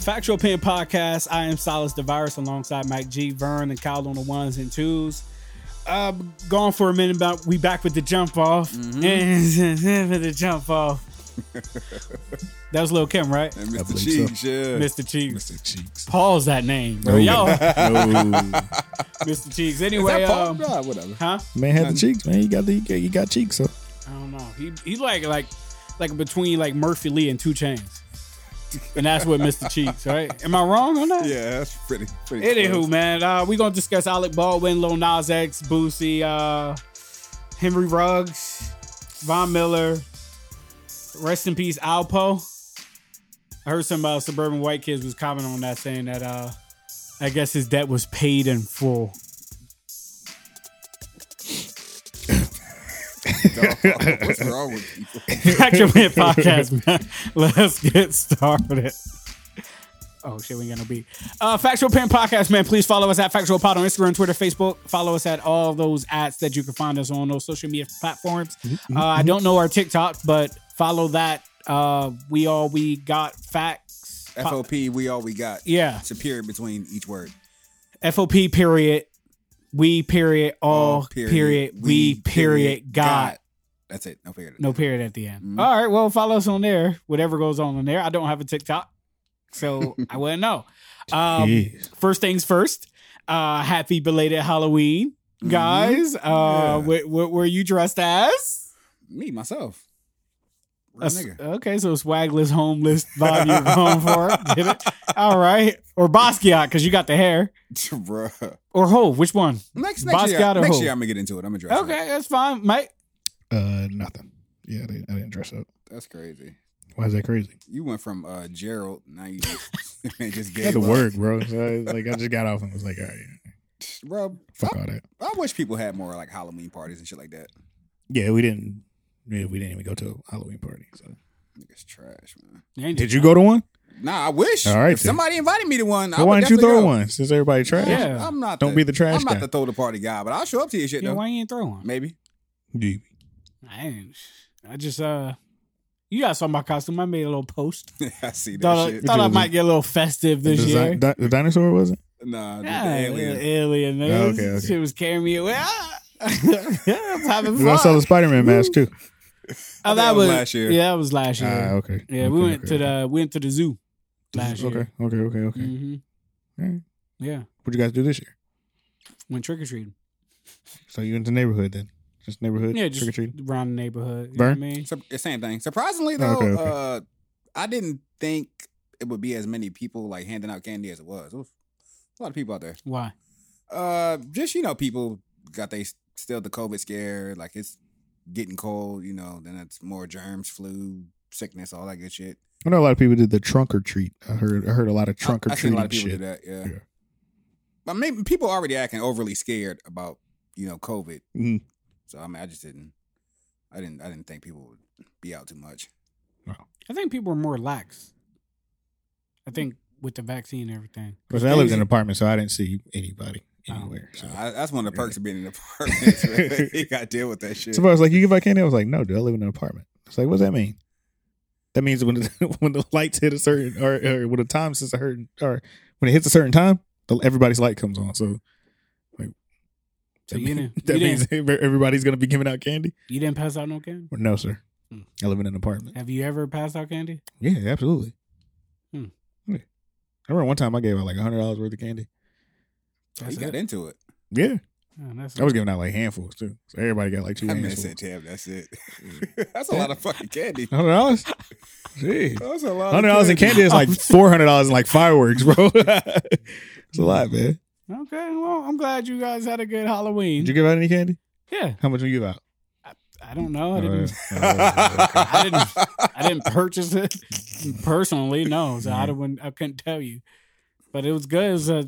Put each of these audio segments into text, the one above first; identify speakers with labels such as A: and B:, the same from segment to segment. A: Factual Pen Podcast. I am Silas DeVirus alongside Mike G, Vern, and Kyle on the ones and twos. Uh, gone for a minute, but we back with the jump off.
B: Mm-hmm.
A: for the jump off. that was Lil Kim, right?
B: And Mr.
C: believe
B: Cheeks, yeah. Oh,
A: Mr. Cheeks.
C: Mr. Cheeks.
A: Pause that name, bro. Yo, Mr. Cheeks. Anyway, um,
B: Nah, whatever.
A: huh?
C: man had the cheeks, man. He got the he got, he got cheeks. So
A: I don't know. He he's like like like between like Murphy Lee and Two Chains, and that's what Mr. Cheeks, right? Am I wrong on that?
B: Yeah, that's pretty. pretty
A: Anywho,
B: close.
A: man, uh, we're gonna discuss Alec Baldwin, Lil Nas X, Boosie, uh, Henry Ruggs, Von Miller. Rest in peace, Alpo. I heard some uh, suburban white kids was commenting on that, saying that uh, I guess his debt was paid in full.
B: Dog, What's wrong with people?
A: Factor Man Podcast, man. Let's get started. Oh shit, we ain't got no beat. Uh, Factual Pen Podcast, man. Please follow us at Factual Pod on Instagram, Twitter, Facebook. Follow us at all those ads that you can find us on those social media platforms. Uh, I don't know our TikTok, but follow that. Uh, we all we got facts. Po-
B: FOP, we all we got.
A: yeah,
B: It's a period between each word.
A: FOP period. We period all
B: All
A: Oh, period, we period got.
B: That's it. No period.
A: No period at the end.
B: Mm-hmm.
A: All right. Well, follow us on there. Whatever goes on on there. I don't have a TikTok, so I wouldn't know. Um,
C: Yeah.
A: First things first. Uh, happy belated Halloween, guys.
B: Mm-hmm. Yeah.
A: Uh, what were you dressed as?
B: Me, myself. Real
A: That's-
B: nigga.
A: okay, so swagless, homeless, Bob, you're going for it. Get it? All right. Or Basquiat, because you got the hair.
B: Bruh.
A: Or Ho, which one?
B: Next,
A: Boss
B: next, year,
A: got a
B: next
A: hoe.
B: year, I'm going to get into it. I'm going to dress up.
A: Okay, that's fine. Mike,
C: uh, nothing. Yeah, I didn't, I didn't dress up.
B: That's crazy.
C: Why is that crazy?
B: You went from uh, Gerald, now you just, man, just
C: Got
B: gave
C: to
B: up.
C: work, bro. So I, like I just got off and was like, all right, yeah,
B: Bro,
C: fuck all that.
B: I wish people had more like Halloween parties and shit like that.
C: Yeah, we didn't. Yeah, we didn't even go to a Halloween party. So
B: Niggas trash, man.
C: did you go to one?
B: Nah, I wish.
C: All right,
B: If
C: then.
B: somebody invited me to one, I
C: Well, why
B: would
C: don't you
B: definitely
C: throw
B: go.
C: one since everybody trash?
A: Yeah.
B: I'm not.
C: Don't be the trash
B: I'm not
C: guy.
B: the throw the party guy, but I'll show up to your shit
A: yeah,
B: though.
A: why you ain't throw one?
B: Maybe.
C: Yeah.
A: I ain't. I just uh, you guys saw my costume. I made a little post.
B: I see that
A: Thought,
B: shit.
A: thought I
C: Really?
A: might get a little festive this
C: the,
A: year.
C: zi- di- the dinosaur was it?
B: nah, the- the
A: yeah,
B: alien.
A: the alien. nigga.
C: Oh, okay, okay.
A: Shit was carrying me away. Ah! I'm having fun.
C: I saw the Spider Man mask too.
A: Oh,
B: that was last year.
A: Yeah, that was last year.
C: Ah, okay.
A: yeah,
C: okay,
A: we went to
C: okay,
A: the we went to the zoo
C: okay.
A: last year.
C: Okay, okay, okay, okay.
A: hmm
C: All right.
A: Yeah,
C: What you guys do this year?
A: went trick or treating.
C: So you into neighborhood then? Just neighborhood?
A: Yeah, just
C: trick or treating.
A: around the neighborhood. You know what I
C: Vern?
A: mean?
B: Sup- eh, same thing. Surprisingly though,
C: Okay, okay.
B: uh, I didn't think it would be as many people like handing out candy as it was. It was a lot of people out there.
A: Why?
B: Uh, just you know, people got they still the COVID scare. Like it's getting cold. You know, then it's more germs, flu, sickness, all that good shit.
C: I know a lot of people did the trunk or treat. I heard I heard a lot of trunk
B: I-
C: or
B: I seen
C: treating
B: a lot of people
C: shit.
B: do that. Yeah.
C: Yeah.
B: But maybe people already acting overly scared about you know COVID.
C: Mhm.
B: So I mean, I just didn't, I didn't, I didn't think people would be out too much.
A: I think people are more lax. I think with the vaccine and everything.
C: Because I lived in an apartment, so I didn't see anybody anywhere. So.
B: I, that's one of the perks of being in the apartment. man. you got to deal with that shit.
C: Somebody was like, "You give out candy?" I was like, "No, dude, I live in an apartment." It's like, what does that mean? That means when the, when the lights hit a certain or, or when the time since a certain or when it hits a certain time, the, everybody's light comes on. So, like,
A: So
C: that,
A: you
C: mean-
A: didn't-
C: that
A: you
C: means everybody's gonna be giving out candy.
A: You didn't pass out no candy.
C: Or no, sir,
A: Hmm.
C: I live in an apartment.
A: Have you ever passed out candy?
C: Yeah, absolutely.
A: Hmm.
C: Yeah. I remember one time I gave out like hundred dollars worth of candy.
B: you
A: That's
B: got
A: it.
B: into it.
C: Yeah,
A: Oh, that's
C: I was giving out like handfuls too. So everybody got like two
B: I mean, I
C: handfuls.
B: said, damn, that's it. that's a lot of fucking candy.
C: Hundred dollars. Gee.
B: That's a lot.
C: Hundred dollars in candy is like four hundred dollars in like fireworks, bro. it's a lot, man.
A: Okay, well, I'm glad you guys had a good Halloween.
C: Did you give out any candy?
A: yeah,
C: How much did you give out?
A: I don't know. I
C: Uh,
A: didn't,
C: uh, okay.
A: I didn't, I didn't purchase it personally. No, so I
B: Mm-hmm.
A: didn't. I couldn't tell you, but it was good. It was uh,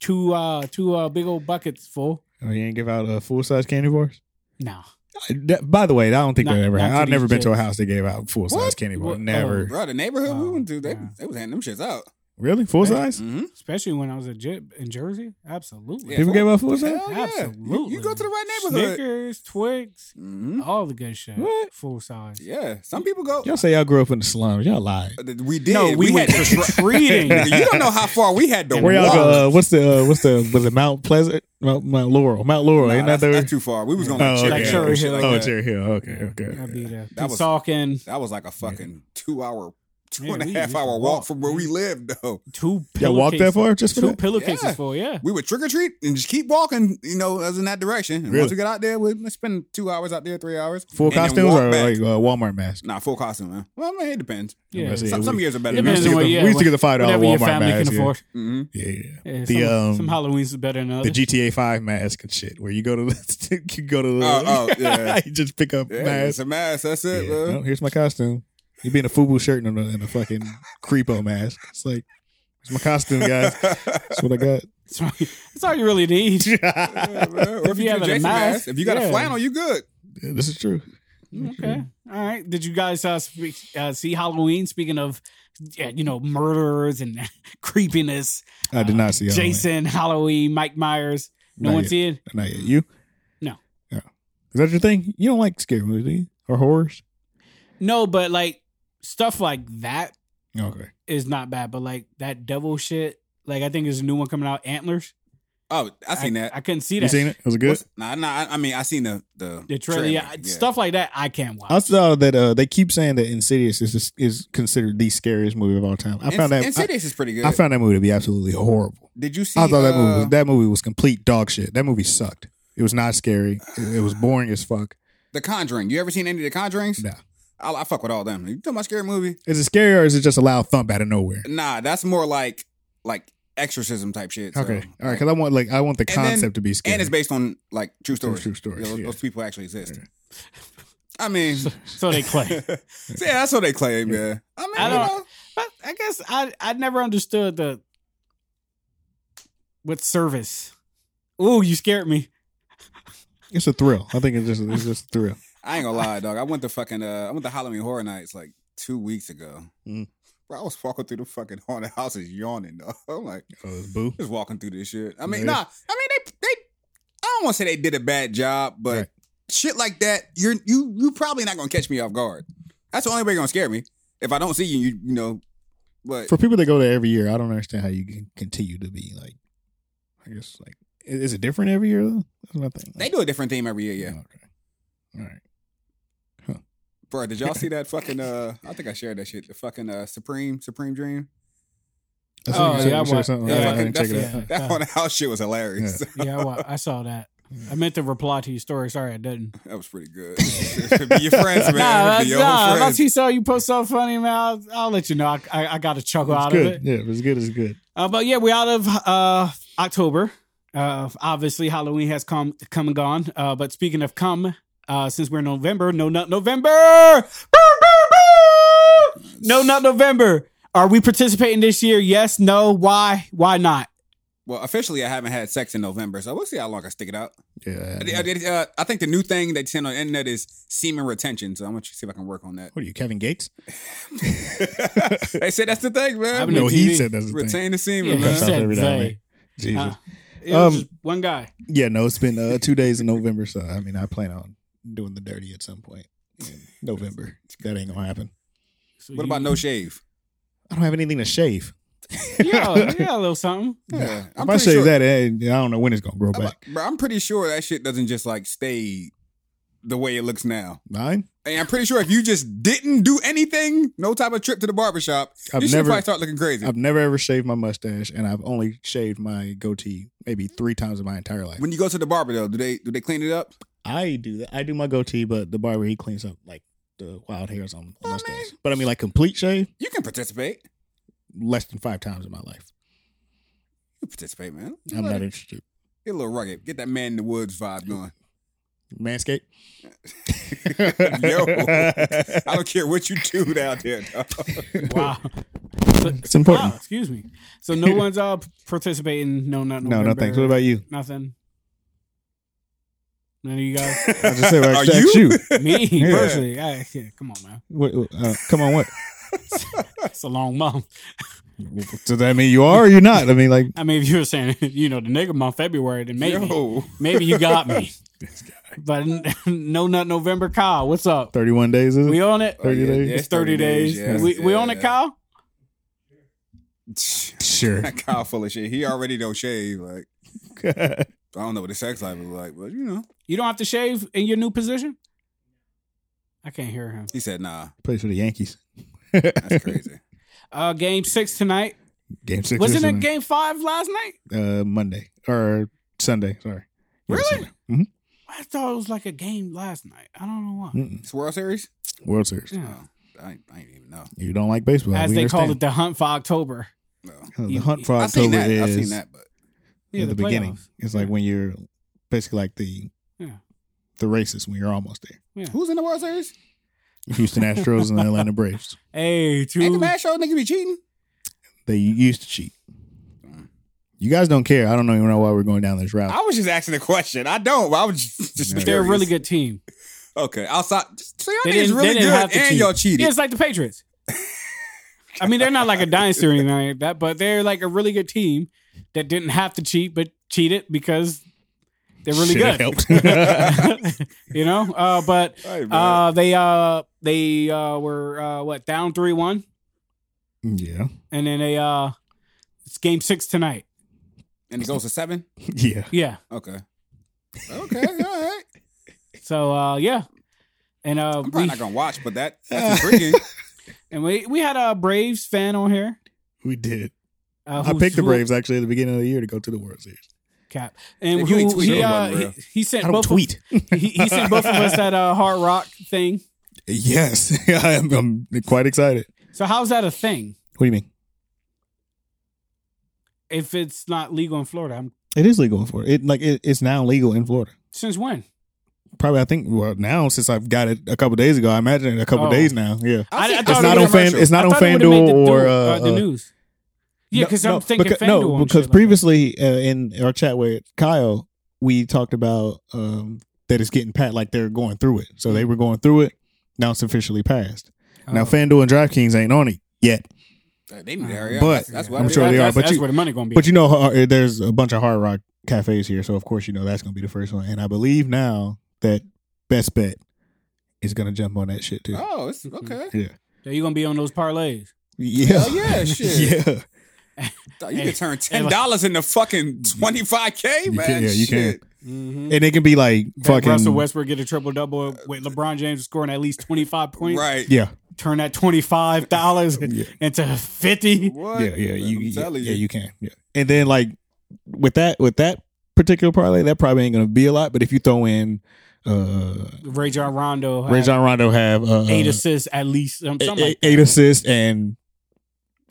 A: two, uh, two uh, big old buckets full.
C: Oh, you ain't give out a full size candy bars.
A: No,
C: That- by the way, I don't think
A: Not-
C: that ever.
A: not to
C: I've never
A: these
C: been to a
A: kids.
C: house that gave out full size
B: What?
C: candy bars.
A: What?
C: Never.
B: Bro, the neighborhood we
A: Oh,
B: went to, they,
A: yeah.
B: they was handing them shits out.
C: Really? Full size?
B: Mm-hmm.
A: Especially when I was a jib in Jersey. Absolutely.
B: Yeah.
C: People gave out full size?
B: Hell yeah.
A: Absolutely.
B: You, you go to the right neighborhood.
A: Snickers, Twix,
B: hmm
A: all the good shit.
C: What?
A: Full size.
B: Yeah. Some people go.
C: Y'all say y'all grew up in the slums. Y'all lied.
B: We did.
A: No, we, went
B: had to.
A: retreating.
B: Nigga, you don't know how far we had to
C: Where y'all
B: walk.
C: go? Uh, what's the uh, what's the was it Mount Pleasant? Mount, Mount Laurel. Mount Laurel.
B: Nah,
C: Ain't
B: that's,
C: that there?
B: that's too far. We was going to
C: Oh,
B: Cherry
A: okay.
B: Hill and shit
A: Cherry
B: like
C: oh,
B: that.
C: Cherry Hill. Okay, okay.
A: That'd
C: okay.
A: be the
B: That was-
A: Pennsauken,
B: That was like a fucking two hour, two
A: Yeah,
B: and a half
A: we used to
B: hour walk,
A: walk,
B: from where we
A: man.
B: lived. Though
A: two
C: Y'all walked that
A: pillowcases-
C: far just for
A: Two
C: that?
A: pillowcases
B: Yeah. uh,
A: full, yeah.
B: we would trick or treat and just keep walking, you know, as in that direction. And
C: Really?
B: Once we got out there, we'd let's spend two hours out there, three hours.
C: Full
B: and then
C: costumes
B: walk
C: or
B: back.
C: like uh, Walmart mask?
B: nah, full costume, man. Well, I mean, it depends.
A: Yeah.
C: That's it.
B: some,
C: we-
B: some years are better.
A: Yeah,
B: Than
C: we used
A: depends
C: to get
A: on
C: the,
A: what- yeah,
C: we used to get the five dollar
A: Whatever your
C: Walmart
A: family
C: mask.
A: can
C: yeah.
A: afford.
B: Mhm.
C: Yeah, yeah.
A: Yeah,
C: The,
A: some,
C: um,
A: some Halloween's better than
C: The
A: others.
C: GTA Five mask and shit, where you go to the, you go to the,
B: Oh, oh, yeah.
C: you just pick up
B: Yeah,
C: masks.
B: it's a mask. That's it,
C: Yeah.
B: bro.
C: No, here's my costume. You be in a FUBU shirt and a, and a fucking creepo mask. It's like, it's my costume, guys. That's what I got.
A: That's all- that's all you really need.
B: Yeah, bro. Or
A: If you
B: do
A: have a
B: Jason
A: mask,
B: if you got
A: yeah.
B: a flannel, you good.
C: Yeah, this is true.
A: Okay. All right. Did you guys uh, speak, uh, see Halloween? Speaking of, yeah, you know, murderers and creepiness.
C: I did not see y'all.
A: Jason, Halloween, Mike Myers. No
C: Not
A: one
C: yet.
A: see it.
C: Not yet. You?
A: No.
C: Yeah. Is that your thing? You don't like scary movies do you? or horrors?
A: No, but like stuff like that
C: Okay.
A: is not bad. But like that devil shit. Like I think there's a new one coming out, Antlers.
B: Oh, I seen that.
A: I couldn't see
C: You
A: that.
C: seen it? Was it good?
B: What's- Nah, nah. I, I mean, I seen the the,
A: The trailer, yeah, stuff like that, I can't watch.
C: I saw that uh, they keep saying that Insidious is is considered the scariest movie of all time. I found that I,
B: Insidious is pretty good.
C: I found that movie to be absolutely horrible.
B: Did you see?
C: I thought that movie
B: uh,
C: was, that movie was complete dog shit. That movie sucked. It was not scary. It, it was boring as fuck.
B: The Conjuring. You ever seen any of the Conjurings?
C: No.
B: I, I fuck with all them. You talking about scary movie?
C: Is it scary or is it just a loud thump out of nowhere?
B: Nah, that's more like like exorcism type shit. so,
C: okay, all right.
B: like-
C: Because I want like I want the
B: then-
C: concept to be scary.
B: and it's based on like true
C: True-
B: stories.
C: true stories,
B: Yeah, those,
C: yeah.
B: those people actually exist.
C: Yeah.
B: I mean,
A: so they
B: so,
A: claim.
B: yeah, that's what they claim. Yeah, I mean,
A: I
B: you
A: don't-
B: know,
A: But I guess I I never understood the what service. Ooh, you scared me.
C: It's a thrill. I think it's just it's just a thrill.
B: I ain't gonna lie, dog. I went to fucking uh, I went to Halloween Horror Nights like two weeks ago.
C: Mhm.
B: Bro, I was walking through the fucking haunted houses yawning. Dog. I'm like,
C: Oh, it's boo.
B: just walking through this shit. I
C: Yeah.
B: mean, nah. I mean, they they. I don't want to say they did a bad job, but
C: Right.
B: shit like that, you're you you probably not gonna catch me off guard. That's the only way you're gonna scare me if I don't see you. You, you know, but
C: For people that go there every year, I don't understand how you can continue to be like. I guess like i- is it different every year though? That's my thing.
B: they do a different theme every year. Yeah,
C: Okay. All right.
B: bro. Did y'all see that fucking? uh I think I shared that shit. The fucking uh Supreme Supreme Dream.
C: That's
A: Oh,
C: what you
A: yeah, I
C: said- you said
A: want-
C: something.
A: yeah,
C: I
A: I
C: didn't
B: think
C: check it
A: that's-
C: out.
A: yeah.
B: That haunted house shit was hilarious.
A: Yeah, I, wa- I saw that. I meant to reply to your story. Sorry, I didn't.
B: That was pretty good. be your friends,
A: nah,
B: man. be
A: that's,
B: your
A: nah.
B: own
A: If I
B: friends.
A: see something you post something funny, man, I'll, I'll let you know. I, I, I got a chuckle
C: It's
A: out of
C: good.
A: it.
C: Yeah, if it's good, it's good.
A: Uh, but yeah, we're out of uh, October. Uh, obviously, Halloween has come come and gone. Uh, but speaking of come, uh, since we're in November, no nut November, no nut November. Are we participating this year? Yes, no, why, why not?
B: Well, officially, I haven't had sex in November, so we'll see how long I stick it out.
C: Yeah.
B: I, did- I did, uh, I think the new thing they send on the internet is semen retention, so I'm gonna see if I can work on that.
C: what are you, Kevin Gates?
B: they said that's the thing,
A: I've
B: man.
A: been-
C: No, he
A: TV.
C: said that's the thing.
B: Retain
A: Yeah,
B: the semen,
A: he
C: That's
B: man.
C: out
A: said
C: every now and
A: they.
C: then. Jesus.
A: Uh, It was
C: Um,
A: just one guy.
C: Yeah, no, it's been uh, two days in November, so I mean, I plan on doing the dirty at some point in November. That ain't gonna happen.
A: So
B: What
A: you-
B: about no shave?
C: I don't have anything to shave.
A: Yeah, yeah, a little something.
B: Yeah,
C: if
B: I'm
C: I
B: pretty
C: shave
B: sure.
C: that, eh, I don't know when it's gonna grow
B: I'm,
C: back.
B: bro, I'm pretty sure that shit doesn't just like stay the way it looks now.
C: Mine?
B: And I'm pretty sure if you just didn't do anything, no type of trip to the barbershop,
C: I've
B: you should
C: never-
B: probably start looking crazy.
C: I've never ever shaved my mustache, and I've only shaved my goatee maybe three times in my entire life.
B: when you go to the barber though, do they do they clean it up?
C: I do that. I do my goatee, but the barber he cleans up like the wild hairs on the
B: I
C: mustache.
B: mean-
C: but I mean, like complete shave,
B: You can participate.
C: less than five times in my life.
B: You participate, man.
C: I'm not interested.
B: Get a little rugged. Get that man in the woods vibe going.
C: Manscaped.
B: Yo. I don't care what you do down there. Dog.
A: Wow.
C: It's important.
A: Wow, excuse me. So no one's uh participating. No, not
C: no, no thanks. What about you?
A: nothing? None of you guys.
C: I just said, I
B: Are
C: asked
B: you?
C: you.
A: Me Ah,
C: Yeah.
A: personally, I, yeah, come on, man.
C: What, uh, come on, what?
A: It's a long month.
C: Does that mean you are or you're not? I mean, like,
A: I mean, if you were saying, you know, the nigga month February, then maybe,
B: Yo.
A: maybe you got me. But n- no nut November, Kyle. What's up?
C: 31 days is it?
A: We on it?
B: Oh,
C: 30 days?
A: It's thirty days.
B: yes,
A: we, we
B: yeah.
A: on it, Kyle.
C: Sure.
B: That Kyle full of shit. He already don't shave. Like
C: I
B: I don't know what the sex life is like, but you know.
A: You don't have to shave in your new position. I can't hear him.
B: He said, "Nah,
C: Plays for the Yankees.
B: that's crazy."
A: Uh, game six tonight.
C: Game six.
A: Wasn't
C: is
A: it
C: on,
A: game five last night?
C: Uh, Monday or Sunday. Sorry. Yeah,
A: Really?
C: Mhm.
A: I thought it was like a game last night. I don't know why.
C: Sunday.
B: it's World Series.
C: Mm-mm. World Series.
A: Yeah.
B: Oh, I, I didn't even know.
C: You don't like baseball.
A: As
C: we
A: they call
C: understand.
A: it, the hunt for October.
B: No.
C: The
A: You-
C: hunt for
B: I've seen
C: October
B: that. I've
C: is
B: seen that, but
A: Yeah,
C: at the,
A: the
C: beginning.
A: playoffs.
C: It's like when you're basically like the
A: Yeah.
C: the races when you're almost there.
B: who's in the World Series?
C: Houston Astros and the Atlanta Braves.
A: Hey,
B: Ain't
A: two.
B: the Bash Show nigga be cheating?
C: They used to cheat. You guys don't care. I don't even know why we're going down this route.
B: I was just asking a question. I don't. I was just, just
C: Yeah.
A: They're a
B: curious.
A: really good team.
B: Okay, outside. So
A: They
B: y'all niggas
A: didn't, they
B: really
A: didn't have
B: good,
A: to
B: and
A: cheat.
B: y'all cheated.
A: Yeah, it's like the Patriots. I mean, they're not like a dynasty or anything like that, but they're like a really good team that didn't have to cheat, but cheated because they're really
C: Should've
A: good.
C: helped.
A: you know, uh, but
B: Hey, man.
A: uh, they uh, they uh, were uh, what down three one,
C: yeah.
A: and then they uh, it's game six tonight.
B: and it goes to seven.
C: Yeah.
A: Yeah,
B: Okay. Okay. all right.
A: so uh, yeah, and uh,
B: I'm probably
A: we,
B: not gonna watch, but that that's intriguing.
A: and we we had a Braves fan on here.
C: We did.
A: Uh,
C: I
A: who-
C: picked the
A: who-
C: Braves actually at the beginning of the year to go to the World Series.
A: cap, and
B: If you ain't
A: who, he,
B: tweeting,
A: uh,
B: it wasn't real.
A: he, he sent
C: I don't
A: both of-
C: tweet.
A: he, he sent both of us that uh, hard rock thing.
C: Yes. I'm, I'm quite excited.
A: So how's that a thing?
C: What do you mean?
A: If it's not legal in Florida, I'm,
C: It is legal in Florida. It like it, it's now legal in Florida.
A: since when?
C: Probably I think well now since I've got it a couple days ago, I imagine in a couple
A: Oh.
C: days now. Yeah.
A: I-
B: I've
A: I
B: seen-
A: thought
C: It's
B: I've
C: not
B: seen
C: on
B: the
C: fan
B: commercial.
C: it's not on
A: I thought it would've made
C: FanDuel
A: the
C: or
A: du-
C: uh,
A: uh, the
C: uh,
A: news. Yeah,
C: No,
A: because
C: no,
A: I'm thinking
C: beca-
A: FanDuel.
C: No,
A: and
C: because
A: shit like
C: previously uh, in our chat with Kyle, we talked about um, that it's getting pat like they're going through it. So they were going through it. Now it's officially passed.
A: that.
C: Now
A: Mm. Oh.
C: FanDuel and DraftKings ain't on it yet,
B: They need to hurry up.
C: But-
B: that's, that's what
C: I'm
B: I
C: sure
B: did.
C: they are,
A: That's,
C: but
A: that's
C: you-
A: where the money gonna be.
C: but you know uh, there's a bunch of hard rock cafes here, so of course you know that's going to be the first one. And I believe now that Best Bet is going to jump on that shit too.
B: Oh, it's
C: Mm-hmm.
B: okay.
C: Yeah,
A: So you're gonna be on those parlays.
C: yeah,
B: Hell yeah, shit.
C: yeah.
B: Dog, You
A: Hey,
B: could turn
A: hey,
B: ten
A: like-
B: dollars into fucking twenty five k,
C: You
B: man.
C: can- yeah, you
B: Shit.
A: Mm-hmm.
C: And it can be like fucking
A: Russell Westbrook get a triple double with LeBron James scoring at least 25 points.
B: Right.
C: Yeah,
A: Turn that $25
C: yeah.
A: into 50.
B: What?
C: yeah, yeah, you,
B: I'm
C: yeah,
B: telling
C: yeah, you can. Yeah, and then like with that with that particular parlay, that probably ain't gonna be a lot. But if you throw in uh,
A: Ray John Rondo had
C: Ray John Rondo have uh,
A: eight assists at least. Um,
C: a-
A: something
C: a-
A: like
C: eight assists and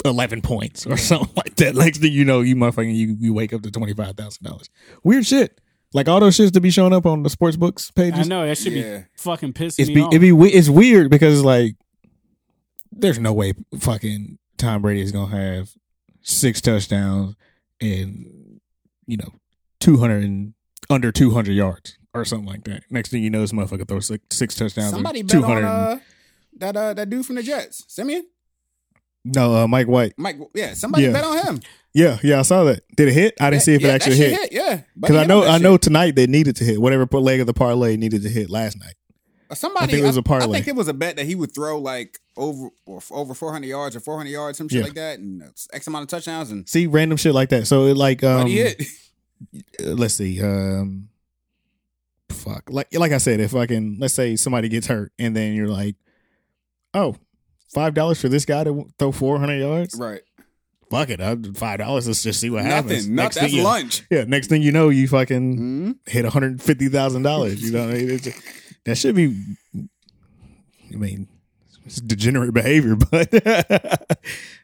C: eleven points or something like that, next thing you know, you motherfucking you you wake up to twenty five thousand dollars. Weird shit. Like all those shits to be showing up on the sports books
A: I
C: pages.
A: know that should be
B: Yeah.
A: fucking pissing
C: It's
A: me
C: be
A: off.
C: it be we- it's weird because like there's no way fucking Tom Brady is gonna have six touchdowns and you know two hundred and under two hundred yards or something like that. Next thing you know, this motherfucker throws six, six touchdowns.
B: Somebody bet
C: two hundred.
B: on uh, that uh, that dude from the Jets, Simeon,
C: no, uh, Mike White.
B: Mike. Yeah, somebody
C: Yeah.
B: bet on him.
C: Yeah, yeah, I saw that. Did it hit? I didn't see if
B: Yeah,
C: it
B: that
C: actually
B: shit
C: hit
B: Yeah,
C: because
B: Buddy
C: I
B: hit
C: know
B: on that
C: I
B: shit. Uh,
C: know tonight they needed to hit whatever leg of the parlay needed to hit last night.
B: Somebody,
C: I think it was a parlay.
B: I think it was a bet that he would throw like over or over 400 yards or 400 yards, some shit
C: Yeah.
B: like that, and uh, x amount of touchdowns. And
C: See, random shit like that. So it like um,
B: but he hit.
C: uh, let's see um fuck like like i said if i can let's say somebody gets hurt and then you're like oh five dollars for this guy to w- throw 400 yards
B: right,
C: fuck it I'll do five dollars let's just see what happens
B: nothing,
C: Next
B: nothing. That's
C: Mm-hmm. thing you-
B: lunch.
C: yeah next thing you know you fucking
B: hmm
C: hit $150000 you know what I mean? It's just- that should be i mean it's degenerate behavior but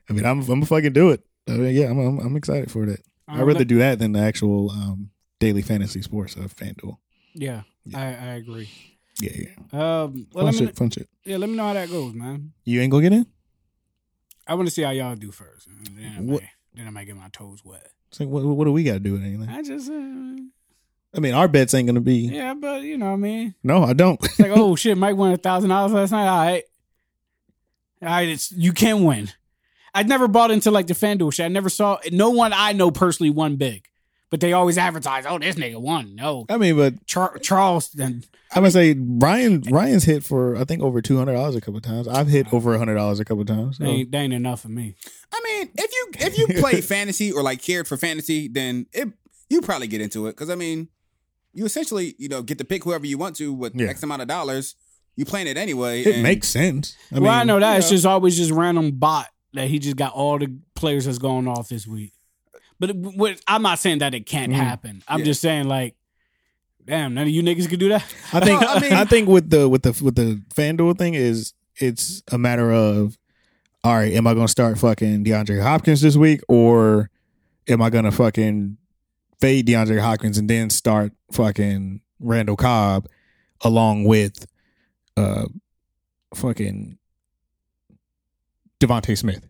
C: i mean i'm, I'm gonna fucking do it I mean, yeah I'm, I'm, I'm excited for that
A: I
C: I'd
A: don't
C: rather
A: know.
C: do that than the actual um, daily fantasy sports of FanDuel.
A: Yeah, I, I agree.
C: Yeah, yeah.
A: Um, well,
C: fun
A: let me,
C: shit, fun shit.
A: yeah, let me know how that goes, man.
C: You ain't gonna get in?
A: I want to see how y'all do first. and Then I,
C: What-
A: might, then I might get my toes wet.
C: It's like, what, what do we got to do with anything?
A: I just, uh,
C: I mean, our bets ain't gonna be.
A: yeah, but you know what I mean.
C: No, I don't.
A: It's like, oh shit, Mike won a thousand dollars last night. All right, all right, it's you can win. I never bought into like the FanDuel shit. I never saw no one I know personally won big, but they always advertise, "Oh, this nigga won." No,
C: I mean, but
A: Char- Charleston.
C: I'm gonna say Ryan. Ryan's hit for I think over two hundred dollars a couple of times. I've hit over hundred dollars a couple of times.
A: That
C: So.
A: ain't, that ain't enough for me.
B: I mean, if you if you play fantasy or like cared for fantasy, then it you probably get into it because I mean, you essentially you know get to pick whoever you want to with
C: Yeah.
B: X amount of dollars. You playing it anyway.
C: It
B: and-
C: makes sense. I
A: well, I know that
B: you
A: it's
B: know.
A: just always just random bot that he just got all the players that's going off this week. But it, what, I'm not saying that it can't
C: Mhm.
A: happen. I'm
B: Yeah.
A: just saying like, damn, none of you niggas could do that.
C: I think
B: No,
C: I,
B: I mean-
C: think with the with the with the FanDuel thing is it's a matter of all right, am I gonna start fucking DeAndre Hopkins this week or am I gonna fucking fade DeAndre Hopkins and then start fucking Randall Cobb along with uh fucking Devontae Smith.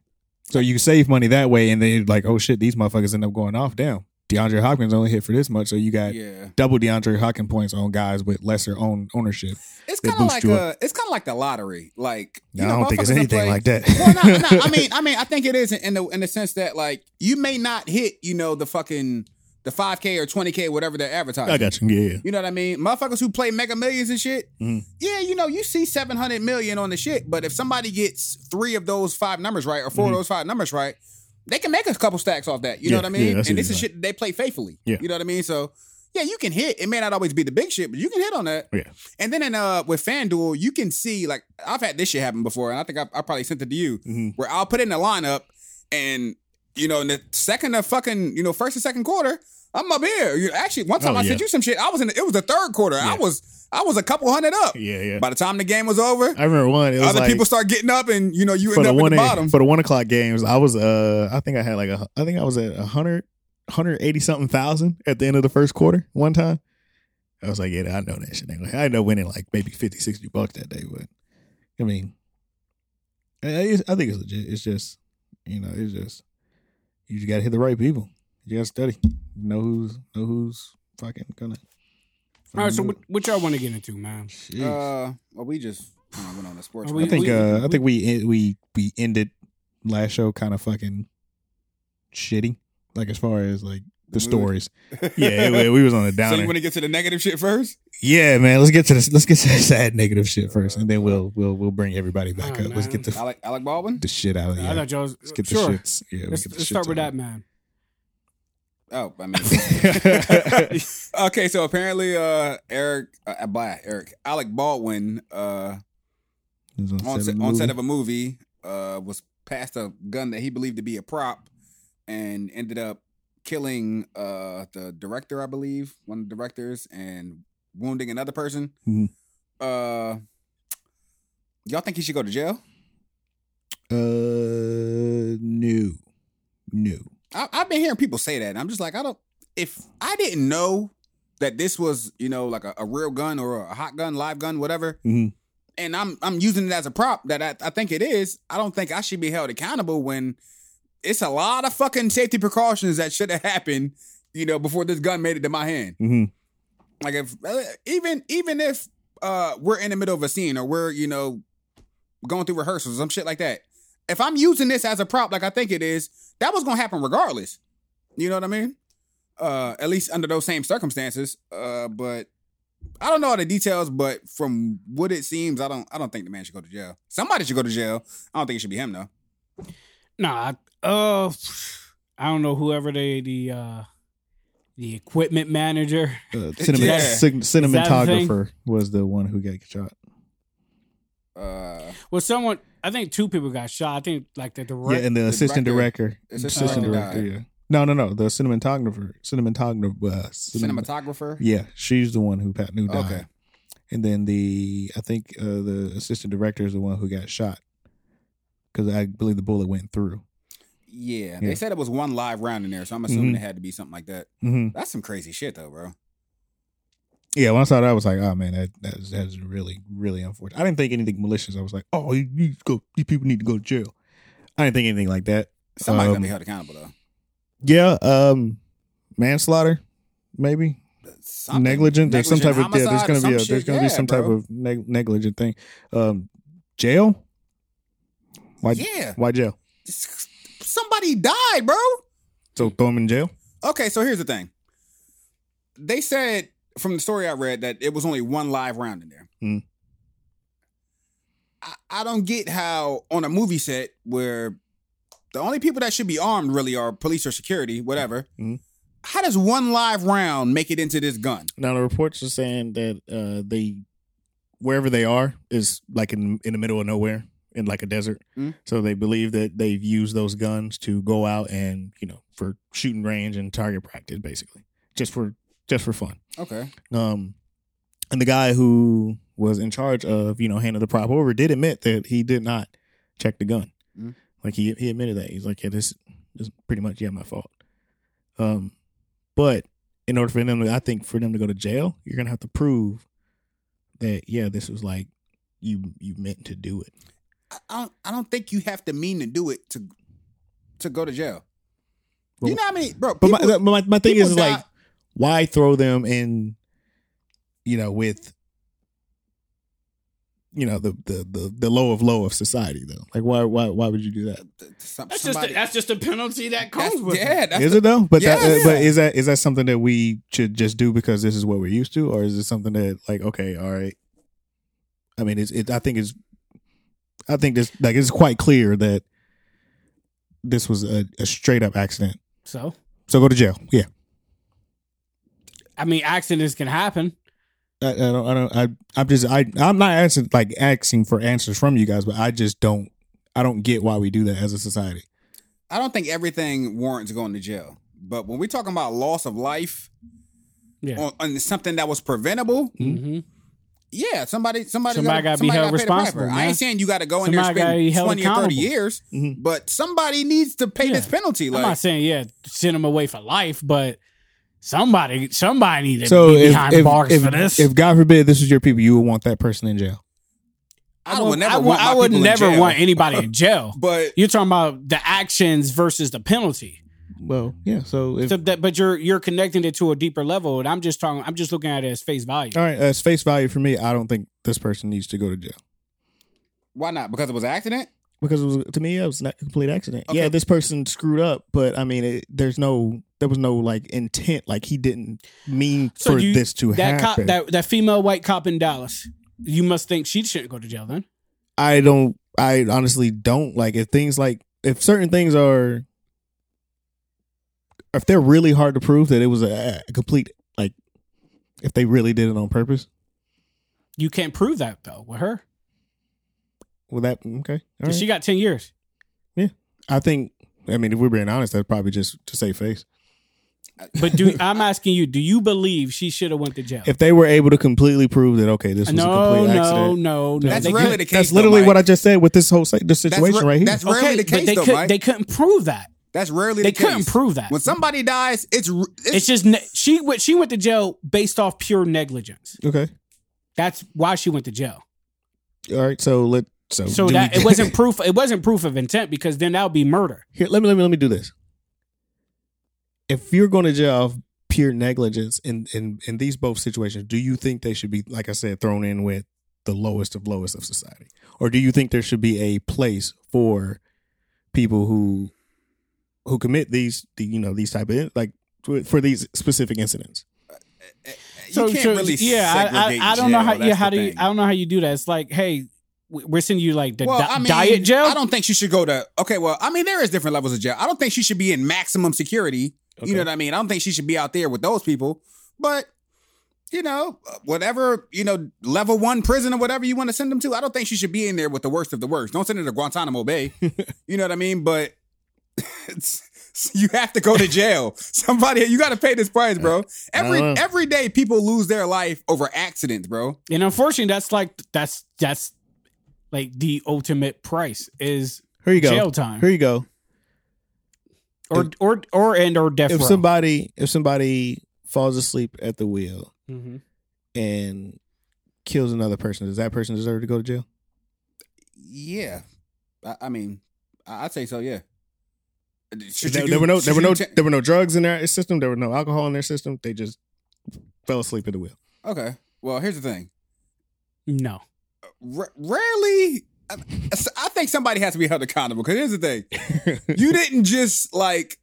C: So you save money that way and then like, oh shit, these motherfuckers end up going off. Damn. DeAndre Hopkins only hit for this much, so you got
B: yeah,
C: double DeAndre Hopkins points on guys with lesser own ownership.
B: it's
C: They
B: kind of
C: boost
B: like
C: you
B: a, it's kind of like the lottery. Like you
C: I
B: know,
C: don't think it's
B: motherfuckers that
C: anything
B: play-
C: like that.
B: well, no, no, I mean, I mean, I think it is in the in the sense that like you may not hit, you know, the fucking the five k or twenty k, whatever they're advertising.
C: I got you. Yeah,
B: You know what I mean? Motherfuckers who play mega millions and shit.
C: Mhm.
B: Yeah, you know, you see 700 million on the shit, but if somebody gets three of those five numbers right or 4
C: Mhm.
B: of those five numbers right, they can make a couple stacks off that. You
C: Yeah,
B: know what I
C: yeah,
B: mean?
C: I see
B: and this
C: what you're
B: is
C: saying.
B: shit that they play faithfully.
C: Yeah.
B: You know what I mean? So, yeah, you can hit. It may not always be the big shit, but you can hit on that.
C: Yeah.
B: And then in, uh, with FanDuel, you can see, like, I've had this shit happen before, and I think I, I probably sent it to you,
C: Mhm.
B: where I'll put in a lineup and, you know, in the second of fucking, you know, first and second quarter, I'm up here. You actually one time
C: Oh,
B: I
C: yeah.
B: sent you some shit. I was in. The, it was the third quarter. I
C: Yeah.
B: was I was a couple hundred up.
C: yeah, yeah.
B: By the time the game was over,
C: I remember one. It was
B: other
C: like
B: people start getting up, and you know you
C: for
B: end
C: the
B: up at
C: one
B: the bottom.
C: for the one o'clock games. I was uh, I think I had like a, I think I was at a hundred, hundred eighty something thousand at the end of the first quarter one time. I was like, yeah, I know that shit. Ain't gonna- I ended up winning like maybe 50, 60 bucks that day, but I mean, I, I I think it's legit. It's just, you know, it's just you just gotta hit the right people. You gotta study, know who's know who's fucking gonna.
A: All right, so
C: Mm-hmm.
A: what, what y'all want to get into, man?
C: Jeez.
B: uh, well, we just you know, went on a sports.
A: Are
B: rant.
A: we-
C: I think
A: we-
C: uh, I think we we we ended last show kind of fucking shitty, like as far as like
B: The
C: the
B: mood.
C: stories. yeah, we, we was on
B: so
C: a
B: you
C: downer.
B: want to get to the negative shit first?
C: yeah, man, let's get to this. Let's get to the sad negative shit first, and then we'll we'll we'll bring everybody back
A: Oh,
C: up. Let's
A: man.
C: get the
B: Alec, Alec Baldwin.
C: the shit out of
A: I
C: here.
A: thought y'all was
C: Let's get the
A: sure.
C: shits. Yeah, we
A: Let's,
C: get the
A: let's
C: shits
A: start with
C: out
A: that,
C: of
A: man.
B: Oh, I mean.
C: here.
B: okay, so apparently, uh, Eric, uh, blah, Eric, Alec Baldwin, uh,
C: It was
B: on
C: set
B: set,
C: of
B: on
C: movie.
B: set of a movie uh, was passed a gun that he believed to be a prop and ended up killing uh, the director, I believe, one of the directors, and wounding another person.
C: Mhm.
B: Uh, y'all think he should go to jail?
C: uh, new, new.
B: I, I've been hearing people say that, and I'm just like, I don't. If I didn't know that this was, you know, like a, a real gun or a hot gun, live gun, whatever,
C: Mhm.
B: and I'm I'm using it as a prop that I, I think it is. I don't think I should be held accountable when it's a lot of fucking safety precautions that should have happened, you know, before this gun made it to my hand.
C: Mhm.
B: Like if uh, even even if uh we're in the middle of a scene or we're you know going through rehearsals, some shit like that. If I'm using this as a prop, like I think it is, that was gonna happen regardless. You know what I mean? Uh, at least under those same circumstances. Uh, but I don't know all the details, but from what it seems, I don't I don't think the man should go to jail. Somebody should go to jail. I don't think it should be him though.
A: Nah, I, uh, I don't know whoever they the uh the equipment manager.
C: Uh, cinemat-
B: Yeah.
C: cin-
A: that the thing?
C: cinematographer was the one who got shot.
B: Uh,
A: Well, someone I think two people got shot. I think like the
C: Yeah,
A: director.
C: and the,
B: the
C: assistant director,
B: director- assistant
C: assistant
B: director
C: director. Yeah. No, no, no. The cinematographer, cinematographer, uh, cinema-
B: cinematographer.
C: Yeah, she's the one who Pat who died.
B: Okay.
C: And then the I think uh, the assistant director is the one who got shot because I believe the bullet went through.
B: Yeah,
C: Yeah.
B: they said it was one live round in there, so I'm assuming
C: Mhm.
B: it had to be something like that.
C: Mm-hmm.
B: That's some crazy shit though, bro.
C: Yeah, when I saw that, I was like, "Oh man, that that's that's really really unfortunate." I didn't think anything malicious. I was like, "Oh, you, you go, these people need to go to jail." I didn't think anything like that.
B: Somebody's
C: Um,
B: gonna be held accountable though.
C: Yeah, um, manslaughter, maybe.
B: Something.
C: negligent. There's some type of yeah. There's
B: homicide or
C: gonna
B: some
C: be a,
B: shit.
C: there's gonna
B: Yeah,
C: be some type
B: bro.
C: of neg- negligent thing. Um, jail. Why?
B: yeah.
C: Why jail?
B: Just somebody died, bro.
C: So throw him in jail.
B: Okay, so here's the thing. They said from the story I read that it was only one live round in there.
C: Mm.
B: I, I don't get how on a movie set where the only people that should be armed really are police or security, whatever.
C: Mhm.
B: How does one live round make it into this gun?
C: Now the reports are saying that uh, they wherever they are is like in in the middle of nowhere in like a desert.
B: Mm.
C: So they believe that they've used those guns to go out and you know for shooting range and target practice basically just for just for fun.
B: Okay.
C: Um, and the guy who was in charge of you know handing the prop over did admit that he did not check the gun.
B: Mm.
C: Like he he admitted that he's like yeah this this is pretty much yeah my fault. Um, but in order for them, to, I think for them to go to jail, you're gonna have to prove that yeah this was like you you meant to do it.
B: I, I don't I don't think you have to mean to do it to to go to jail. you
C: Well,
B: know what I mean? Bro,
C: But
B: people-
C: my, my my thing
B: people
C: is
B: die- uh,
C: like why throw them in you know with you know the the the, the low of low of society though like why why why would you do that? Is
B: th- th- some-
A: That's just
B: somebody-
A: a, that's just a penalty that comes
B: that's-
A: with it.
B: yeah, that's
C: it though but that
B: Yeah,
C: uh, but
B: yeah.
C: is that is that something that we should just do because this is what we're used to or is it something that like okay all right i mean it's it, i think it's i think this like it's quite clear that this was a, a straight up accident
A: So
C: so go to jail yeah
A: I mean, accidents can happen.
C: I, I don't. I don't. I, I'm just. I. I'm not asking like asking for answers from you guys, but I just don't. I don't get why we do that as a society.
B: I don't think everything warrants going to jail. But when we're talking about loss of life
A: Yeah.
B: on, on something that was preventable,
A: Mm-hmm.
B: yeah, somebody somebody
A: Somebody gotta be held
B: gotta pay the piper.
A: responsible,
B: I
A: man.
B: ain't saying you got to go in
A: Somebody
B: there
A: gotta be
B: and spend
A: held
B: twenty or thirty
A: accountable.
B: years,
C: Mhm.
B: but somebody needs to pay this
A: Yeah.
B: penalty.
A: I'm not
B: Like,
A: saying yeah, send them away for life, but somebody somebody needed
C: So
A: to be
C: if,
A: behind
C: if,
A: bars
C: if,
A: for this.
C: if God forbid this is your people, you would want that person in jail.
B: I, would never.
A: I would,
B: want my
A: I would
B: people in
A: never
B: jail,
A: want anybody in jail.
B: But
A: You're talking about the actions versus the penalty.
C: Well, yeah. So if
A: So that, but you're you're connecting it to a deeper level, and I'm just talking. I'm just looking at it as face value.
C: all right, as face value for me, I don't think this person needs to go to jail
B: why not? Because it was an accident.
C: because it was to me it was not a complete accident.
B: Okay.
C: Yeah, this person screwed up, but I mean, it, there's no there was no like intent. Like he didn't mean
A: So
C: for
A: you-
C: this to
A: That cop,
C: happen.
A: that that female white cop in Dallas. You must think she shouldn't go to jail then.
C: I don't. I honestly don't like if things like if certain things are if they're really hard to prove that it was a, a complete like if they really did it on purpose.
A: You can't prove that though with her.
C: Well, that okay. All
A: 'Cause
C: right.
A: She got ten years.
C: I think. I mean, if we're being honest, that's probably just to save face.
A: But do I'm asking you? Do you believe she should have went to jail?
C: If they were able to completely prove that okay, this was a
A: no,
C: complete
A: no,
C: accident.
A: no, no.
B: That's
A: They
B: really
A: couldn't-
B: the case.
C: That's
B: though,
C: literally
B: Mike.
C: what I just said with this whole si- this
B: That's
C: situation
B: ra-
C: right here.
B: That's
A: Okay,
B: rarely the
A: but
B: case,
A: they
B: though,
A: could,
B: Mike.
A: they couldn't prove that.
B: That's rarely
A: They
B: the case.
A: couldn't prove that.
B: When somebody dies, it's r- it's,
A: It's just ne- she went. She went to jail based off pure negligence.
C: okay.
A: That's why she went to jail.
C: All right. So let so
A: So
C: Oh, do
A: that
C: we-
A: it wasn't proof. It wasn't proof of intent because then that would be murder.
C: Here, let me let me let me do this. If you're going to jail for pure negligence in in in these both situations, do you think they should be like I said thrown in with the lowest of lowest of society, or do you think there should be a place for people who who commit these the you know these type of like for- for these specific incidents?
B: you can't really
A: yeah, I,
B: segregate
A: I, I don't know
B: jail,
A: how yeah
B: that's
A: how
B: the
A: do you,
B: thing.
A: I don't know how you do that. It's like hey, we- we're sending you like the
B: well,
A: di-
B: I mean,
A: diet jail.
B: I don't think she should go to. Okay, well, I mean, there is different levels of jail. I don't think she should be in maximum security.
C: Okay.
B: You know what I mean? I don't think she should be out there with those people. But you know, whatever you know, level one prison or whatever you want to send them to, I don't think she should be in there with the worst of the worst. Don't send her to Guantanamo Bay. you know what I mean? But it's, you have to go to jail. Somebody, you got to pay this price, bro. Every
C: know.
B: every day, people lose their life over accidents, bro.
A: and unfortunately, that's like that's that's like the ultimate price is
C: Here you go.
A: jail time
C: Here you go.
A: or or or and or death
C: If
A: row.
C: somebody if somebody falls asleep at the wheel
A: Mhm.
C: and kills another person, does that person deserve to go to jail?
B: Yeah, I, I mean, I, I'd say so. Yeah. Should
C: There,
B: you do-
C: there were no
B: should
C: there were
B: you
C: no
B: ta-
C: there were no drugs in their system. There were no alcohol in their system. They just fell asleep at the wheel.
B: okay. Well, here's the thing.
A: no,
B: R- rarely, I, I think somebody has to be held accountable. Because here's the thing: you didn't just like,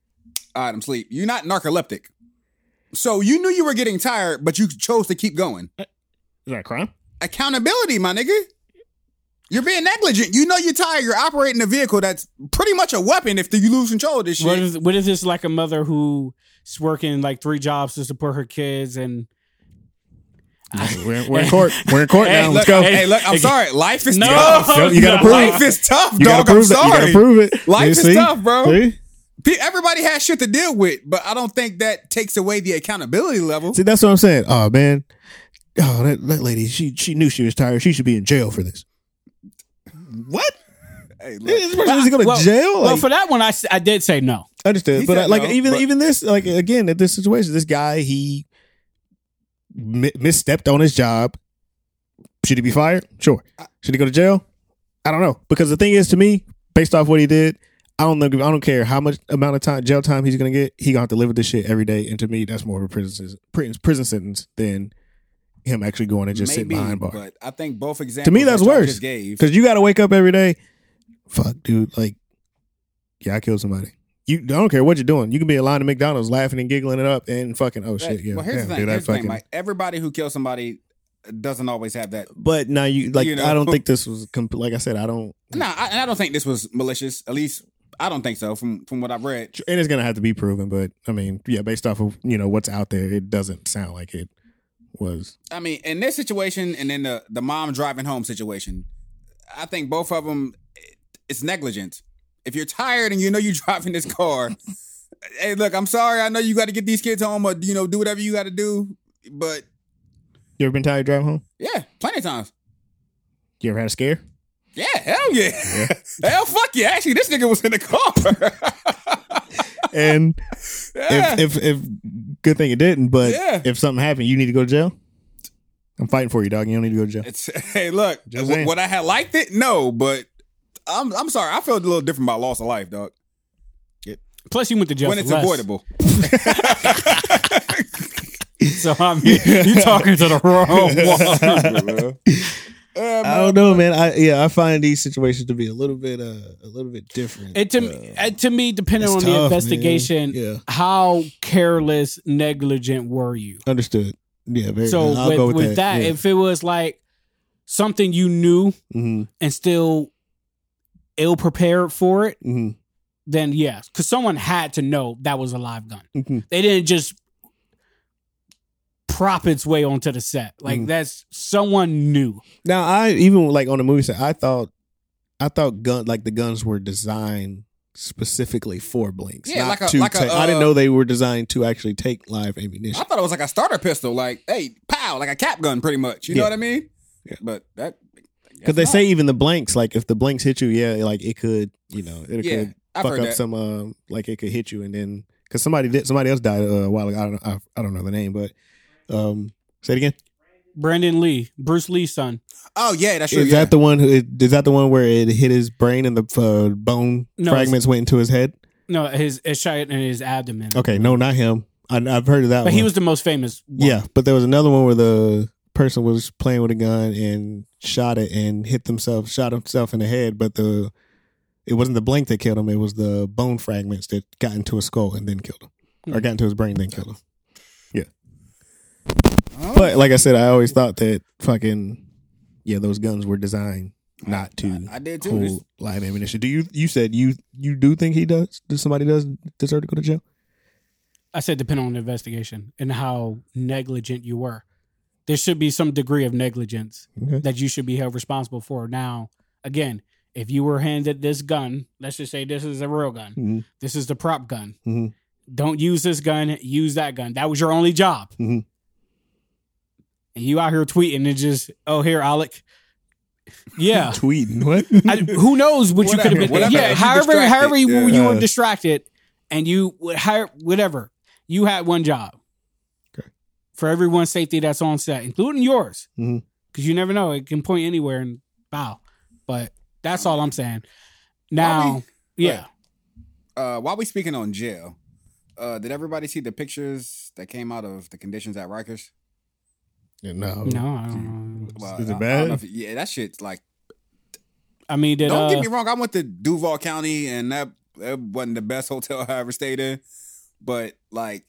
B: all right, I'm sleep. You're not narcoleptic, so you knew you were getting tired, but you chose to keep going.
C: Is that a crime?
B: Accountability, my nigga. You're being negligent. You know you're tired. You're operating a vehicle that's pretty much a weapon if you lose control of this shit.
A: What is what is this like a mother who's working like three jobs to support her kids and
C: We're, we're in court. We're in court
A: Hey,
C: now.
A: look,
C: Let's go.
B: Hey, look, I'm
A: Hey,
B: sorry. Life is
A: No.
B: tough.
C: So you
A: no.
C: gotta prove it.
B: Life is tough,
C: You gotta
B: dog. I'm
C: prove it. You
B: sorry.
C: gotta prove it.
B: Life
C: You
B: is
C: see?
B: tough, bro.
C: See?
B: Pe- Everybody has shit to deal with, but I don't think that takes away the accountability level.
C: See, that's what I'm saying. Oh man, oh that, that lady, she she knew she was tired. She should be in jail for this.
B: What? Hey, look.
C: This person is going to
A: Well,
C: jail.
A: well,
C: Like,
A: for that one, I, s- I did say no.
C: I understand,
B: He
C: but
B: said
C: I, like
B: no,
C: even
B: but-
C: even this, like again at this situation, this guy he mi- misstepped on his job. Should he be fired? Sure. Should he go to jail? I don't know because the thing is, to me, based off what he did, I don't know. I don't care how much amount of time jail time he's going to get. He gonna have to live with this shit every day, and to me, that's more of a prison sen- prison, prison sentence than him actually going and just sitting behind bars.
B: but I think both examples.
C: To me, that's
B: that y'all
C: worse.
B: just Gave,
C: Because you got to wake up every day. Fuck, dude. Like, yeah, I killed somebody. You I don't care what you're doing. You can be in line at McDonald's laughing and giggling it up and fucking, oh shit, yeah.
B: well, here's
C: damn,
B: the thing.
C: dude, I
B: Here's the thing
C: fucking-
B: Mike. Everybody who kills somebody doesn't always have that.
C: But now you, like,
B: You know?
C: I don't think this was, comp- like I said, I don't.
B: No, I, and I don't think this was malicious. At least I don't think so. From from what I've read,
C: And it's going to have to be proven. But I mean, yeah, based off of, you know, what's out there, it doesn't sound like it was.
B: I mean, in this situation and in the the mom driving home situation, I think both of them it's negligent. If you're tired and you know you're driving this car, hey, look, I'm sorry. I know you got to get these kids home or you know do whatever you got to do, but
C: You ever been tired driving home?
B: yeah, plenty of times.
C: You ever had a scare?
B: Yeah, hell yeah. hell fuck yeah. Actually, this nigga was in the car.
C: And
B: yeah.
C: if, if, if, good thing it didn't, but
B: Yeah.
C: if something happened, you need to go to jail. I'm fighting for you, dog. You don't need to go to jail.
B: it's, hey, look,
C: Just
B: w-
C: saying.
B: would I have liked it? No, but I'm I'm sorry. I feel a little different about loss of life, dog.
A: Plus, you went to jail
B: when
A: for
B: it's
A: less.
B: avoidable.
A: So I mean, you talking to the wrong one.
B: Um,
C: I don't know, man. I yeah, I find these situations to be a little bit uh a little bit different.
A: It to
C: Uh,
A: me, it to me, depending
C: it's
A: on the
C: tough,
A: investigation,
C: man. Yeah.
A: how careless, negligent were you?
C: understood. Yeah, very.
A: so
C: I'll
A: with,
C: go
A: with, that,
C: yeah.
A: if it was like something you knew
C: Mhm,
A: and still ill prepared for it,
C: mhm,
A: then yes, because someone had to know that was a live gun.
C: mhm.
A: They didn't just prop its way onto the set. Like
C: Mhm.
A: that's someone knew.
C: now I even like on the movie set, I thought, I thought gun like the guns were designed specifically for blinks.
B: Yeah,
C: not
B: like a-
C: to
B: like a,
C: take- I didn't
B: uh,
C: know they were designed to actually take live ammunition.
B: I thought it was like a starter pistol, like hey, pow, like a cap gun, pretty much. You know
C: Yeah.
B: what I mean?
C: Yeah.
B: But that
C: Because they say even the blanks, like if the blanks hit you, yeah, like it could, you know, it
B: yeah,
C: could
B: I've
C: fuck
B: heard
C: up
B: that.
C: some um like it could hit you and then because somebody did somebody else died uh, a while ago. I don't know I, I don't know the name, but um say it again.
A: Brandon Lee, Bruce Lee's son.
B: Oh yeah, that's true.
C: is
B: yeah.
C: that the one who is that the one where it hit his brain and the uh, bone
A: No,
C: fragments went into his head?
A: No, his it shot in his abdomen.
C: Okay, no, not him. I, I've heard of that.
A: But
C: one.
A: he was the most famous. one.
C: yeah, but there was another one where the person was playing with a gun and shot it and hit themselves, shot himself in the head, but the it wasn't the blank that killed him; it was the bone fragments that got into his skull and then killed him, or
A: Hmm.
C: got into his brain then killed him.
B: Oh,
C: But like I said, I always thought that fucking yeah, those guns were designed not to
B: I did too. This-
C: hold live ammunition. Do you you said you you do think he does? Does somebody does deserve to go to jail?
A: I said depending on the investigation and how negligent you were. There should be some degree of negligence
C: Okay.
A: that you should be held responsible for. Now, again, if you were handed this gun, let's just say this is a real gun.
C: Mhm.
A: This is the prop gun.
C: Mhm.
A: Don't use this gun. Use that gun. That was your only job.
C: Mhm.
A: And you out here tweeting and just, oh, here, Alec. Yeah.
C: Tweeting what?
A: I, who knows what you could have been?
B: Whatever, whatever.
A: Yeah,
B: You
A: however,
B: distracted,
A: however you,
B: yeah.
A: you were
C: Uh.
A: distracted, and you would hire whatever you had one job.
C: Okay.
A: For everyone's safety that's on set, including yours, because
C: Mhm.
A: you never know; it can point anywhere and bow. But that's all I'm saying.
B: Why
A: Now,
B: we-
A: yeah,
B: uh, while we speaking on jail, uh, did everybody see the pictures that came out of the conditions at Rikers?
C: no,
A: no, I don't know.
B: Well,
C: Is it
B: I- I don't
C: bad?
B: know if- yeah, that shit's like
A: I mean, did
B: Don't
A: uh,
B: get me wrong. I went to Duval County, and that that wasn't the best hotel I ever stayed in. But like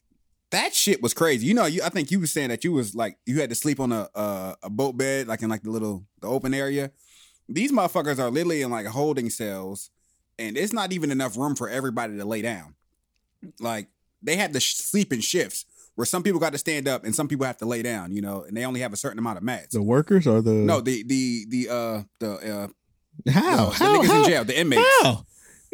B: that shit was crazy. You know, you I think you were saying that you was like you had to sleep on a a, a boat bed, like in like the little the open area. These motherfuckers are literally in like holding cells, and it's not even enough room for everybody to lay down. Like they had to sh- sleep in shifts where some people got to stand up and some people have to lay down. You know, and they only have a certain amount of mats.
C: The workers or the
B: No, the the the uh the uh
C: how
B: the, the
C: how
B: niggas
C: how,
B: in jail, the inmates.
C: how?
B: Oh,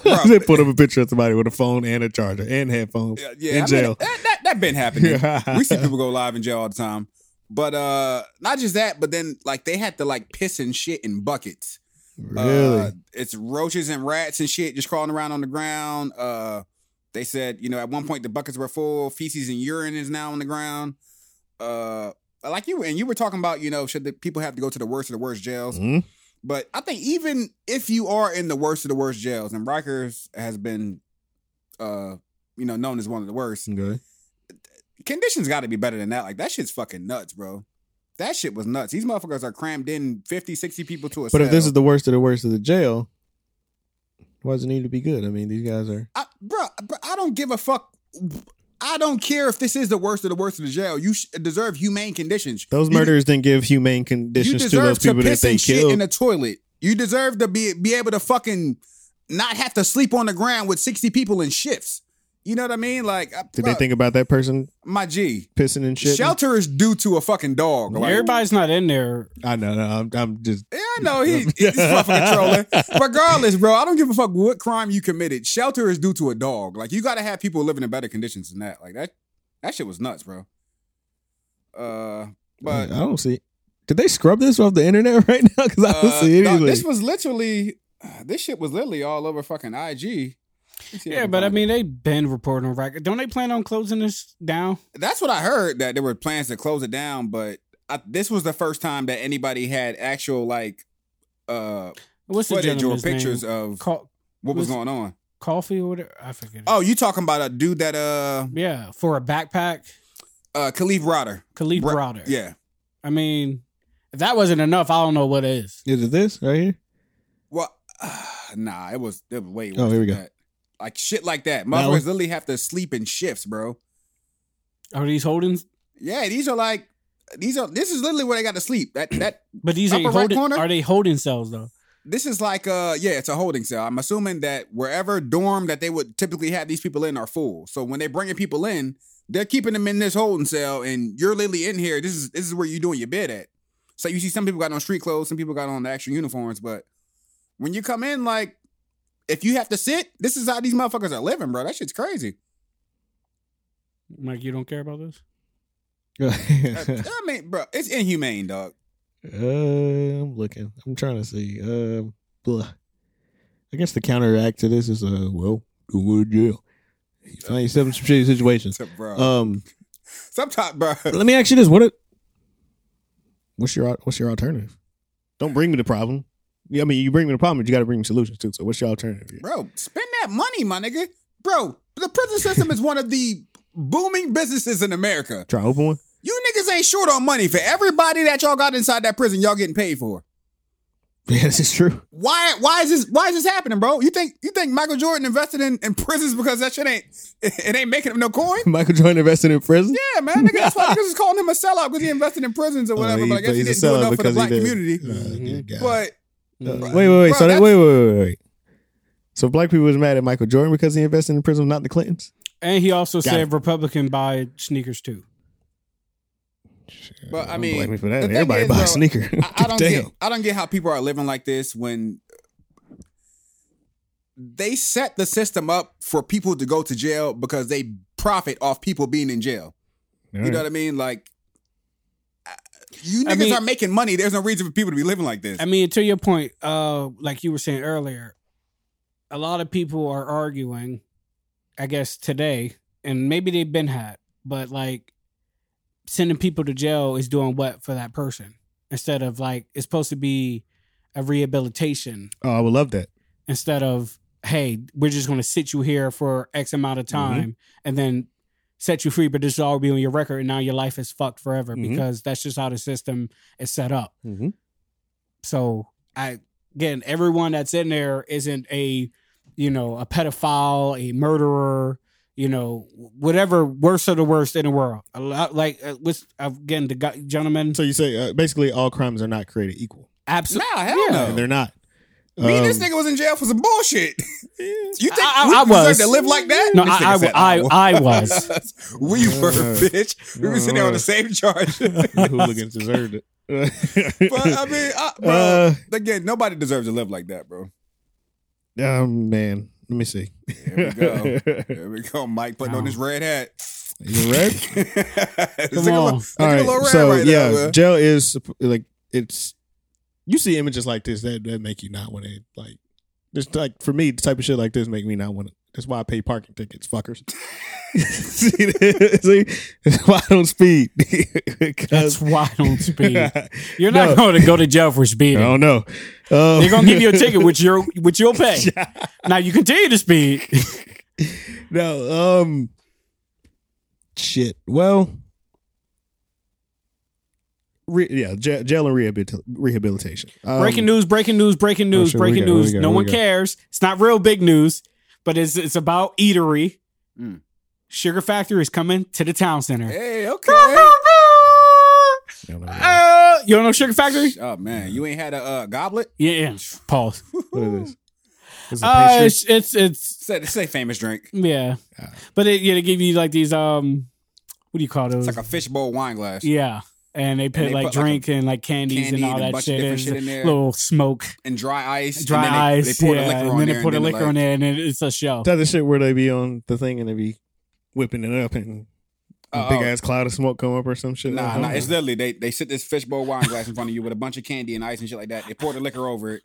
B: oh, bro.
C: they put up a picture of somebody with a phone and a charger and headphones
B: Yeah, yeah, I
C: in
B: mean,
C: jail.
B: that, that that been happening. we see uh, people go live in jail all the time. But uh not just that, but then like they had to like piss and shit in buckets.
C: really?
B: Uh, it's roaches and rats and shit just crawling around on the ground. Uh they said, you know, at one point the buckets were full, feces and urine is now on the ground. Uh like you and you were talking about, you know, should the people have to go to the worst of the worst jails?
C: Mhm.
B: But I think even if you are in the worst of the worst jails, and Rikers has been, uh, you know, known as one of the worst,
C: Okay.
B: conditions got to be better than that. Like that shit's fucking nuts, bro. That shit was nuts. These motherfuckers are crammed in 50, 60 people to a
C: But if this
B: cell.
C: is the worst of the worst of the jail, why does it need to be good? I mean, these guys are
B: I, bro, bro, I don't give a fuck. I don't care if this is the worst of the worst of the jail. You sh- deserve humane conditions.
C: those
B: You-
C: murderers didn't give humane
B: you
C: conditions to
B: deserve
C: those
B: to
C: people that
B: piss
C: they
B: and shit in
C: killed.
B: the toilet. You deserve to be be able to fucking not have to sleep on the ground with sixty people in shifts. You know what I mean? Like, I-
C: Did
B: bro,
C: they think about that person
B: my G?
C: pissing and shit?
B: Shelter is due to a fucking dog. Like,
A: everybody's not in there.
C: I know. No, I'm, I'm just
B: Yeah, I know he, he's fucking trolling. Regardless, bro, I don't give a fuck what crime you committed. Shelter is due to a dog. Like, you got to have people living in better conditions than that. Like that, that shit was nuts, bro. Uh, but
C: I don't see. Did they scrub this off the internet right now? Because I don't
B: Uh,
C: see
B: dog,
C: anything.
B: this was literally, uh, this shit was literally all over fucking IG. Let me see if
A: Yeah,
B: can
A: but I
B: find
A: mean, they've been reporting on record. Don't they plan on closing this down?
B: it. that's what I heard that there were plans to close it down, but I, this was the first time that anybody had actual like uh
A: What's the
B: footage or
A: gentleman's
B: pictures
A: name?
B: of
A: Co-
B: what was
A: was-
B: going on.
A: coffee or whatever? I forget.
B: Oh, you talking about a dude that uh
A: yeah, for a backpack,
B: uh Khalif Rotter.
A: Khalid
B: Ra-
A: Browder.
B: Yeah.
A: I mean, if that wasn't enough, I don't know what is.
C: Is it this right here?
B: Well, uh, nah, it was, it was way
C: Oh,
B: worse
C: here we
B: than
C: go.
B: that. Like shit like that.
C: one?
B: Motherfuckers literally have to sleep in shifts, bro.
A: Are these holdings?
B: Yeah, these are like these are this is literally where they got to sleep. That that
A: But these ain't
B: Upper right
A: holding.
B: corner?
A: are they holding cells though?
B: this is like uh yeah, it's a holding cell. I'm assuming that wherever dorm that they would typically have these people in are full. So when they're bringing people in, they're keeping them in this holding cell, and you're literally in here. This is this is where you're doing your bid at. So you see some people got on street clothes, some people got on the actual uniforms, but when you come in, like if you have to sit, this is how these motherfuckers are living, bro. That shit's crazy.
A: Mike, you don't care about this?
B: I, I mean, bro, it's inhumane, dog.
C: Uh, I'm looking. I'm trying to see. Um, blah. I guess the counteract to this is uh, well, go to jail. You find yourself in some shitty situations.
B: Bro,
C: Um,
B: sometimes, bro.
C: let me ask you this: What? It, what's your al- what's your alternative? Don't bring me the problem. Yeah, I mean, you bring me the problem, but you got to bring me solutions too. So, what's your alternative? here?
B: Bro, spend that money, my nigga. Bro, the prison system is one of the booming businesses in America.
C: Try to open one.
B: You niggas ain't short on money. For everybody that y'all got inside that prison, y'all getting paid for.
C: Yeah, this is true.
B: Why why is this why is this happening, bro? You think you think Michael Jordan invested in, in prisons because that shit ain't it ain't making him no coin?
C: Michael Jordan invested in prison.
B: Yeah, man. Nigga, that's why niggas is calling him a sellout because he invested in prisons or
C: Oh,
B: whatever.
C: he-
B: but I guess he
C: he's
B: didn't do
C: a sellout
B: enough for the
C: because he
B: black
C: did-
B: community. Mm-hmm.
C: Uh, good God.
B: But
C: Uh,
B: Bro,
A: Mm.
C: wait, wait, wait.
B: bro,
C: so
B: that's-
C: that, wait, wait, wait, wait. So black people was mad at Michael Jordan because he invested in prison, not the Clintons.
A: And he also
C: Got
A: said
C: it.
A: Republican buy sneakers too.
B: But, I
C: Don't
B: mean,
C: blame me for
B: the
C: that.
B: thing
C: Everybody
B: is,
C: buy
B: bro,
C: a sneaker.
B: I, I don't
C: Damn.
B: get I don't get how people are living like this when they set the system up for people to go to jail because they profit off people being in jail. You know what I mean? Like I- you niggas
A: I mean-
B: are making money. There's no reason for people to be living like this.
A: I mean, to your point, uh, like you were saying earlier, a lot of people are arguing, I guess today, and maybe they've been had, but like sending people to jail is doing what for that person instead of like it's supposed to be a rehabilitation
C: oh, I would love that.
A: instead of hey, we're just going to sit you here for X amount of time and then set you free, but this will all be on your record, and now your life is fucked forever
C: Mhm. Mm-hmm.
A: because that's just how the system is set up. So I again, everyone that's in there isn't a, you know, a pedophile, a murderer, you know, whatever worst of the worst in the world. A lot, like, uh, with, again, the guy, gentleman,
C: So you say uh, basically all crimes are not created equal.
B: Nah,
A: absolutely.
B: hell
A: Yeah.
B: no.
C: And they're not.
B: Oh. Me and this
C: Um,
B: nigga was in jail for some bullshit. you think
A: I- I-
B: we
A: I
B: deserve
A: was.
B: to live like that?
A: No,
B: This
A: I,
B: nigga
A: I,
B: said,
A: I,
B: "No."
A: I was.
B: we were,
C: Uh,
B: bitch. We were sitting there on
C: uh,
B: the same charge.
C: hooligans deserved it.
B: but I mean, I, bro,
C: Uh,
B: again, nobody deserves to live like that, bro.
C: oh man, let me see.
B: There we There we go, Mike putting on
A: No.
B: his red hat.
C: You red?
B: Come
A: on.
C: All right. so yeah,
B: now, man.
C: jail is supp- like it's. You see images like this that that make you not want to like. Just like for me, the type of shit like this make me not want to. That's why I pay parking tickets, fuckers. see, see, that's why I don't speed. 'Cause-
A: That's why I don't speed. You're
C: No.
A: not going to go to jail for
C: I
A: speeding.
C: don't know. Um,
A: They're gonna give you a ticket, which you're which you'll pay. Now you continue to speed.
C: no. Um. Shit. Well. Re- yeah, ja- jail and rehabil- rehabilitation. Um,
A: Breaking news, breaking news, breaking
C: oh,
A: news,
C: sure,
A: breaking
C: we got- we
A: news.
C: got-
A: no
C: we
A: one
C: got-
A: cares. It's not real big news, but it's it's about eatery.
B: Mm.
A: Sugar Factory is coming to the town center.
B: Hey, okay.
C: I don't know.
A: Uh, you don't know Sugar Factory?
B: Oh man, you ain't had a uh, goblet.
A: Yeah. yeah. Pause.
C: What is this? Is it
A: Uh,
C: pastry?
A: it's, it's it's
B: Say, say famous drink.
A: yeah,
C: Ah.
A: but it, yeah, they give you like these um, what do you call
B: It's
A: those?
B: like a fishbowl wine glass.
A: yeah, and they put
B: they
A: like
B: put, like,
A: drink and like candies
B: Candy
A: and all
B: and a
A: that
B: bunch
A: shit,
B: of
A: and
B: different shit in there,
A: little smoke.
B: and dry ice.
A: dry
B: and then
A: ice,
B: They, they pour
A: yeah,
B: the liquor
A: and
B: on
A: then
B: there.
A: they pour the
B: and then
A: liquor
B: like-
A: on there, and it, it's a show.
C: That's the shit where they be on the thing and they be whipping it up and
B: Uh,
C: a big
B: oh.
C: ass cloud of smoke come up or some shit.
B: Nah,
C: Uh-huh.
B: nah. It's literally they they sit this fishbowl wine glass in front of you with a bunch of candy and ice and shit like that. They pour the liquor over it.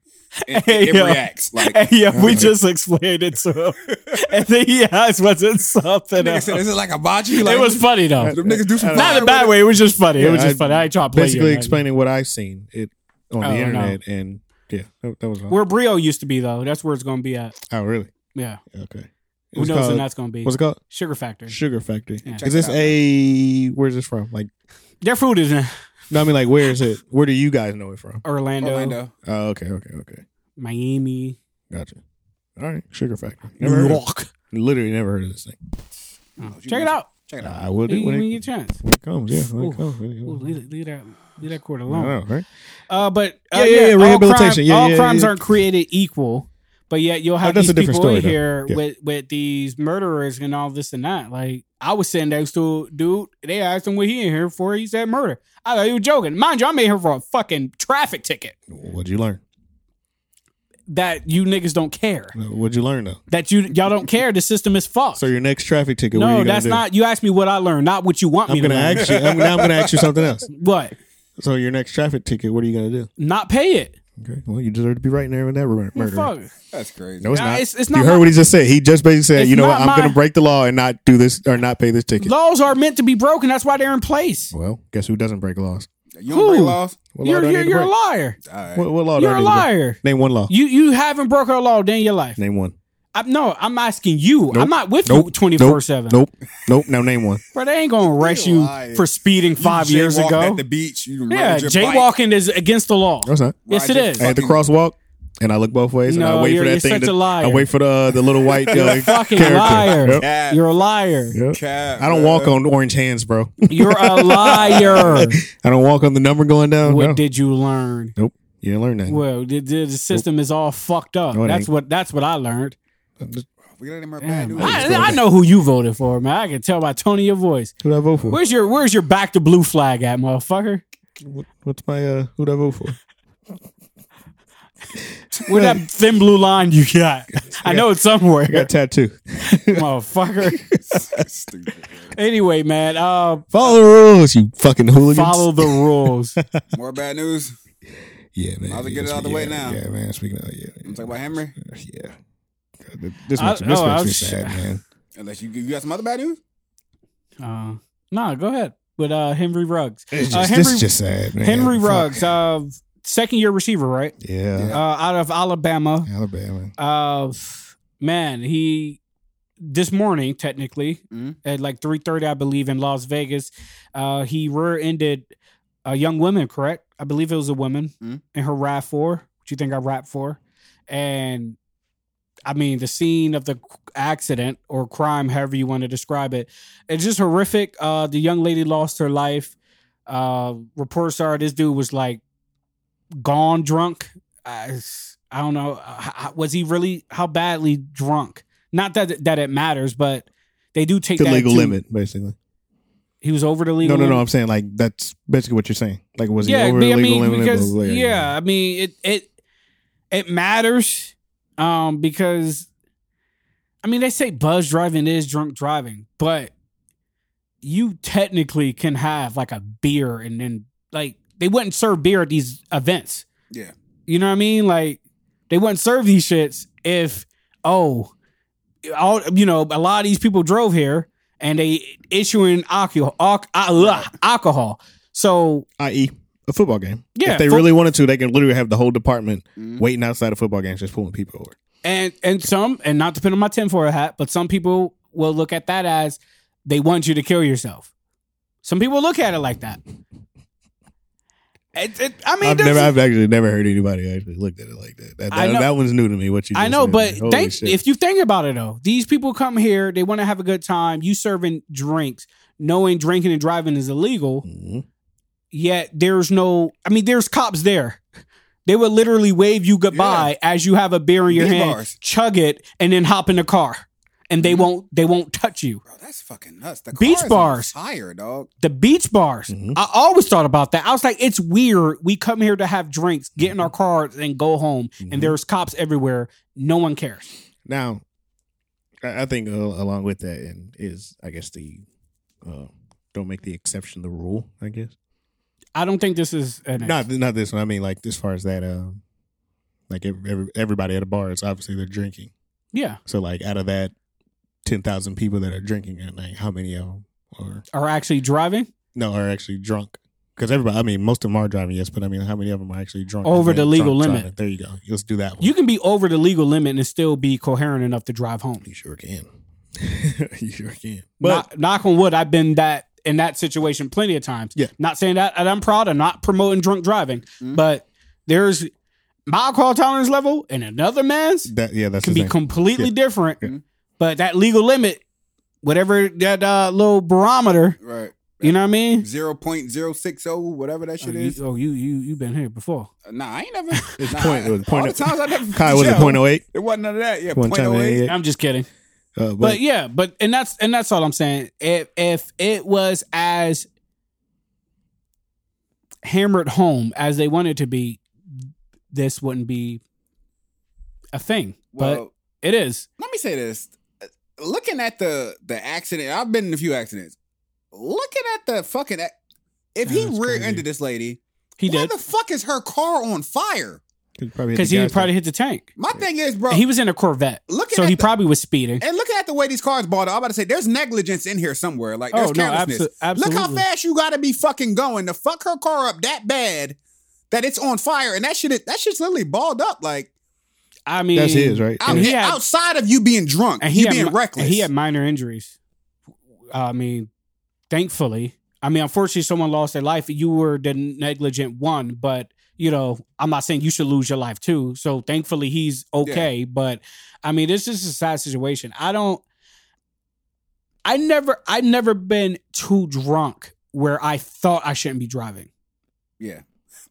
B: And
A: Hey,
B: it
A: yo.
B: reacts. Like
A: Hey, yeah, we just explained it to him, and then he asked, "Was it something
B: nigga
A: else?"
B: said, is it like a bocce? Like,
A: It was funny though,
B: them niggas do some
A: not in
B: fire
A: a bad
B: with
A: way. It was just funny.
C: Yeah,
A: it was just
C: I-
A: funny. I ain't trying to play
C: basically
A: you, man.
C: explaining what I've seen it on
A: Oh,
C: the
A: no.
C: internet and yeah, that, that was all.
A: where Brio used to be though. That's where it's gonna be at.
C: oh really?
A: Yeah,
C: Okay. It
A: who
C: was
A: knows when
C: called-
A: that's gonna be?
C: What's it called?
A: Sugar Factory.
C: Sugar Factory.
A: Yeah. Check
C: Is this
B: it out.
C: a where's this from? Like
A: Their food is in
C: no, I mean like where is it? Where do you guys know it from?
A: Orlando,
B: Orlando.
C: Oh, okay, okay, okay.
A: Miami,
C: Gotcha. All right, Sugar Factory. Never
A: New
C: heard of it. Oh,
A: York.
C: Literally never heard of this thing.
A: Oh,
B: you
A: Check it
B: must-
A: out.
B: Check it out.
C: I will do it
A: When
C: when
A: you
C: it,
A: get a chance.
C: when it comes. Yeah, when
A: Ooh.
C: it comes. When it
A: Ooh,
C: comes.
A: leave, leave that leave that cord
C: I
A: alone.
C: know, right?
A: Uh, but uh,
C: Yeah, yeah, yeah,
A: all
C: rehabilitation.
A: crime-
C: Yeah,
A: all
C: yeah,
A: crimes
C: yeah.
A: aren't created equal, but yet you'll have
C: Oh, that's
A: these
C: a different
A: people in
C: story, though.
A: here
C: Yeah.
A: with with these murderers and all this and that. Like I was sitting next to a dude. They asked him what he in here for. He said murder. I thought he was joking. Mind you, I'm in here for a fucking traffic ticket
C: What'd you learn?
A: that you niggas don't care.
C: No, What'd you learn though?
A: That you y'all don't care. The system is fucked.
C: So your next traffic ticket? what are you
A: no,
C: gonna
A: that's
C: do?
A: not. You asked me what I learned, not what you want
C: I'm
A: me to
C: gonna
A: learn.
C: ask you. I'm, now I'm gonna ask you something else.
A: What?
C: So your next traffic ticket? What are you gonna do?
A: Not pay it.
C: Okay. Well, you deserve to be right in there with that mur- murder.
A: Fuck.
B: That's crazy.
C: No, it's
A: Nah,
C: not.
A: it's- it's
C: you
A: not
C: heard
A: my-
C: what he just said. He just basically said,
A: It's
C: you know what?
A: not
C: I'm
A: my-
C: going to break the law and not do this or not pay this ticket.
A: Laws are meant to be broken. That's why they're in place.
C: Well, guess who doesn't break laws?
B: You don't break
A: Who?
B: laws.
C: What law
A: You're
C: do I
A: you're,
C: need to
A: you're a
C: break?
A: liar.
B: All right.
C: What, what law do
A: You're
C: I
A: a
C: need to break?
A: liar.
C: Name one law.
A: You you haven't broken a law a day in your life.
C: Name one.
A: I, no, I'm asking you. I'm not with you
C: Nope.
A: 24 seven.
C: Nope. Nope. Now name one.
A: Bro, they ain't gonna arrest you
B: lying.
A: for speeding five
B: You
A: years
B: jaywalked
A: ago.
B: at the beach. You
A: yeah,
B: rode your bike.
A: jaywalking is against the law.
C: No, it's not.
A: Yes,
B: Ride
A: it
B: your
A: is.
C: I hit the
B: fucking-
C: crosswalk and I look both ways and
A: No,
C: I wait
A: you're-
C: for that
A: you're
C: thing.
A: such
C: to,
A: a liar.
C: I wait for the the little white uh,
A: fucking
C: character.
A: liar.
C: Yep.
B: Cap,
A: You're a liar.
C: Yep.
B: cap,
C: I don't
B: bro.
C: walk on orange hands, bro.
A: You're a liar.
C: I don't walk on the number going down.
A: what
C: no.
A: did you learn?
C: nope. You didn't learn that.
A: Well, the, the, the system is all fucked up.
C: No, it
A: that's
C: ain't.
A: what that's what I learned.
B: We let him
A: Damn,
B: dude.
A: I, I know who you voted for, man. I can tell by tone of your voice.
C: Who'd I vote for?
A: Where's your Where's your back to blue flag at, motherfucker?
C: What- What's my uh, who'd I vote for?
A: Where that thin blue line you got? I know it's somewhere.
C: I got tattoo.
A: motherfucker.
B: Stupid, bro.
A: anyway, man, uh,
C: Follow the rules, you fucking hooligans.
A: follow the rules.
B: More bad news.
C: Yeah,
B: Might
C: man.
B: as well
C: yeah,
B: get it out of the
C: yeah,
B: way now.
C: Yeah, man. Speaking of, yeah,
B: I'm talking about Henry.
C: yeah. God, th- This
A: I-
C: makes, this
A: oh, I
C: makes me
A: was-
C: sad, man.
B: Unless you you got some other bad news.
A: Uh, nah, go ahead. With uh, Henry Ruggs.
C: It's just,
A: Uh,
C: this
A: Henry,
C: is just sad, man.
A: Henry
C: Fuck.
A: Ruggs, uh, second year receiver, right? Uh,
C: Yeah,
A: out of Alabama.
C: Alabama.
A: Uh, man, he this morning technically
C: Mm-hmm.
B: Mhm.
A: at like three thirty, I believe, in Las Vegas, uh,
C: Hmm?
A: he rear-ended a young woman. Correct, I believe it was a woman
B: Mhm.
A: in her Rav Four What you think I rap for? And I mean, the scene of the accident or crime, however you want to describe it, it's just horrific. Uh, the young lady lost her life. Uh, reports are this dude was like gone drunk. I, I don't know. Uh, h- Was he really how badly drunk? Not that that it matters, but they do take
C: The
A: that
C: legal
A: into-
C: limit, basically.
A: He was over the
C: No,
A: legal.
C: no,
A: limit?
C: no. I'm saying like that's basically what you're saying. Like was he
A: yeah,
C: over
A: but
C: the
A: I
C: legal
A: mean,
C: limit?
A: because
C: Blah, blah, blah.
A: yeah, I mean it it it matters um because I mean they say buzz driving is drunk driving, but you technically can have like a beer and then like they wouldn't serve beer at these events.
B: Yeah.
A: You know what I mean? Like they wouldn't serve these shits if oh all you know a lot of these people drove here and they issuing alcohol alc- uh, alcohol. So
C: i.e. a football game.
A: Yeah,
C: if they
A: fo-
C: really wanted to, they could literally have the whole department
B: Mhm.
C: waiting outside of football games, just pulling people over.
A: and and some and not to put on my tinfoil hat, but some people will look at that as they want you to kill yourself. Some people look at it like that. It, it, I mean,
C: I've
A: this
C: never,
A: is-
C: I've actually never heard anybody actually looked at it like that. That,
A: I
C: that,
A: know.
C: that one's new to me. What you?
A: I
C: just
A: know,
C: said.
A: but
C: Holy
A: think,
C: shit.
A: if you think about it though, these people come here, they want to have a good time. You serving drinks, knowing drinking and driving is illegal.
C: Mhm.
A: Yet there's no, I mean, there's cops there. They would literally wave you goodbye as you have a beer in your
B: Beer
A: hand,
B: bars.
A: chug it, and then hop in the car, and
C: Mm-hmm.
A: they won't they won't touch you.
B: Bro, that's fucking nuts. The
A: Beach
B: cars
A: bars.
B: higher, dog.
A: the beach bars.
C: Mhm.
A: I always thought about that. I was like, it's weird. We come here to have drinks, get
C: Mm-hmm.
A: in our cars, and go home,
C: Mhm.
A: and there's cops everywhere. No one cares.
C: Now, I I think uh, along with that and is I guess the uh, don't make the exception the rule. I guess
A: I don't think this is an
C: not not this one. I mean, like as far as that, um, like ev- every, everybody at a bar is obviously they're drinking.
A: yeah
C: So like out of that ten thousand people that are drinking at night, how many of them are
A: are actually driving
C: no are actually drunk? Because everybody, I mean, most of them are driving, yes, but I mean, how many of them are actually drunk?
A: Over
C: They're
A: the legal
C: drunk
A: limit.
C: driving. There you go. Let's do that one.
A: you can be over the legal limit and still be coherent enough to drive home.
C: You sure can. you sure can. But
A: Knock, knock on wood, I've been that in that situation plenty of times.
C: Yeah. Mm-hmm.
A: Not saying that and I'm proud of not promoting drunk driving,
B: Mhm.
A: but there's my alcohol tolerance level and another man's
C: that yeah, that's
A: can
C: the
A: be
C: thing.
A: completely
C: Yeah.
A: different.
C: Yeah.
A: But that legal limit, whatever that uh, little barometer,
B: Right.
A: you know what I mean?
B: Zero point zero six zero, whatever that
A: Oh,
B: shit
A: you,
B: is. Uh,
A: oh, you you you been here before.
B: Nah, I ain't never.
C: It's
B: nah,
C: point- it was point-
B: all the times I never.
C: Kai was
B: yeah,
C: it point oh eight?
B: It wasn't none of that. Yeah,
C: One
B: point
C: time
B: oh eight.
C: eight. Uh,
A: I'm just kidding.
C: but,
A: But, yeah, but and that's and that's all I'm saying. If if it was as hammered home as they wanted to be, this wouldn't be a thing.
B: Well,
A: but it is.
B: let me say this. Looking at the the accident, I've been in a few accidents. Looking at the fucking, ac- if
A: Yeah,
B: he
A: that's
B: rear
A: crazy.
B: ended this lady,
A: He
B: why
A: did
B: the fuck is her car on fire?
C: probably hit
A: because
C: the
A: he
C: gas
A: probably hit the tank.
B: My thing is, bro,
A: he was in a Corvette,
B: looking
A: so
B: at
A: he
B: the-
A: probably was speeding.
B: and looking at the way these cars bought, I'm about to say there's negligence in here somewhere. Like there's
A: Oh no,
B: carelessness.
A: abso- absolutely.
B: Look how fast you gotta be fucking going to fuck her car up that bad that it's on fire and that shit is, that shit's literally balled up. Like
A: I
C: tank.
A: mean,
C: That's his, right?
B: out-
A: And he had-
B: outside of you being drunk,
A: and he
B: you
A: had
B: being
A: mi-
B: reckless.
A: and he had minor injuries. Uh, I mean, thankfully, I mean, unfortunately, someone lost their life. You were the negligent one, but you know, I'm not saying you should lose your life too. So thankfully, he's okay. But I mean, this is a sad situation. I don't. I never, I never been too drunk where I thought I shouldn't be driving.
B: yeah.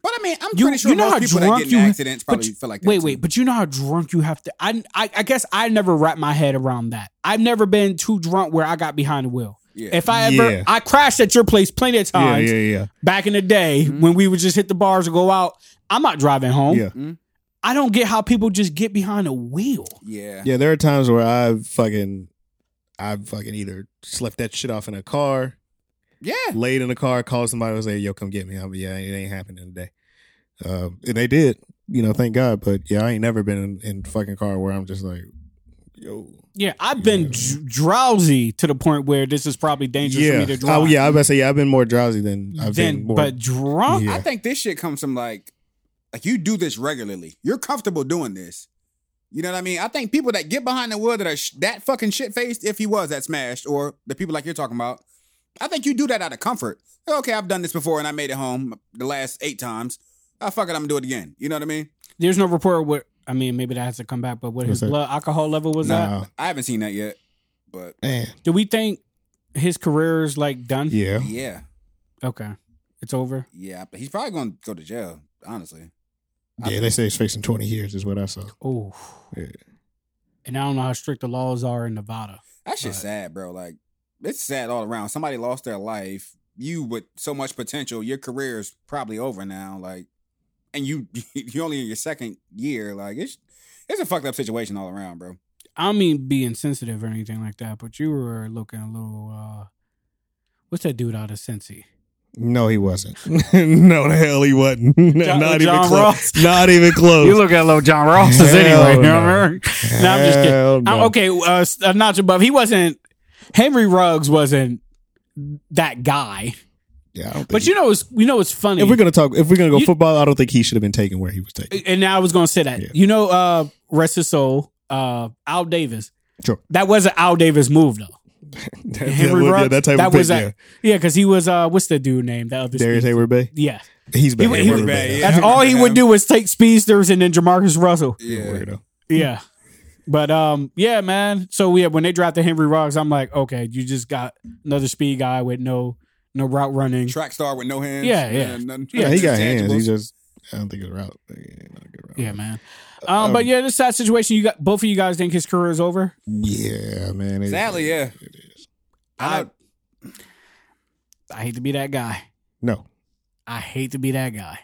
B: But I mean, I'm
A: You-
B: pretty sure
A: you know
B: most
A: how
B: people that
A: drunk
B: get in
A: you-
B: accidents
A: but
B: probably
A: you-
B: feel like that.
A: Wait,
B: too.
A: wait, but you know how drunk you have to. I, I, I guess I never wrap my head around that. I've never been too drunk where I got behind the wheel.
B: yeah.
A: If I ever,
C: Yeah.
A: I crashed at your place plenty of
C: yeah,
A: times
C: yeah, yeah.
A: back in the day
B: Mhm.
A: when we would just hit the bars and go out. I'm not driving home.
C: Yeah.
B: Mhm.
A: I don't get how people just get behind a wheel.
B: yeah.
C: Yeah, there are times where I've fucking I've fucking either slept that shit off in a car,
B: Yeah.
C: laid in a car, called somebody and say, Yo, come get me. I'm yeah, it ain't happening today. Uh, and they did, you know, thank God. But yeah, I ain't never been in, in fucking car where I'm just like, yo,
A: Yeah, I've been
C: Yeah.
A: dr- drowsy to the point where this is probably dangerous for
C: yeah,
A: me to drive. Mm-hmm.
C: oh yeah. I was about to say, yeah, I've been more drowsy than I've
A: Then,
C: been more.
A: but drunk,
C: Yeah.
B: I think this shit comes from like, like you do this regularly. You're comfortable doing this. You know what I mean? I think people that get behind the wheel that are sh- that fucking shit faced, if he was that smashed, or the people like you're talking about, I think you do that out of comfort. Ah, Okay, I've done this before and I made it home the last eight times. I fuck it, I'm gonna do it again. You know what I mean?
A: there's no report what I mean, maybe that has to come back, but what his
C: What's that?
A: blood alcohol level was at.
C: Nah,
B: I haven't seen that yet, but
C: man.
A: Do we think his career is like done?
C: Yeah.
B: yeah,
A: Okay. It's over.
B: yeah. But he's probably going to go to jail. Honestly,
C: Yeah, they say he's facing 20 years, is what I saw.
A: Oh.
C: Yeah.
A: And I don't know how strict the laws are in Nevada.
B: that shit's
A: Right.
B: sad, bro. Like it's sad all around. Somebody lost their life. You with so much potential, your career is probably over now. Like, and you you only in your second year. Like it's it's a fucked up situation all around, bro.
A: I don't mean be insensitive or anything like that, but you were looking a little uh what's that dude out of Cincy?
C: No, he wasn't. no, the hell he wasn't. not even
A: John
C: close.
A: Ross.
C: Not even close.
A: You look at little John Ross
C: Hell
A: anyway. You know what
C: no.
A: I mean? No, I'm just kidding.
C: Hell
A: I'm-
C: no.
A: okay, uh, s- a notch above. He wasn't Henry Ruggs wasn't that guy.
C: Yeah, I don't
A: But
C: think-
A: you know it's you know it's funny.
C: if we're gonna talk, if we're gonna go
A: You- Uh,
C: football, I don't think he should have been taken where he was taken.
A: and now I was gonna say that.
C: Yeah.
A: You know, uh, rest his soul, uh, Al Davis.
C: Sure.
A: That was an Al Davis move though.
C: That-
A: Henry
C: that,
A: Ruggs,
C: that type
A: that
C: of
A: was
C: pick,
A: a- Yeah, because he was uh, what's the dude name? That
C: yeah.
A: other
C: Darius
A: speedster?
C: Hayward Bay.
A: Yeah.
C: He's bad.
A: He- he
C: Hayward
A: was
C: Bay,
B: bad,
C: yeah.
B: yeah.
A: That's all he would
B: him.
A: do was take speedsters and then Jamarcus Russell.
B: Yeah,
C: Weirdo.
A: Yeah. But um, yeah, man. So yeah, when they drafted Henry Ruggs, I'm like, okay, you just got another speed guy with no no route running.
B: track star with no hands.
A: Yeah, yeah.
B: none-
A: Yeah,
C: Yeah, he
B: just
C: got hands.
B: tangibles.
C: He just, I don't think it's route. Like, yeah, not a good route.
A: Yeah, man. Um, but yeah, this sad situation. You got both of you guys think his career is over.
C: yeah, man. it-
B: Sadly, yeah.
C: it is.
B: I,
A: I hate to be that guy.
C: No,
A: I hate to be that guy.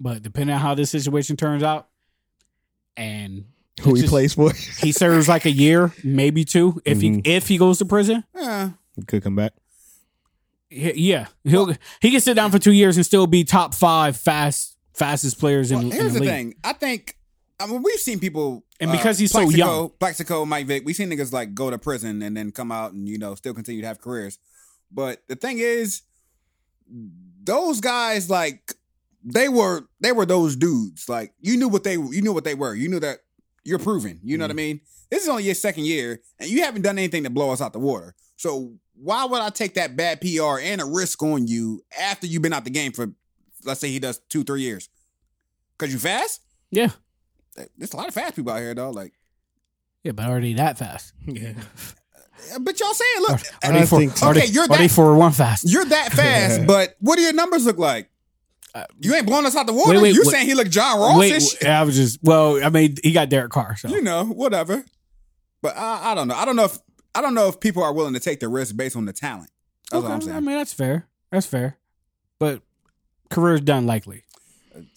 A: But depending on how this situation turns out, and
C: who
A: It's
C: he
A: just-
C: plays for
A: he serves like a year, maybe two, if
C: Mhm.
A: he if he goes to prison,
B: eh,
C: could come back.
A: he- yeah, he'll he can sit down for two years and still be top five fast fastest players in,
B: well,
A: in
B: here's
A: the
B: the
A: league.
B: thing. I think I mean we've seen people, uh,
A: And because he's so
B: Plaxico,
A: young.
B: Plaxico, Mike Vick, we've seen niggas like go to prison and then come out and you know still continue to have careers. But the thing is, those guys like they were they were those dudes. Like you knew what they you knew what they were. You knew that you're proven. You
A: Mm-hmm.
B: know what I mean? This is only your second year, and you haven't done anything to blow us out the water. So why would I take that bad PR and a risk on you after you've been out the game for, let's say he does two, three years? Cause you fast.
A: Yeah,
B: There's a lot of fast people out here, though. Like,
A: yeah, but already that fast.
C: Yeah,
B: but y'all saying, look,
A: Already
C: I
A: four,
C: think so.
A: already,
B: Okay, you're
A: already
B: that-
A: four one fast.
B: you're that fast, but what do your numbers look like?
A: Uh,
B: You ain't blowing us out the water.
A: wait,
B: you
A: wait.
B: saying he look John Ross?
A: Wait,
B: and
A: w-
B: shit.
A: I was just well, I mean, he got Derek Carr, so
B: you know, whatever. But I, I don't know. I don't know if I don't know if people are willing to take the risk based on the talent. That's
A: okay,
B: what I'm saying.
A: I mean, that's fair. That's fair, but career's done likely.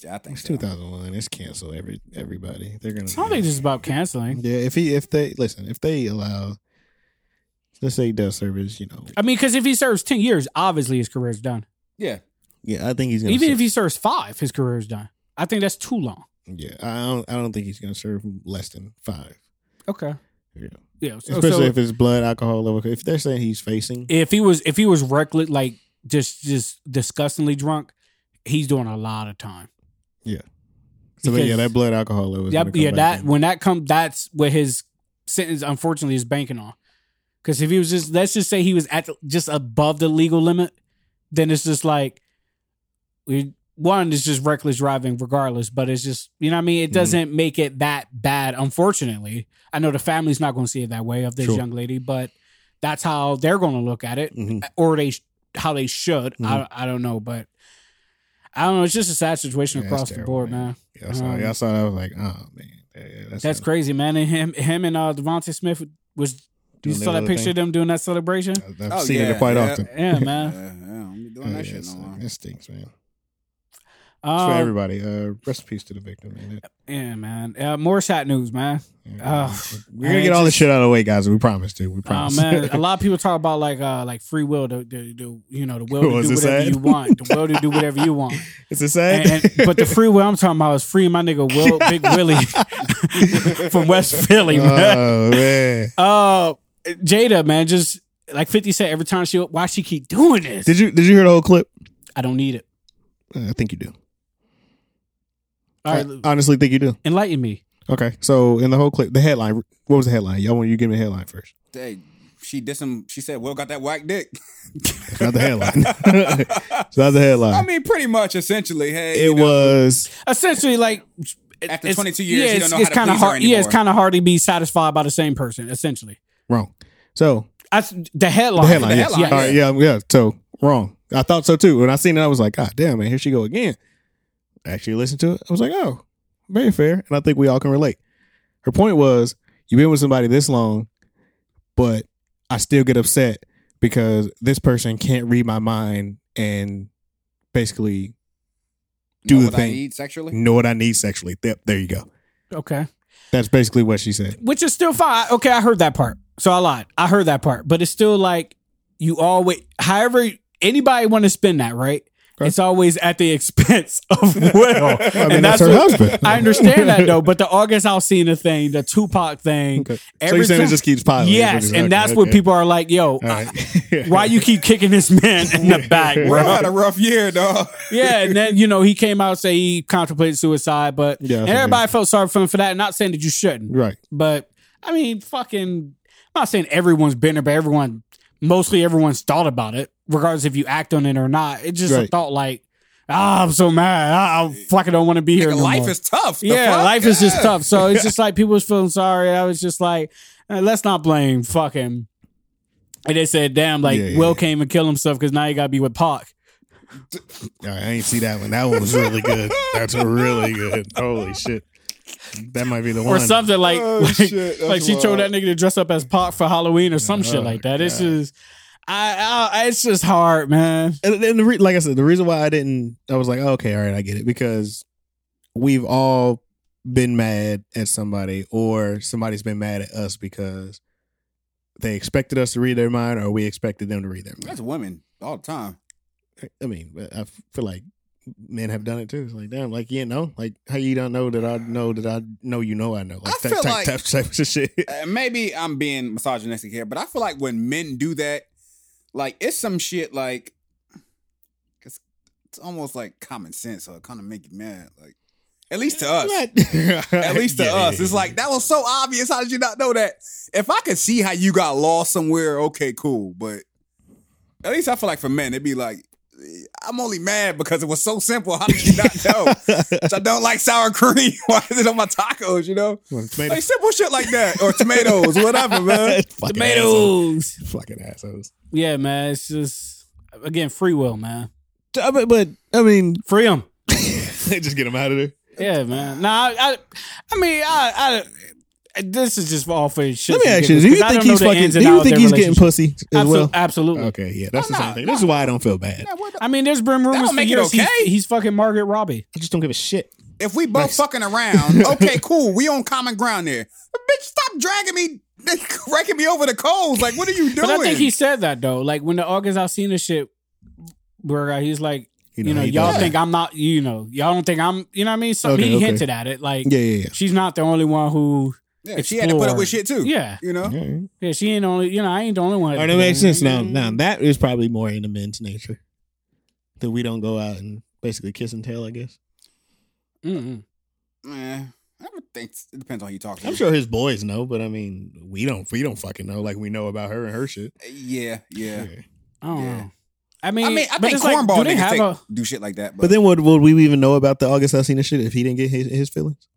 B: I think
C: it's
B: so.
C: 2001. It's canceled. Every everybody, they're gonna.
A: I don't think this is about canceling.
C: Yeah, if he, if they listen, if they allow, let's say he does service, you know.
A: I mean, because if he serves ten years, obviously his career's done.
B: Yeah,
C: Yeah, I think he's gonna.
A: Even
C: serve-
A: if he serves five, his career is done. I think that's too long.
C: yeah, I don't, I don't think he's gonna serve less than five.
A: Okay.
C: Yeah.
A: Yeah. So,
C: Especially
A: so
C: if
A: if,
C: it's blood alcohol level. If they're saying he's facing,
A: he was if he was reckless, like just just disgustingly drunk, he's doing a lot of time.
C: so that- yeah,
A: because-
C: that blood alcohol level. Is
A: Yeah,
C: gonna come
A: yeah.
C: back
A: That
C: in.
A: when that comes, that's what his sentence unfortunately is banking on. Because if he was just let's just say he was at the, just above the legal limit, then it's just like we- one is just reckless driving regardless. But it's just you know what I mean. It
C: Mhm.
A: doesn't make it that bad. Unfortunately, I know the family's not going to see it that way of this
C: Sure.
A: young lady, but that's how they're going to look at it
C: Mhm.
A: or they sh- how they should. I
C: Mm-hmm.
A: I don't know, but. I don't know. It's just a sad situation
C: Yeah, it's
A: across the
C: terrible,
A: board,
C: man.
A: man.
C: Yeah, I saw,
A: Um,
C: yeah, I saw that. I was like, oh man, yeah, yeah,
A: That's crazy, man. And him, him, and uh, Devontae Smith was. You
C: Doing
A: saw
C: their
A: that
C: other
A: picture
C: thing.
A: of them doing that celebration?
C: I've, I've
B: Oh,
C: seen
B: yeah,
C: it quite
B: yeah.
C: often.
A: Yeah,
B: yeah,
A: man.
B: yeah. I'm be doing
C: Oh, Yeah,
B: that shit
C: it's-
B: no more.
C: it stinks, man. It's for
A: Um,
C: everybody. Uh, rest in peace to the victim, man. That-
A: yeah, man. Uh, more sad news, man.
C: yeah.
A: Oh,
C: We're gonna
A: man,
C: get all
A: just-
C: this shit out of the way, guys. We promise, dude. We
A: Oh
C: promise.
A: man, a lot of people talk about like uh like free will, the, the, the you know the will
C: Oh,
A: to
C: is
A: do
C: it
A: whatever
C: sad?
A: you want, the will to do whatever you want.
C: Is it sad?
A: And, and- but the free will I'm talking about is free my nigga Will Big Willie from West Philly, man.
C: oh man.
A: Uh, Jada, man, just like Fifty said, every time she why she keep doing this?
C: Did you did you hear the whole clip?
A: I don't need it.
C: Uh, I think you do.
A: All
C: I
A: right,
C: honestly think you do.
A: enlighten me.
C: Okay, so in the whole clip, the headline. What was the headline? Y'all want you give me a headline first?
B: Hey, she did some. She said, "Will got that whack dick."
C: It's not the headline. it's not the headline.
B: I mean, pretty much, essentially. Hey,
C: it was
A: essentially like
B: After
A: it's-
B: 22 years, you don't know how to
A: kinda
B: please her
A: hard. Yeah, it's
B: anymore.
A: kind of hard to be satisfied by the same person. Essentially,
C: Wrong. So
A: that's the headline.
C: the headline.
B: The
C: yes.
B: headline,
C: All right, yeah, yeah. So wrong. I thought so too. When I seen it, I was like, God damn, man, here she go again. Actually, listened to it. I was like, oh, very fair. And I think we all can relate. Her point was, you've been with somebody this long, but I still get upset because this person can't read my mind and basically do
B: Know
C: the
B: what I
C: thing.
B: need sexually.
C: know what I need sexually. Yep, there you go.
A: Okay,
C: That's basically what she said.
A: which is still fine. Okay, I heard that part, so I lied. I heard that part, but it's still like you always. However, anybody want to spend that right?
C: Okay.
A: It's always at the expense of
B: Oh.
A: Will,
C: I mean, that's, her
A: what-
C: husband.
A: I understand that though, but the August Alcina thing, the Tupac thing,
C: Okay. so
A: every
C: you're saying it
A: time-
C: just keeps piling. is what
A: yes,
C: you're-
A: and
C: okay,
A: that's what
C: okay.
A: people are like, yo,
C: All right.
A: why you keep kicking this man in the back,
B: Bro,
A: bro?
B: I had a rough year, dog.
A: yeah, and then you know he came out say he contemplated suicide, but
C: Yeah,
A: and
C: that's
A: everybody felt sorry for him for that. Not saying that you shouldn't,
C: Right.
A: but I mean, fucking, I'm not saying everyone's been there, but everyone, mostly everyone's thought about it, regardless if you act on it or not. It's just a
C: Right.
A: thought like, ah, I'm so mad, ah, I fucking don't want to be here.
B: Nigga,
A: no
B: life
A: more."
B: is tough. The
A: yeah,
B: fuck?
A: life is just
B: Yeah.
A: tough. So it's just like people was feeling sorry. I was just like, eh, let's not blame fucking. And they said, damn, like
C: Yeah, yeah,
A: Will
C: yeah.
A: came and killed himself because now you gotta be with Pac.
C: All right, I ain't see that one. That one was really good. That's really good. Holy shit. That might be the
A: or
C: one.
A: something like
C: Oh,
A: like,
C: shit, that's
A: like she told
C: wild.
A: that nigga to dress up as Pac for Halloween or some shit
C: Oh,
A: like that. It's
C: God.
A: just I, I it's just hard, man.
C: And, and the re- like I said, the reason why I didn't, I was like, oh, okay, all right, I get it, because we've all been mad at somebody, or somebody's been mad at us because they expected us to read their mind, or we expected them to read their mind.
B: That's women all the time.
C: I mean, I feel like men have done it too. It's like, damn, like you know, like how you don't know that I know that I know you know I know, like
B: I
C: that
B: feel
C: type,
B: like-
C: type, type of shit.
B: Uh, maybe I'm being misogynistic here, but I feel like when men do that, like it's some shit like it's, it's almost like common sense, so it kind of make you mad. Like at least to us. At least to
C: Yeah,
B: us.
C: yeah,
B: It's
C: yeah.
B: like that was so obvious. How did you not know that? If I could see how you got lost somewhere, okay, cool. But at least I feel like for men, it'd be like I'm only mad because it was so simple. How did you not know? So I don't like sour cream. Why is it on my tacos? You know,
C: Well,
B: like simple shit like that, or tomatoes, whatever, man.
C: Fucking assholes.
A: Tomatoes.
C: Fucking assholes.
A: Yeah, man. It's just again free will, man.
C: But, but I mean,
A: Free 'em.
C: just get them out of there.
A: Yeah, man. Nah, I, I, I mean, I, I, this is just all for shit.
C: Let me ask you: Do you think he's fucking? Do you think he's getting pussy as well?
A: Absolutely.
C: Okay, yeah, that's the
B: No,
C: same
B: no,
C: thing. This is why I don't feel bad.
B: Nah, what the-
A: I mean, there's been rumors
B: don't
A: for
B: make it
A: years he's-
B: okay.
A: he's, fucking Margaret Robbie.
C: I just don't give a shit.
B: If we both
C: Nice.
B: fucking around, okay, cool. We on common ground there. But bitch, stop dragging me, raking me over the coals. Like, what are you doing?
A: But I think he said that though. Like when the August Alcina shit broke out, he's like, you know,
C: he
A: y'all
C: does.
A: think I'm not, you know, y'all don't think I'm, you know what I mean? So
C: Okay,
A: he
C: okay.
A: hinted at it. Like
C: Yeah, yeah,
A: she's not the only one who,
B: yeah, she had to put up with shit too.
A: yeah,
B: you know.
C: yeah. yeah.
A: yeah, she ain't the only, you know, I ain't the only one.
C: All right, that makes sense. Now, now that is probably more in the men's nature that we don't go out and basically kiss and tell. I guess
A: Mm-mm.
B: Eh, I would think it depends on who you talk to.
C: I'm sure his boys know, but I mean, we don't. We don't fucking know. Like we know about her and her shit.
B: Yeah, yeah.
A: I don't
B: Yeah.
A: know. I mean,
B: I mean, I
A: but
B: think
A: it's like,
B: cornball
A: do they
B: niggas
A: have
B: take,
A: a?
B: do shit like that. But,
C: But then, would would we even know about the August Alsina shit if he didn't get his, his feelings?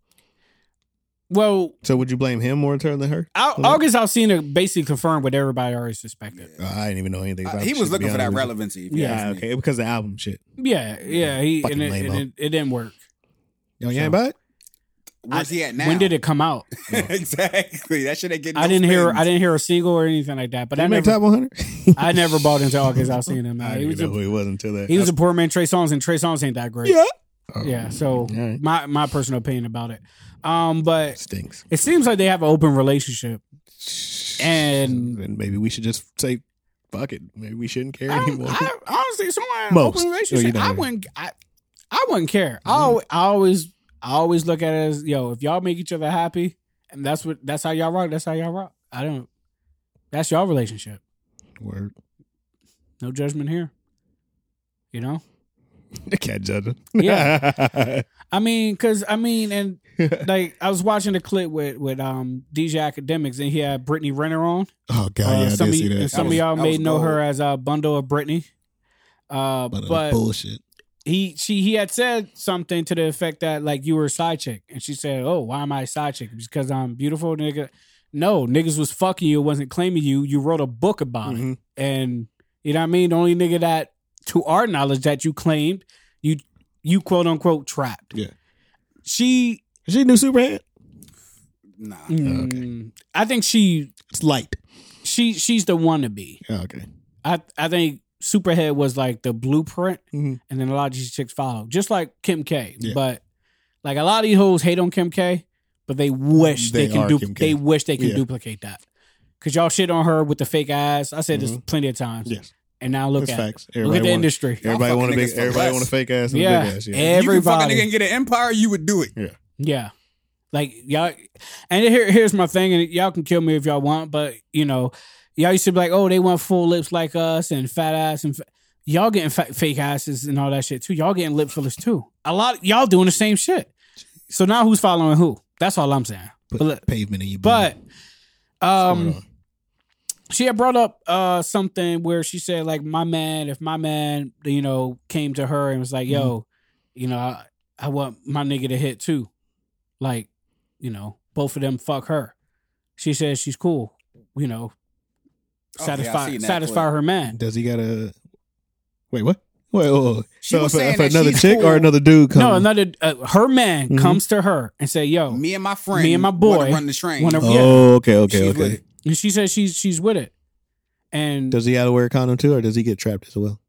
A: Well,
C: So would you blame him more than her?
A: Al-
C: Well-
A: August Alcina basically confirmed what everybody already suspected.
C: Uh, I didn't even know anything.
B: Uh,
C: About
B: he
C: the
B: was
C: shit,
B: looking
C: to
B: for
C: be
B: that
C: honest
B: relevancy. if
C: with
B: you
C: you.
B: ask
C: Yeah,
B: me.
C: okay, because the album shit.
A: Yeah, yeah, he
C: Fucking
A: and it, and
C: lame-o.
A: it, it didn't work.
C: Yo,
A: So-
C: yeah, but
B: Where's
A: I-
B: he at now?
A: When did it come out?
B: exactly. That shit ain't getting.
A: I
B: no
A: didn't hear.
B: spins.
A: I didn't hear a single or anything like that. But I
C: that make
A: never,
C: top one hundred.
A: I never bought into August Alcina. Man, he
C: I didn't
A: was
C: know
A: a,
C: who he was until that. Oh,
A: he was a poor man. Trey Songz and Trey Songz ain't that great.
C: yeah.
A: Yeah, so
C: All right.
A: my my personal opinion about it. Um, but
C: stinks.
A: it seems like they have an open relationship. And-
C: and maybe we should just say fuck it. Maybe we shouldn't care
A: I don't-
C: anymore.
A: I- honestly, someone in an
C: Most.
A: open
C: So you
A: relationship,
C: don't
A: I
C: know. Mm-hmm.
A: wouldn't. I, I wouldn't care. I, al- I always, I always look at it as yo. If y'all make each other happy, and that's what that's how y'all rock. That's how y'all rock. I don't. That's y'all relationship.
C: Word.
A: No judgment here. You know.
C: I can't judge him.
A: Yeah. I mean, cause I mean, and like I was watching a clip with with um DJ Academics, and he had Brittany Renner on.
C: oh god,
A: Uh,
C: yeah, I
A: some
C: did
A: of
C: see
A: you- and
C: that.
A: some
B: was-
A: of y'all
B: that
A: may
B: was
A: know her
B: gold.
A: as a bundle of Brittany. Uh,
C: But, uh,
A: but
C: bullshit.
A: he she he had said something to the effect that like you were a side chick, and she said, "Oh, why am I a side chick? Because I'm beautiful, nigga." No, niggas was fucking you, wasn't claiming you. You wrote a book about it,
C: Mhm.
A: and you know what I mean. The only nigga that, to our knowledge, that you claimed you you quote unquote trapped.
C: Yeah.
A: she.
C: Is she a new Superhead?
B: Nah.
A: mm, I think she
C: It's light.
A: she she's the one to be.
C: Oh, okay.
A: I I think Superhead was like the blueprint,
C: Mhm.
A: and then a lot of these chicks followed, just like Kim K.
C: Yeah.
A: But like a lot of these hoes hate on Kim K, but they wish they,
C: They
A: can
C: are
A: du-
C: Kim K.
A: they wish they can
C: Yeah.
A: duplicate that. Cause y'all shit on her with the fake ass. I said this plenty of times,
C: Yes.
A: and now look
C: Mm-hmm. That's
A: at it.
C: facts.
A: look at the
C: wanna-
A: industry.
C: Everybody
B: Y'all
C: want a
B: fucking
C: big.
B: niggas for
C: Everybody
B: less.
C: want a fake ass and a
A: Yeah.
C: big ass. Yeah.
A: Everybody.
B: You can fucking get an empire, you would do it.
A: Yeah. Like y'all and here here's my thing, and y'all can kill me if y'all want, but you know, y'all used to be like, oh, they want full lips like us and fat ass and fa-. y'all getting fa- fake asses and all that shit too. Y'all getting lip fillers too. A lot y'all doing the same shit. So now who's following who? That's all I'm saying.
C: Put
A: But look-
C: pavement in your
A: But um,
C: Hold on.
A: she had brought up uh something where she said like my man if my man you know came to her and was like yo
B: Mm-hmm.
A: you know I, I want my nigga to hit too like you know both of them fuck her she says she's cool you know
B: Okay, Oh, I
A: satisfy
B: seen that
A: satisfy her man
C: does he got a? Wait, what? Wait, oh, whoa, whoa.
B: She was saying that
C: another
B: she's
C: chick
B: cool.
C: or another dude comes.
A: no another uh, her man
C: Mhm.
A: comes to her and say yo
B: Mm-hmm. Me and my friend,
A: Me and my boy
B: wanna run the train.
A: wanna-
C: Oh,
A: yeah.
C: okay, okay,
B: She's
C: okay.
B: with it.
A: and she says she's she's with it and
C: Does he gotta wear a condom too, or does he get trapped as well?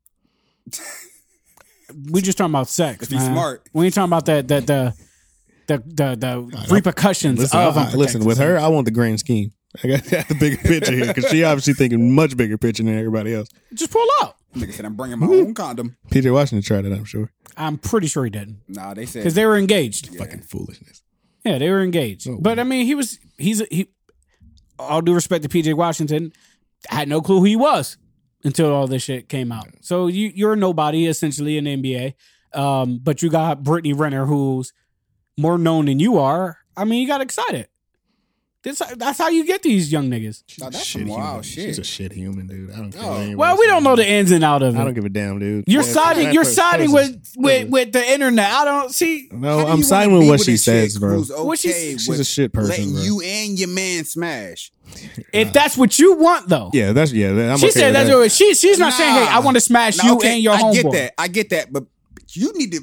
A: we just talking about sex
B: If he's
A: man.
B: smart.
A: we ain't talking about that that the the the, the
C: don't-
A: repercussions
C: Listen,
B: uh,
A: of
C: I- I- listen.
A: unprotected
C: With
A: sex.
C: her, I want the grand scheme. I got the bigger picture here because she obviously thinking much bigger picture than everybody else.
A: just pull out
B: Nigga said, I'm bringing my own condom.
C: PJ Washington tried it, I'm sure.
A: I'm pretty sure he didn't
B: Nah, they said.
A: because they were engaged.
B: Yeah.
C: Fucking foolishness.
A: Yeah, they were engaged.
C: Oh.
A: But I mean, he was he's he. All due respect to PJ Washington, I had no clue who he was until all this shit came out. So you you're a nobody essentially in the NBA, um, but you got Brittany Renner who's more known than you are. I mean, you got excited. This that's how you get these young niggas.
C: She's
B: Nah,
C: a
B: that's
C: shit
B: some wild
C: human. She's a
B: shit.
C: shit human, dude. I don't care.
B: Oh.
C: what anybody
A: Well, we
C: says.
A: don't know the ins and out of
C: I don't
A: it.
C: give a damn, dude.
A: You're
C: That-
A: siding
C: that
A: you're
C: per-
A: siding
C: person-
A: with with with the internet. I don't see.
B: How
C: No,
B: do
C: I'm
B: you
C: siding
B: wanna
C: with
B: be
C: what
B: a
C: she
B: chick
C: says, bro.
B: who's
A: What she's-
B: okay
A: she's
C: She's
B: with
C: a shit person,
B: letting
C: bro.
B: you and your man smash.
A: If that's what you want, though,
C: Yeah, that's yeah. that- I'm
A: she
C: okay
A: said
C: with
A: that's
C: that.
A: what she she's not saying. Hey,
B: Nah.
A: I want to smash
B: Now,
A: you
B: okay,
A: and your
B: I get
A: homeboy.
B: that. I get that, but you need to.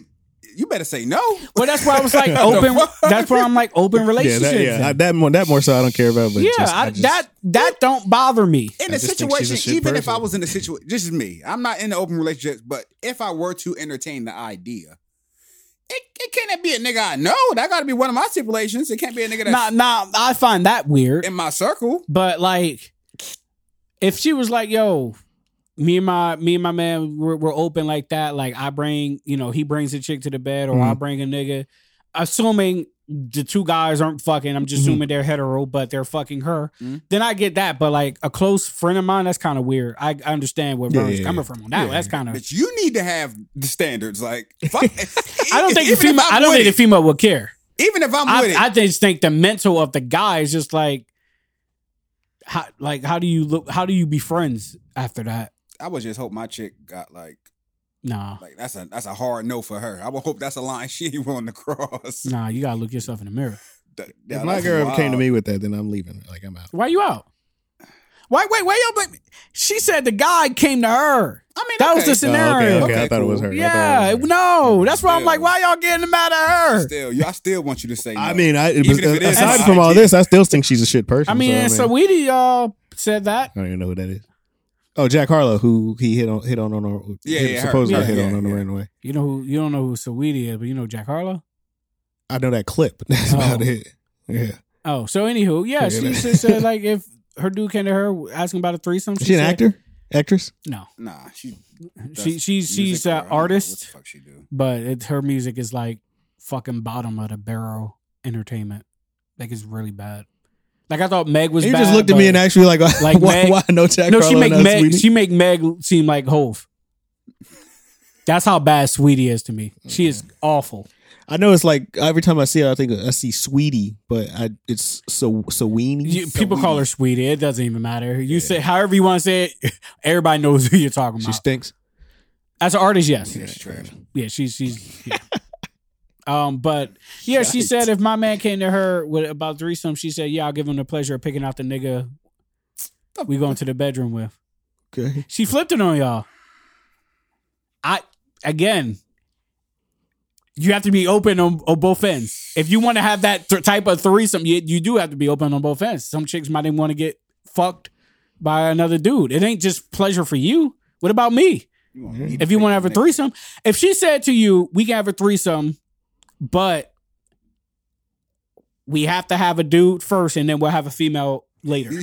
B: You better say no.
A: Well, that's why I was like
B: What the
A: open.
B: fuck?
A: that's why I'm like open
C: Yeah,
A: relationships.
C: that,
A: Yeah,
C: yeah. I, that more that more so I don't care about. But just, I
A: I-
C: just,
A: that that don't bother me.
B: In
C: I
B: a
C: just think she's a
B: situation,
C: shit
B: even if
C: person.
B: I was in a situation, this is me. I'm not in the open relationships, but if I were to entertain the idea, it, it can't be a nigga I know. That got to be one of my stipulations. It can't be a nigga that's
A: Nah, nah, I find that weird.
B: in my circle.
A: But like, if she was like, "Yo, me and my me and my man, we're, we're open like that. Like, I bring, you know, he brings a chick to the bed, or I
C: Mhm.
A: bring a nigga." Assuming the two guys aren't fucking, I'm just
C: Mhm.
A: assuming they're hetero, but they're fucking her.
C: Mm-hmm.
B: Mhm.
A: Then I get that. But like a close friend of mine, that's kind of weird. I, I understand where
C: Yeah,
A: Vernon's
C: yeah,
A: coming
C: yeah.
A: from on that. one.
C: Yeah,
A: That's
C: yeah.
A: kind of.
B: But you need to have the standards. Like, fuck. e-,
A: I
C: e-,
A: don't think the
B: even if
A: female.
B: I'm
A: I don't
B: with
A: think the
B: it,
A: female would care.
B: Even if I'm with
A: I, I
B: it,
A: just think the mental of the guy is just like, how like how do you look? How do you be friends after that?
B: I would just hope my chick got like
A: Nah,
B: like that's a that's a hard no for her. I would hope that's a line she ain't willing to cross.
A: nah, you gotta look yourself in the mirror.
B: That-
C: if
B: yeah,
C: my
B: that's
C: girl ever came to
B: wild.
C: me with that, then I'm leaving. Like I'm out.
A: Why you out? Why wait wait yo? But she said the guy came to her.
B: I mean
A: That was
B: okay,
A: the scenario.
C: Oh, okay, okay, I
B: Okay,
C: thought it was
B: cool.
C: her. I thought
A: Yeah,
C: it was her.
A: no, that's why I'm like,
B: Yeah.
A: why y'all getting mad at her?
B: Still, you- I still want you to say.
C: I
B: no.
C: mean, I
B: Even if it is
C: aside
A: an
C: from all
B: idea.
C: this, I still think she's a shit person.
A: I mean, and
C: so, I, mean,
A: Saweetie uh, said that.
C: I don't even know who that is. Oh, Jack Harlow, who he hit on hit on on a,
B: Yeah,
C: hit,
B: yeah, her.
C: supposedly
A: Yeah,
C: hit
B: yeah,
C: on on the
B: yeah.
C: runway.
A: You know who? You don't know who Saweetie is, but you know Jack Harlow.
C: I know that clip. That's
A: Oh.
C: about it. Yeah,
A: Oh, so anywho, yeah,
C: Yeah,
A: she
C: that-
A: just said like if her dude came to her asking about a threesome, she,
C: is she an
A: said-
C: actor, actress?
A: No,
B: nah, she
A: she
B: That's
A: she she's
B: music, bro.
A: an
B: I don't know What the
A: artist,
B: fuck she do?
A: but it, her music is like fucking bottom of the barrel entertainment. Like it's really bad. Like I thought Meg was.
C: you
A: bad,
C: just looked at me
A: but-
C: and actually like,
A: Like
C: why,
A: Meg-
C: why no Jack
A: no,
C: Harlow?
A: she make
C: no
A: Meg
C: Sweetie?
A: she make Meg seem like Hove. That's how bad Sweetie is to me. She is awful.
C: I know it's like every time I see her, I think I see Sweetie, but I it's so so
A: You-
C: weenie.
A: people call her Sweetie. It doesn't even matter. You say however you want to say it. Everybody knows who you're talking
C: She
A: about.
C: stinks.
A: As an artist, yes.
C: Yeah, she trash.
A: Yeah, she's she's. Yeah. um, but yeah, she
C: Yikes.
A: said if my man came to her with about threesome, she said, "Yeah, I'll give him the pleasure of picking out the nigga we going to the bedroom with."
C: Okay.
A: She flipped it on y'all. I again, you have to be open on, on both ends. If you want to have that th- type of threesome, you, you do have to be open on both ends. Some chicks might even want to get fucked by another dude. It ain't just pleasure for you. What about me? If you want to have a threesome, if she said to you, "We can have a threesome, but we have to have a dude first, and then we'll have a female later."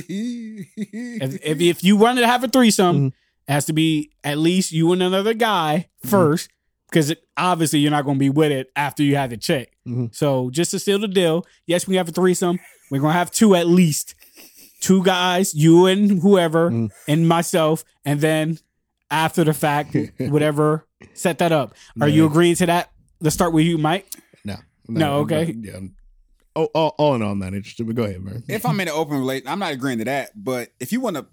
A: If, if if you wanted to have a threesome,
C: Mhm.
A: it has to be at least you and another guy
C: Mhm.
A: first, because obviously you're not going to be with it after you have the check.
C: Mhm.
A: So just to seal the deal, yes, we have a threesome. We're going to have two at least, two guys, you and whoever,
C: Mhm.
A: and myself, and then after the fact, whatever, set that up. Are you
C: Nice.
A: agreeing to that? Let's start with you, Mike.
C: No.
A: No,
C: I'm
A: okay.
C: not- yeah. I'm- Oh, all, all in all, I'm not interested. But go ahead, man.
B: If I'm in an open relation, I'm not agreeing to that. But if you want to,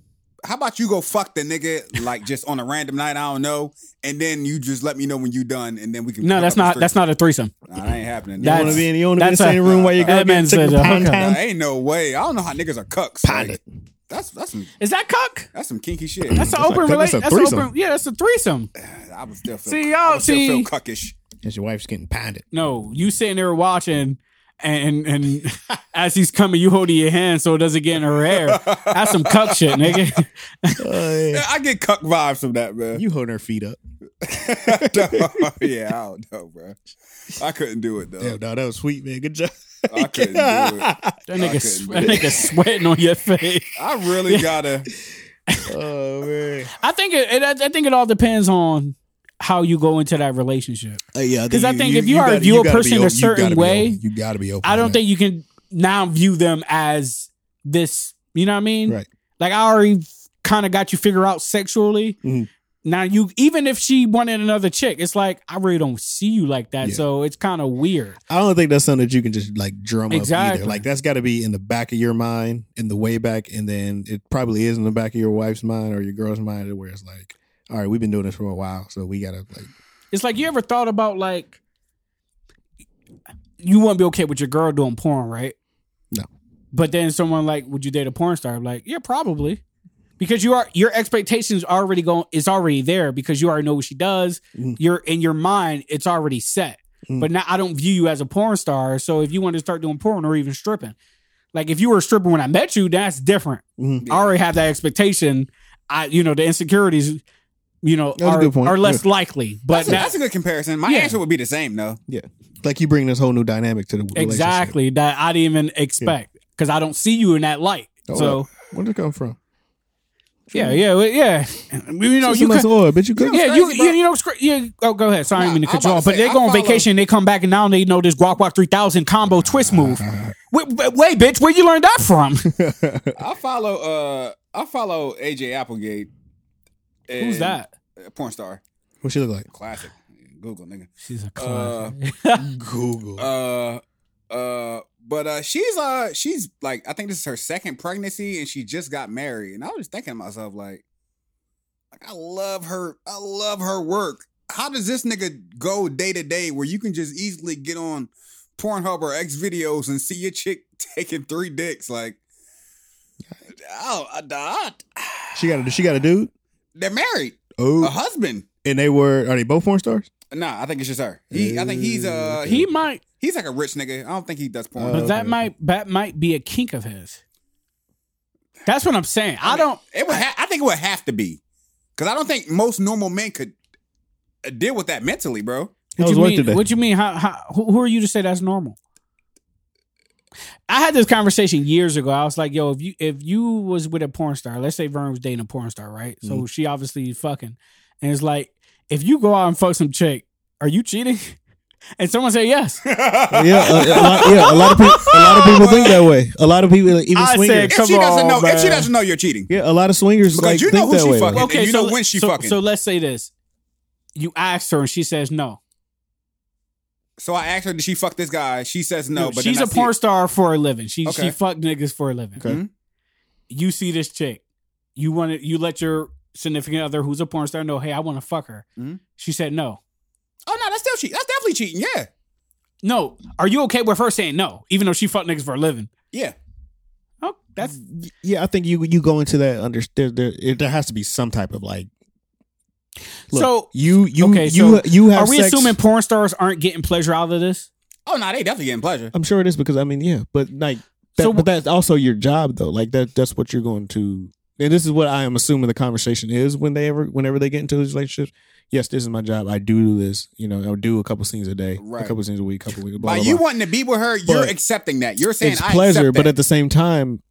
B: how about you go fuck the nigga like just on a random night? I don't know, and then you just let me know when you done, and then we can.
A: No, that's not that's not a threesome.
B: Nah, that ain't happening.
A: That's-
C: you want to be in, you wanna be in the
A: that's
C: same
A: a-
C: room while your girl
A: that man
C: getting sick
A: said,
C: with
A: uh,
C: pound
A: okay.
B: Nah,
C: time?
B: ain't no way. I don't know how niggas are cucks.
C: Pilot.
B: Like, that's that's some,
A: Is that cuck?
B: that's some kinky shit.
A: That's an
C: That's a-
A: open
C: that's a
A: relation. That's, an
C: threesome.
A: open. Yeah, that's a threesome.
B: I would still feel.
A: See,
B: I
A: y'all-
B: would still
A: see-
B: feel cuckish.
C: Because your wife's getting pounded.
A: No, you sitting there watching, and and as he's coming, you holding your hand so it doesn't get in her hair. That's some cuck shit, nigga.
C: Oh,
B: Yeah, I get cuck vibes from that, man.
C: you holding her feet up.
B: No, yeah, I don't know, bro. I couldn't do it though.
C: Damn, dog, that was sweet, man. Good job.
B: I couldn't do it.
A: That
B: I
A: nigga, that
B: couldn't do it.
A: nigga sweating on your face.
B: I really gotta.
C: oh man.
A: I think it, it. I think it all depends on how you go into that relationship.
C: Uh, yeah,
A: 'Cause I think if you are- if you a
C: gotta be
A: person a
C: open- you
A: certain
C: gotta be
A: way,
C: open. you got to be open.
A: I don't
C: to
A: think you can now view them as this. You know what I
C: that.
A: mean?
C: right.
A: Like I already kind of got you figured out sexually.
C: Mhm.
A: Now you, even if she wanted another chick, it's like I really don't see you like that.
C: Yeah.
A: So it's kind of weird.
C: I don't think that's something that you can just like drum up
A: Exactly.
C: either. Like that's got to be in the back of your mind, in the way back, and then it probably is in the back of your wife's mind or your girl's mind, where it's like, all right, we've been doing this for a while, so we gotta like.
A: It's like you ever thought about like you wouldn't be okay with your girl doing porn, right?
C: No.
A: But then someone like, would you date a porn star? I'm like, yeah, probably. Because you are your expectations already going is already there because you already know what she does.
C: Mhm.
A: You're in your mind, it's already set.
C: Mhm.
A: But now I don't view you as a porn star. So if you want to start doing porn or even stripping, like if you were a stripper when I met you, that's different.
C: mhm.
A: I already have that expectation. I you know, the insecurities, you know,
C: That's a
A: are,
C: good point.
A: are less likely. But
B: That's, a,
A: now,
B: that's a good comparison. My
A: Yeah.
B: answer would be the same though.
C: Like you bring this whole new dynamic to the relationship.
A: exactly that I didn't even expect because I don't see you in that light.
C: Oh,
A: so
C: Where'd it come from?
A: yeah, yeah, well, yeah. You know,
C: Just
A: you
C: some nice
A: could,
C: oil, bitch. You
B: You
C: good?
B: know
A: yeah,
B: what's
A: you,
B: crazy,
A: you
B: bro?
A: you know, scr- yeah. Oh, go ahead. Sorry, I didn't
B: Nah,
A: mean to
B: I'm
A: cut you
B: about
A: off,
B: to
A: but
B: say,
A: they
B: I
A: go on
B: follow-
A: vacation. They come back and now they know this Guac Guac three thousand combo twist move. Wait, wait, wait, bitch, where you learned that from?
B: I follow. Uh, I follow AJ Applegate.
A: Who's
B: and-
A: that?
B: uh, porn star.
C: What she look like?
B: Classic. Google nigga.
A: She's a
B: Uh,
A: clown.
C: Google.
B: Uh, uh, but uh, she's uh, she's like, I think this is her second pregnancy, and she just got married. And I was thinking to myself, like, like I love her. I love her work. How does this nigga go day to day where you can just easily get on Pornhub or X videos and see your chick taking three dicks? Like, oh, I, I,
C: she got a she got a dude.
B: they're married.
C: Oh,
B: A husband.
C: and they were are they both porn stars?
B: Nah, I think it's just her. He, I think he's uh,
A: he might,
B: he's like a rich nigga. I don't think he does porn.
C: Uh,
A: but that
C: okay.
A: might that might be a kink of his. That's what I'm saying. I don't.
B: It would. Ha- I think it would have to be, because I don't think most normal men could uh, deal with that mentally, bro.
C: How
A: What
C: was
A: you
C: work
A: mean?
C: today?
A: What you mean? How, how, who, who are you to say that's normal? I had this conversation years ago. I was like, "Yo, if you if you was with a porn star, let's say Vern was dating a porn star, right? So
C: Mm-hmm.
A: she obviously fucking, and it's like, if you go out and fuck some chick, are you cheating?" And someone say yes.
C: yeah, uh, a lot, yeah, a lot of people, a lot of people think that way. A lot of people, like, even
A: I
C: swingers.
A: said-
B: If
A: Come
B: she doesn't
A: on,
B: know, if she
A: man.
B: doesn't know, you're cheating.
C: yeah, a lot of swingers
B: Because
C: like
B: you know
C: think
B: who
C: that
B: she
C: way.
B: fucking-
C: Like,
B: and you know when she
A: so,
B: fucking.
A: So let's say this: you asked her and she says no.
B: So I asked her, did she fuck this guy? She says no. but
A: she's
B: then
A: a
B: I see
A: porn
B: it.
A: star for a living. She she
B: Okay.
A: fuck niggas for a living. Mm-hmm.
C: Okay.
A: You see this chick, you want to you let your significant other who's a porn star know, hey, I want to fuck her.
B: Mhm.
A: She said no.
B: Oh no, that's still cheating. That's definitely cheating. Yeah,
A: No. Are you okay with her saying no, even though she fucked niggas for a living?
B: yeah.
A: Oh, that's
C: Yeah, I think you you go into that under there there, it, there has to be some type of like. Look,
A: So-
C: you you
A: okay,
C: you
A: so
C: you have.
A: Are we
C: sex-
A: assuming porn stars aren't getting pleasure out of this?
B: Oh no, they definitely getting pleasure.
C: I'm sure it is because I mean, yeah, but like, that,
A: So-
C: but that's also your job though. Like that, that's what you're going to. And this is what I am assuming the conversation is when they ever, whenever they get into these relationships. Yes, this is my job. I do this. You know, I'll do a couple scenes a day,
B: Right.
C: a couple scenes a week, a couple weeks. Blah,
B: By
C: blah,
B: you
C: blah.
B: wanting to be with her, you're
C: But
B: accepting that. You're saying
C: it's
B: I
C: pleasure,
B: accept that.
C: but at the same time,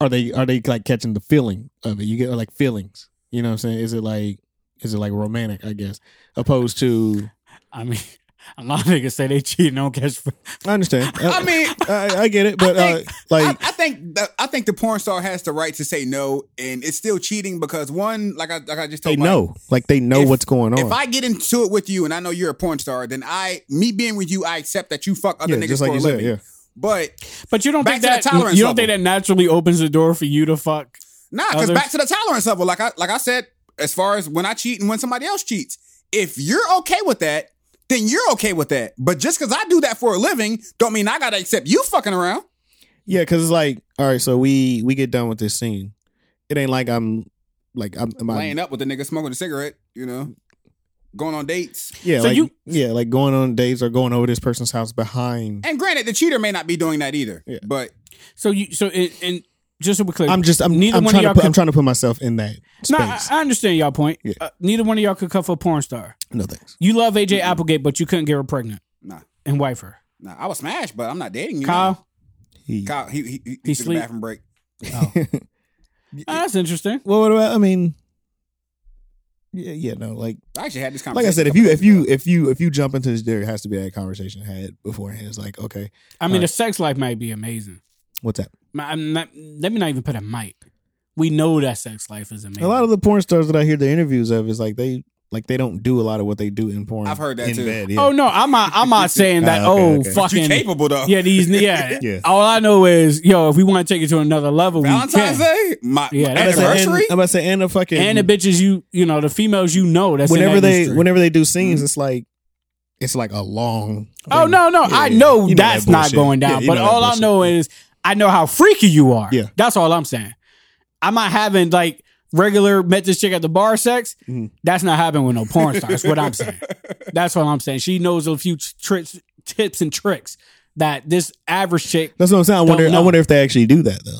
C: are they are they like catching the feeling of it? You get like feelings. You know what I'm saying? Is it like is it like romantic? I guess opposed to
A: I mean, a lot of niggas say they cheat and don't catch.
C: I understand. Uh,
B: I mean,
C: I, I get it, but
B: I think-
C: uh, like
B: I, I think the, I think the porn star has the right to say no, and it's still cheating because one, like I like I just
C: they
B: told Mike,
C: know, like they know
B: if-
C: what's going on.
B: If I get into it with you and I know you're a porn star, then I, me being with you, I accept that you fuck other
C: yeah,
B: niggas
C: just
B: for
C: like
B: a
C: you
B: living.
C: said, yeah.
B: But
A: But you don't
B: Back
A: think
B: to
A: that
B: that tolerance
A: you don't think that
B: level.
A: naturally opens the door for you to fuck.
B: nah, because
A: Others-
B: back to the tolerance level, like I like I said, as far as when I cheat and when somebody else cheats, if you're okay with that, then you're okay with that. But just because I do that for a living, don't mean I gotta accept you fucking around.
C: Yeah, because it's like, all right, so we we get done with this scene. It ain't like I'm like I'm, I'm
B: Laying up with the nigga smoking a cigarette, you know, going on dates.
C: yeah,
A: So
C: like
A: you-
C: yeah, like going on dates or going over this person's house behind.
B: And granted, the cheater may not be doing that either.
C: Yeah.
B: But
A: So you so and, and just to be clear,
C: I'm just I'm
A: Neither
C: neither I'm
A: one of
C: trying to
A: y'all
C: put,
A: could-
C: I'm trying to put myself in that
A: no,
C: space.
A: I, I understand y'all point.
C: Yeah.
A: Uh, neither one of y'all could cuff a porn star.
C: no thanks.
A: You love AJ Applegate, but you couldn't get her pregnant
B: nah,
A: and wife her.
B: nah, I was smashed, but I'm not dating you.
A: Kyle,
C: He-
B: Kyle, he he, he,
A: He
B: took
A: sleep.
B: a bathroom break.
A: Ah, that's interesting.
C: well, what about I mean, yeah, yeah, no, like
B: I actually had this
C: like
B: conversation.
C: I said,
B: a
C: if
B: couple
C: you
B: days
C: if you
B: ago.
C: if you if you jump into this, there has to be that conversation had beforehand. It's like, okay,
A: I mean,
C: Alright.
A: the sex life might be amazing.
C: what's that?
A: Ma- I'm not, let me not even put a might. We know that sex life is amazing.
C: A lot of the porn stars that I hear the interviews of is like they like they don't do a lot of what they do in porn.
B: I've heard that
C: in
B: too.
C: Bed, yeah.
A: Oh no, I'm not. I'm not saying that.
C: Ah, okay,
A: oh,
C: okay.
B: But you
A: fucking.
B: capable though.
A: Yeah, these. Yeah.
C: Yeah.
A: All I know is, yo, if we want to take it to another level, we can.
B: Valentine's Day, my,
A: Yeah,
B: my
A: that's-
C: I'm about to say,
B: anniversary.
C: and- I'm about to say, and the fucking
A: and the bitches you you know the females you know that's in
C: whenever
A: that
C: they
A: industry. Mm-hmm.
C: whenever they do scenes, it's like it's like a long.
A: oh
C: thing.
A: no no
C: Yeah,
A: I
C: yeah.
A: know,
C: You that
A: that's not
C: bullshit.
A: going
C: Yeah,
A: down
C: you
A: but
C: know that
A: all I
C: bullshit.
A: know is I know how freaky you are
C: Yeah.
A: that's all I'm saying I'm not having like regular met this chick at the bar sex
C: Mhm.
A: that's not happening with no porn star that's what I'm saying that's what I'm saying she knows a few tricks tips and tricks that this average chick
C: that's what I'm saying. I wonder. I
A: know.
C: wonder if they actually do that though.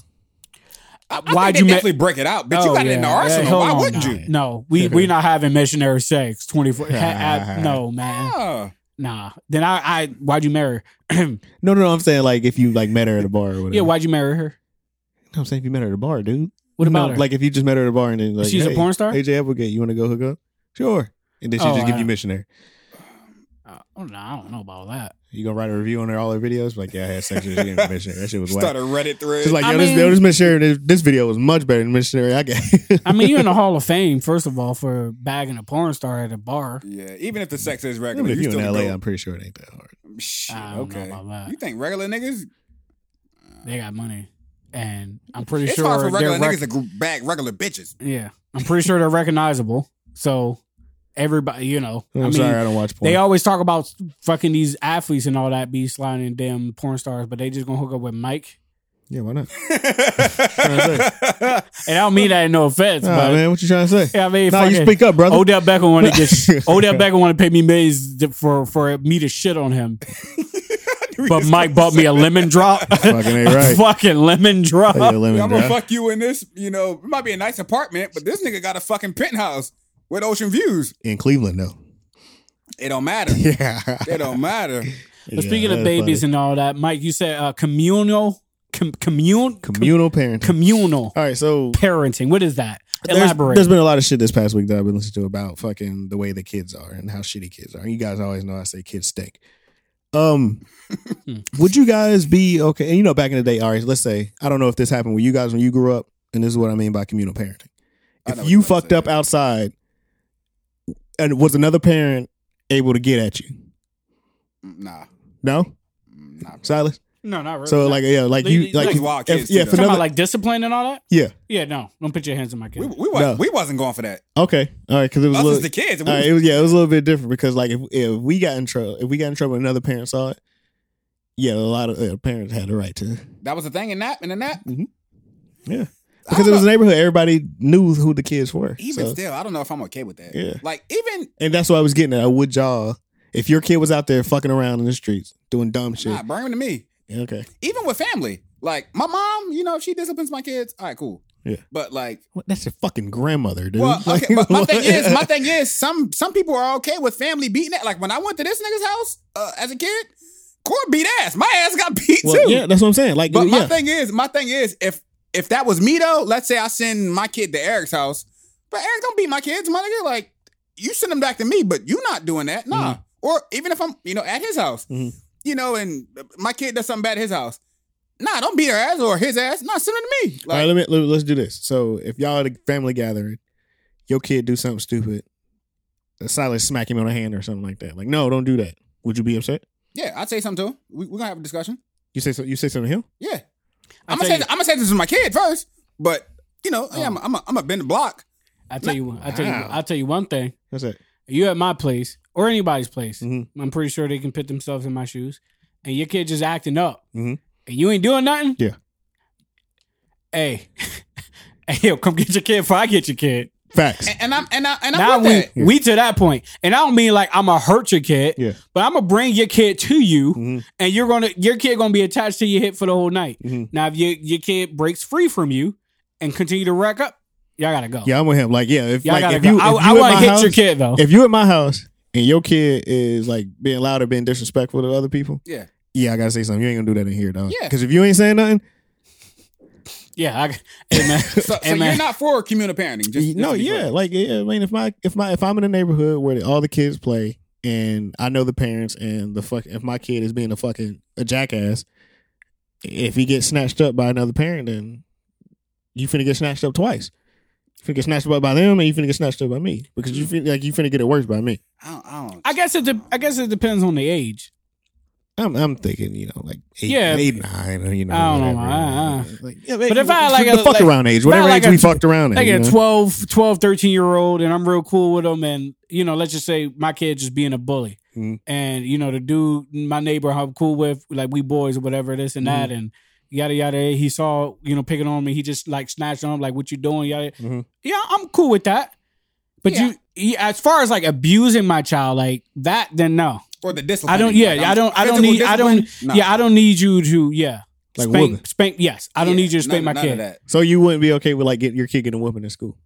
B: I,
A: why'd
B: why'd
A: you
B: you
A: ma-
B: definitely break it out? But you
A: Oh,
B: got it in the
A: yeah.
B: arsenal.
A: Hey, hold
B: Why
A: on
B: wouldn't
A: now.
B: you?
A: no we we not having missionary sex 24 ha- ab- no man
B: Oh,
A: Nah. Then I, I why'd you marry her?
C: No, no, no. I'm saying like if you like met her at a bar or whatever.
A: yeah, why'd you marry her?
C: No, I'm saying if you met her at a bar, dude.
A: What about
C: No,
A: her?
C: like if you just met her at a bar and then like
A: She's a
C: hey,
A: porn star?
C: AJ Applegate, you want to go hook up? Sure. And then she
A: Oh,
C: just give
A: I-
C: you missionary.
A: Uh, oh, no, I don't know about that.
C: You gonna write a review on her all her videos? Like yeah, I had sex with her, she gave me missionary. That shit was whack.
B: started Reddit thread.
C: She's like
A: I
C: yo, this,
A: mean-
C: yo, this missionary, this, this video was much better than missionary. I got.
A: I mean, you're in the Hall of Fame, first of all, for bagging a porn star at a bar.
B: yeah, even if the sex is
C: Even
B: regular,
C: if
B: you
C: you in
B: still
C: LA,
B: go.
C: I'm pretty sure it ain't that hard.
B: Shit,
A: I don't know
B: okay,
A: about that.
B: you think regular niggas?
A: They got money. And I'm pretty
B: It's
A: sure
B: hard for
A: they're
B: regular
A: rec-
B: niggas to group back regular bitches.
A: Yeah. I'm pretty sure they're recognizable. So everybody, you know,
C: I'm
A: I mean,
C: sorry, I don't watch porn.
A: they always talk about fucking these athletes and all that be sliding in damn porn stars, but they just gonna hook up with Mike.
C: yeah, why not?
A: And I don't mean that in no offense,
C: Nah,
A: but
C: man, what you trying to say?
A: yeah, I mean,
C: nah, you
A: fucking-
C: speak up, brother.
A: Odell Beckham want to get Odell Beckham want to pay me millions to- for for me to shit on him. But Mike bought me a lemon drop.
C: Fucking ain't
A: A
C: right. Oh,
A: fucking lemon drop.
C: Yeah, lemon
B: I'm gonna
C: drop.
B: fuck you in this. You know, it might be a nice apartment, but this nigga got a fucking penthouse with ocean views.
C: in Cleveland, though.
B: It don't matter.
C: Yeah.
B: It don't matter.
A: But speaking of babies and all that, Mike, you said uh, communal com- commune
C: communal parenting.
A: communal
C: All right, so
A: parenting. What is that?
C: uh, there's-
A: Elaborate.
C: there's been a lot of shit this past week that I've been listening to about fucking the way the kids are and how shitty kids are. You guys always know I say kids stink. Um, would you guys be okay? And you know, back in the day, all right, let's say I don't know if this happened with you guys when you grew up, and this is what I mean by communal parenting.
B: I know
C: If
B: what
C: you
B: you're about to
C: fucked
B: say,
C: up
B: yeah.
C: outside, and was another parent able to get at you?
B: Nah,
C: No,
B: nah.
C: Silas.
A: No, not really.
C: So like yeah, like you
A: Like,
C: like
B: wild
C: if-
B: kids
C: yeah,
B: do
C: if
A: talking
C: another
A: about like discipline and all that.
C: yeah.
A: Yeah, no, don't put your hands on my kid.
B: We we, was,
C: No.
B: we wasn't going for that.
C: Okay, all right, because it was a
B: Us
C: little,
B: was the kids. We
C: all right,
B: was-
C: it was yeah, it was a little bit different because like if, if we got in trouble, if we got in trouble, and another parent saw it. Yeah, a lot of uh, parents had the right to
B: that was the thing in that in the nap.
C: Mm-hmm. yeah because it was a neighborhood. Everybody knew who the kids were.
B: Even
C: so-
B: still, I don't know if I'm okay with that.
C: Yeah.
B: Like even
C: And that's what I was getting at. I would y'all if your kid was out there fucking around in the streets doing dumb shit.
B: nah, bring them to me.
C: yeah, okay.
B: Even with family, like my mom, you know, if she disciplines my kids, all right, cool.
C: Yeah.
B: But like,
C: What, that's your fucking grandmother, dude.
B: well,
C: Like,
B: okay. But my thing
C: what?
B: is, my thing is, some some people are okay with family beating it. Like when I went to this nigga's house uh, as a kid, Core beat ass. My ass got beat
C: Well,
B: too.
C: yeah, that's what I'm saying. Like,
B: But my
C: yeah,
B: thing is, my thing is, if if that was me though, let's say I send my kid to Eric's house, but Eric don't beat my kids, my nigga. Like you send them back to me, but you not doing that, nah.
A: Mm-hmm.
B: Or even if I'm, you know, at his house,
C: Mhm.
B: you know, and my kid does something bad at his house, nah, don't beat her ass or his ass, nah, send it to me.
C: all
B: Like,
C: right, let me let, let's do this. So, if y'all at a family gathering, your kid do something stupid, a silent smack him on the hand or something like that. Like, no, don't do that. Would you be upset?
B: yeah, I'd say something to him. We, we're gonna have a discussion.
C: You say so, you say something to him?
B: Yeah,
A: I
B: I'm
A: tell
B: gonna say
A: you- Oh.
B: I'm gonna say this to my kid first, but you know, yeah, I'm I'm a, I'm a bend the block.
A: I tell you, I tell you,
C: Wow.
A: I tell you one thing.
C: That's it.
A: You at my place or anybody's place,
C: Mhm.
A: I'm pretty sure they can put themselves in my shoes. And your kid just acting up,
C: Mhm.
A: and you ain't doing nothing.
C: Yeah.
A: Hey, hey, yo, come get your kid before I get your kid.
C: Facts.
B: And, and I'm and I and I'm
A: now
B: with
A: we
B: that.
C: Yeah.
A: we to that point, and I don't mean like I'm gonna hurt your kid,
C: Yeah.
A: but I'm gonna bring your kid to you,
C: Mhm.
A: and you're gonna your kid gonna be attached to your hip for the whole night.
C: Mhm.
A: Now, if your your kid breaks free from you and continue to rack up, y'all gotta go.
C: Yeah, I'm with him. Like, yeah, if
A: Oh. y'all
C: like
A: gotta
C: if
A: go.
C: you, if
A: I,
C: you
A: I
C: at
A: want
C: my
A: to hit
C: house-
A: your kid though.
C: if you at my house and your kid is like being loud or being disrespectful to other people,
B: Yeah.
C: yeah, I gotta say something. You ain't gonna do that in here, dog.
B: Yeah.
C: Because if you ain't saying nothing,
A: yeah, I, hey man,
B: So, so
A: hey, man.
B: you're not for communal parenting? Just, just
C: no,
B: to be
C: yeah,
B: clear.
C: like yeah. I mean, if my if my if I'm in a neighborhood where all the kids play and I know the parents and the fuck if my kid is being a fucking a jackass, if he gets snatched up by another parent, then you finna get snatched up twice. You finna get snatched up by them, and you finna get snatched up by me because you
A: Mm-hmm.
C: fin like you finna get it worse by me.
B: I don't, I don't
A: I guess it. De- I guess it depends on the age.
C: I'm I'm thinking, you know, like eight,
A: Yeah.
C: eight, nine, or you know,
A: I don't know,
C: whatever.
A: I- I-
C: Like, yeah,
A: But if I like
C: the
A: a-
C: fuck
A: like-
C: around age,
A: if I
C: whatever
A: like
C: age
A: a
C: we
A: tw-
C: fucked around, at,
A: like
C: you
A: a
C: know?
A: 12, 12, 13 year old, and I'm real cool with them. And, you know, let's just say my kid just being a bully.
B: Mm-hmm.
C: Mhm.
A: And, you know, the dude, my neighbor, I'm cool with, like we boys or whatever, this and
B: Mm-hmm.
A: that. And yada, yada. He saw, you know, picking on me. He just like snatched on him, like, what you doing? Yada.
B: Mm-hmm.
C: Mhm.
A: Yeah, I'm cool with that. But
B: Yeah.
A: you, yeah, as far as like abusing my child like that, then no.
B: or the discipline.
A: I don't, yeah,
B: Like,
A: I
B: I'm-
A: don't, I don't
B: physical
A: need, I don't,
B: discipline? Nah.
A: yeah, I don't need you to, yeah.
C: Like whooping.
A: spank, spank, yes. I don't
B: Yeah,
A: need you to spank
B: none-
A: my
B: none of
A: kid.
B: that.
C: So you wouldn't be okay with like getting your kid getting a whooping in school?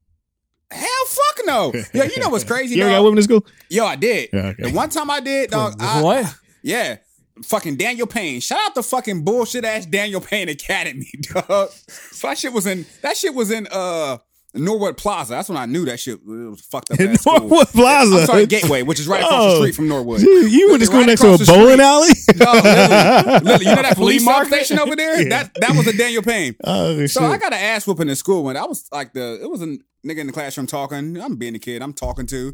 B: Hell, fuck no. Yo, you know what's crazy?
C: You ever got
B: dog?
C: whooping in school?
B: Yo, I did.
C: Yeah, okay.
B: The one time I did, dog. I,
A: What?
B: Yeah. Fucking Daniel Payne. Shout out the fucking bullshit ass Daniel Payne Academy, dog. So that shit was in that shit was in uh Norwood Plaza. That's when I knew that shit was fucked up. ass school.
C: Norwood Plaza.
B: I'm sorry, Gateway, which is right across the
C: Oh.
B: street from Norwood.
C: Gee, you
B: Literally
C: went to school
B: right
C: next to a
B: across the street.
C: bowling alley?
B: Dog, literally, literally, you know that
A: Flea
B: police sub
A: market?
B: station over there?
C: Yeah.
B: That that was a Daniel Payne.
C: oh shit!
B: So I got an ass whooping in school when I was like the it was a nigga in the classroom talking. I'm being a kid. I'm talking to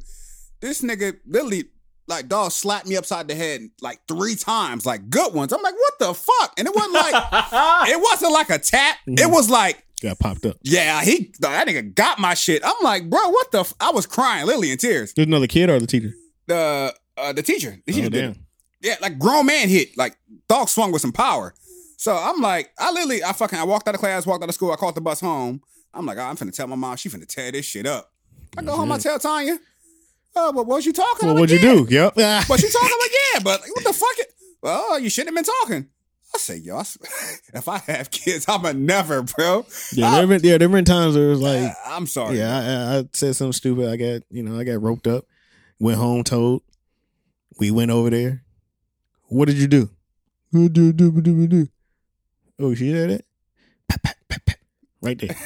B: this nigga literally like dog slapped me upside the head like three times, like good ones. I'm like, what the fuck? And it wasn't like it wasn't like a tap. It was like
C: got popped up.
B: yeah, he that nigga got my shit. I'm like, bro, what the? F-? I was crying, literally in tears.
C: There's another kid or the teacher?
B: The uh, the teacher, the teacher
C: Oh,
B: did it.
C: damn.
B: Yeah, like grown man hit. Like dog swung with some power. So I'm like, I literally, I fucking, I walked out of class, walked out of school, I caught the bus home. I'm like, "Ah, I'm finna tell my mom, she finna tear this shit up. I go home, I tell Tanya, oh, but what you talking?
C: Mhm. Well,
B: I'm like,
C: what'd you
B: "Yeah."
C: do? Yep. Ah.
B: But she talking I'm like, yeah, but like, what the fuck? It, well, oh, you shouldn't have been talking. I say, yo, I s- if I have kids, I'ma never, bro.
C: Yeah, there been, yeah, there been times where it was like,
B: Uh, I'm sorry.
C: yeah, I- I, I said something stupid. I got, you know, I got roped up. Went home, told. We went over there. What did you do? Do, do, do, do, do, do. Oh, she did it. Pat, pat, pat, pat. Right there.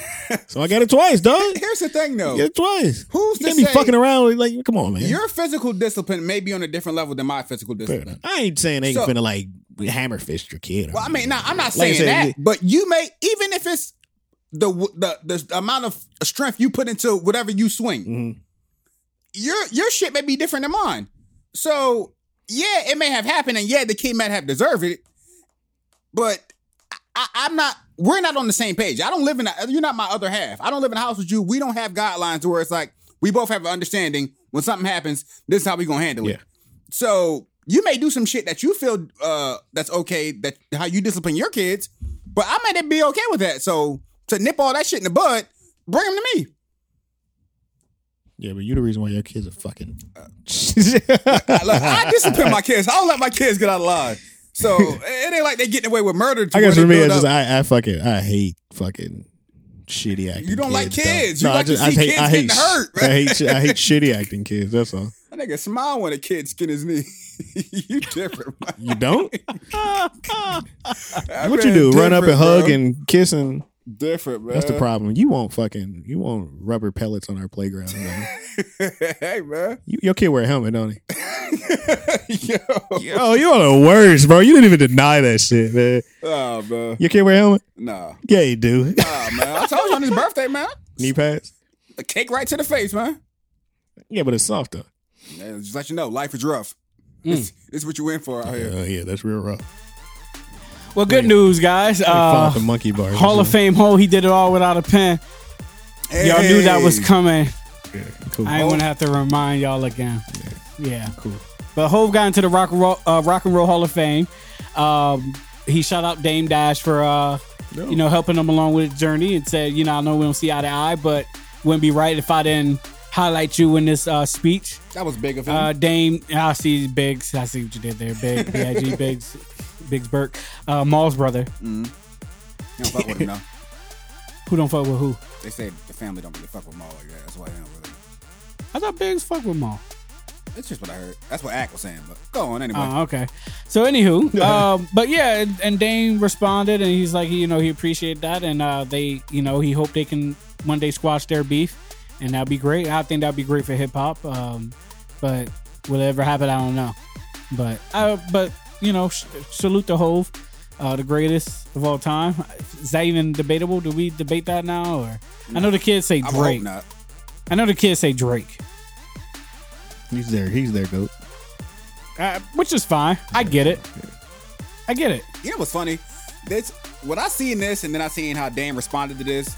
C: so I got it twice, dog.
B: Here's the thing though.
C: Get it twice.
B: Who's
C: You
B: to
C: can't be
B: say
C: fucking around. Like, come on, man.
B: your physical discipline may be on a different level than my physical
C: Fair
B: discipline?
C: enough. I ain't saying they
B: So-
C: finna like hammer fist your kid. or
B: Well, I mean,
C: anything.
B: nah, I'm not
C: Like I
B: saying
C: said,
B: that,
C: you-
B: but you may even if it's the the the amount of strength you put into whatever you swing,
C: Mhm.
B: your your shit may be different than mine. So yeah, it may have happened, and yeah, the kid might have deserved it. but I, I'm not. We're not on the same page. I don't live in. A, you're not my other half. I don't live in a house with you. We don't have guidelines where it's like we both have an understanding. When something happens, this is how we gonna handle
C: Yeah.
B: it. So you may do some shit that you feel uh that's okay. That how you discipline your kids, but I might not be okay with that. So to nip all that shit in the bud, bring them to me.
C: Yeah, but you the reason why your kids are fucking.
B: Look, I discipline my kids. I don't let my kids get out alive. So it ain't like they getting away with murder. to
C: I guess
B: where
C: for
B: they build
C: me, it's just
B: up-
C: I, I fucking I hate fucking shitty acting.
B: You don't like
C: though.
B: kids. You like to see kids getting
C: sh-
B: hurt,
C: I
B: right?
C: hate sh- I hate shitty acting kids. That's all.
B: that nigga smile when a kid skin his knee. you different. man.
C: You don't.
B: That
C: what you
B: man
C: do? Run up and
B: different,
C: hug
B: bro.
C: and kiss and
B: different, man.
C: that's the problem. You want fucking you want rubber pellets on our playground. man.
B: hey, man.
C: You, your kid wear a helmet, don't he?
B: Yo.
C: Yo, Oh, you are the worst, bro. You didn't even deny that shit, man.
B: Oh, man.
C: Your kid wear a helmet?
B: Nah.
C: Yeah, you do.
B: Nah, man. I told you on his birthday, man.
C: Knee pads.
B: A cake right to the face, man.
C: Yeah, but it's soft though.
B: Yeah, just let you know, life is rough.
A: Mm.
B: It's, it's what you in for out here.
C: Yeah, Uh, yeah, that's real rough.
A: Well, good news, guys.
C: Follow the
A: Uh,
C: monkey bar.
A: Hall of Fame Ho, he did it all without a pen. Y'all knew that was
B: Hey.
A: coming.
C: Yeah, cool.
A: I ain't gonna have to remind y'all again. Yeah,
C: Cool.
A: But Hove got into the Rock and Roll, uh, Rock and Roll Hall of Fame. Um, he shout out Dame Dash for uh, you know helping him along with his journey and said, you know, I know we don't see eye to eye, but wouldn't be right if I didn't highlight you in this uh, speech.
B: That was big of him.
A: Uh, Dame, I see Biggs. I see what you did there, Big Big Biggs, Biggs Burke, uh, Maul's brother.
B: You don't fuck with him, no.
A: Who don't fuck with who?
B: They say the family don't really fuck with Maul like that. That's why they don't really.
A: I thought Biggs fuck with Maul.
B: That's just what I heard. That's what Ack was saying. But go on anyway.
A: Oh, okay. So, anywho, um, but yeah, and, and Dane responded, and he's like, you know, he appreciated that, and uh, they, you know, he hoped they can one day squash their beef, and that'd be great. I think that'd be great for hip hop, um, but will it ever happen? I don't know. But I, but you know, sh- salute to Hove, uh, the greatest of all time. Is that even debatable? Do we debate that now? Or I know the kids say
B: I would hope
A: Drake.
B: not.
A: I know the kids say Drake.
C: He's there. He's there, goat.
A: Uh, which is fine. I get it. I get it.
B: You know what's funny? This when I seen this and then I seen how Dame responded to this,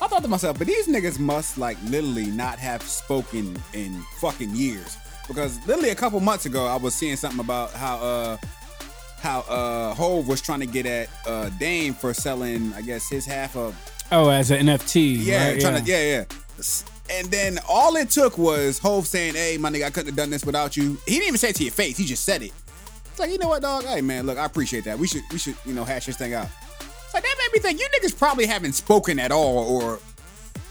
B: I thought to myself, but these niggas must like literally not have spoken in fucking years. Because literally a couple months ago I was seeing something about how uh how uh Hove was trying to get at uh Dame for selling, I guess, his half of
A: Oh, as an NFT.
B: Yeah,
A: right?
B: trying to yeah, yeah. S- And then all it took was Hove saying, "Hey, my nigga, I couldn't have done this without you." He didn't even say it to your face; he just said it. It's like, you know what, dog? Hey, man, look, I appreciate that. We should, we should, you know, hash this thing out. It's like that made me think you niggas probably haven't spoken at all, or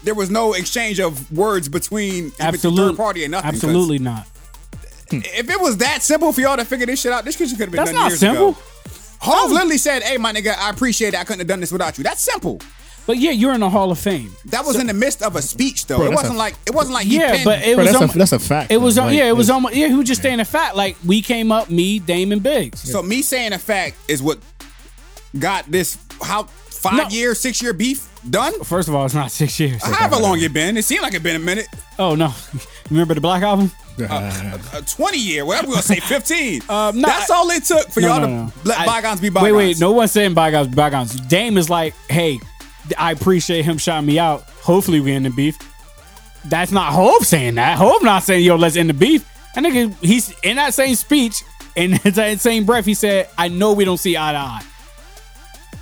B: there was no exchange of words between
A: Absolute-
B: between third party and nothing. 'cause
A: Absolutely not.
B: If it was that simple for y'all to figure this shit out, this shit could have been
A: That's
B: done
A: not
B: years
A: simple.
B: ago. Hove literally said, "Hey, my nigga, I appreciate it. I couldn't have done this without you." That's simple.
A: But yeah, you're in the Hall of Fame.
B: That was in the midst of a speech, though.
C: Bro,
B: it
C: that's
B: wasn't
C: a-
B: like it wasn't like he
A: Yeah,
B: pinned-
A: but it
C: Bro,
A: was.
C: that's,
A: almost-
C: a, that's a fact.
A: it was.
C: Like,
A: yeah, it was
C: it's-
A: almost. Yeah, who just staying a fact? Like we came up, me, Damon Biggs.
B: So me saying a fact is what got this how five
A: No.
B: year, six year beef done.
A: First of all, it's not six years.
B: However long it been, it seemed like it been a minute,
A: Oh no, remember the Black Album?
B: a uh, twenty year. Well, we gonna say fifteen.
A: Um, no,
B: That's
A: I-
B: all it took for
A: No,
B: y'all
A: no,
B: to
A: no.
B: let
A: I-
B: bygones be
A: Wait,
B: bygones.
A: wait. No one's saying bygones be bygones. Dame is like, hey, I appreciate him shouting me out. Hopefully we end the beef. That's not Hope saying that. Hope not saying, yo, let's end the beef. I think he's in that same speech, in that same breath, he said, I know we don't see eye to eye.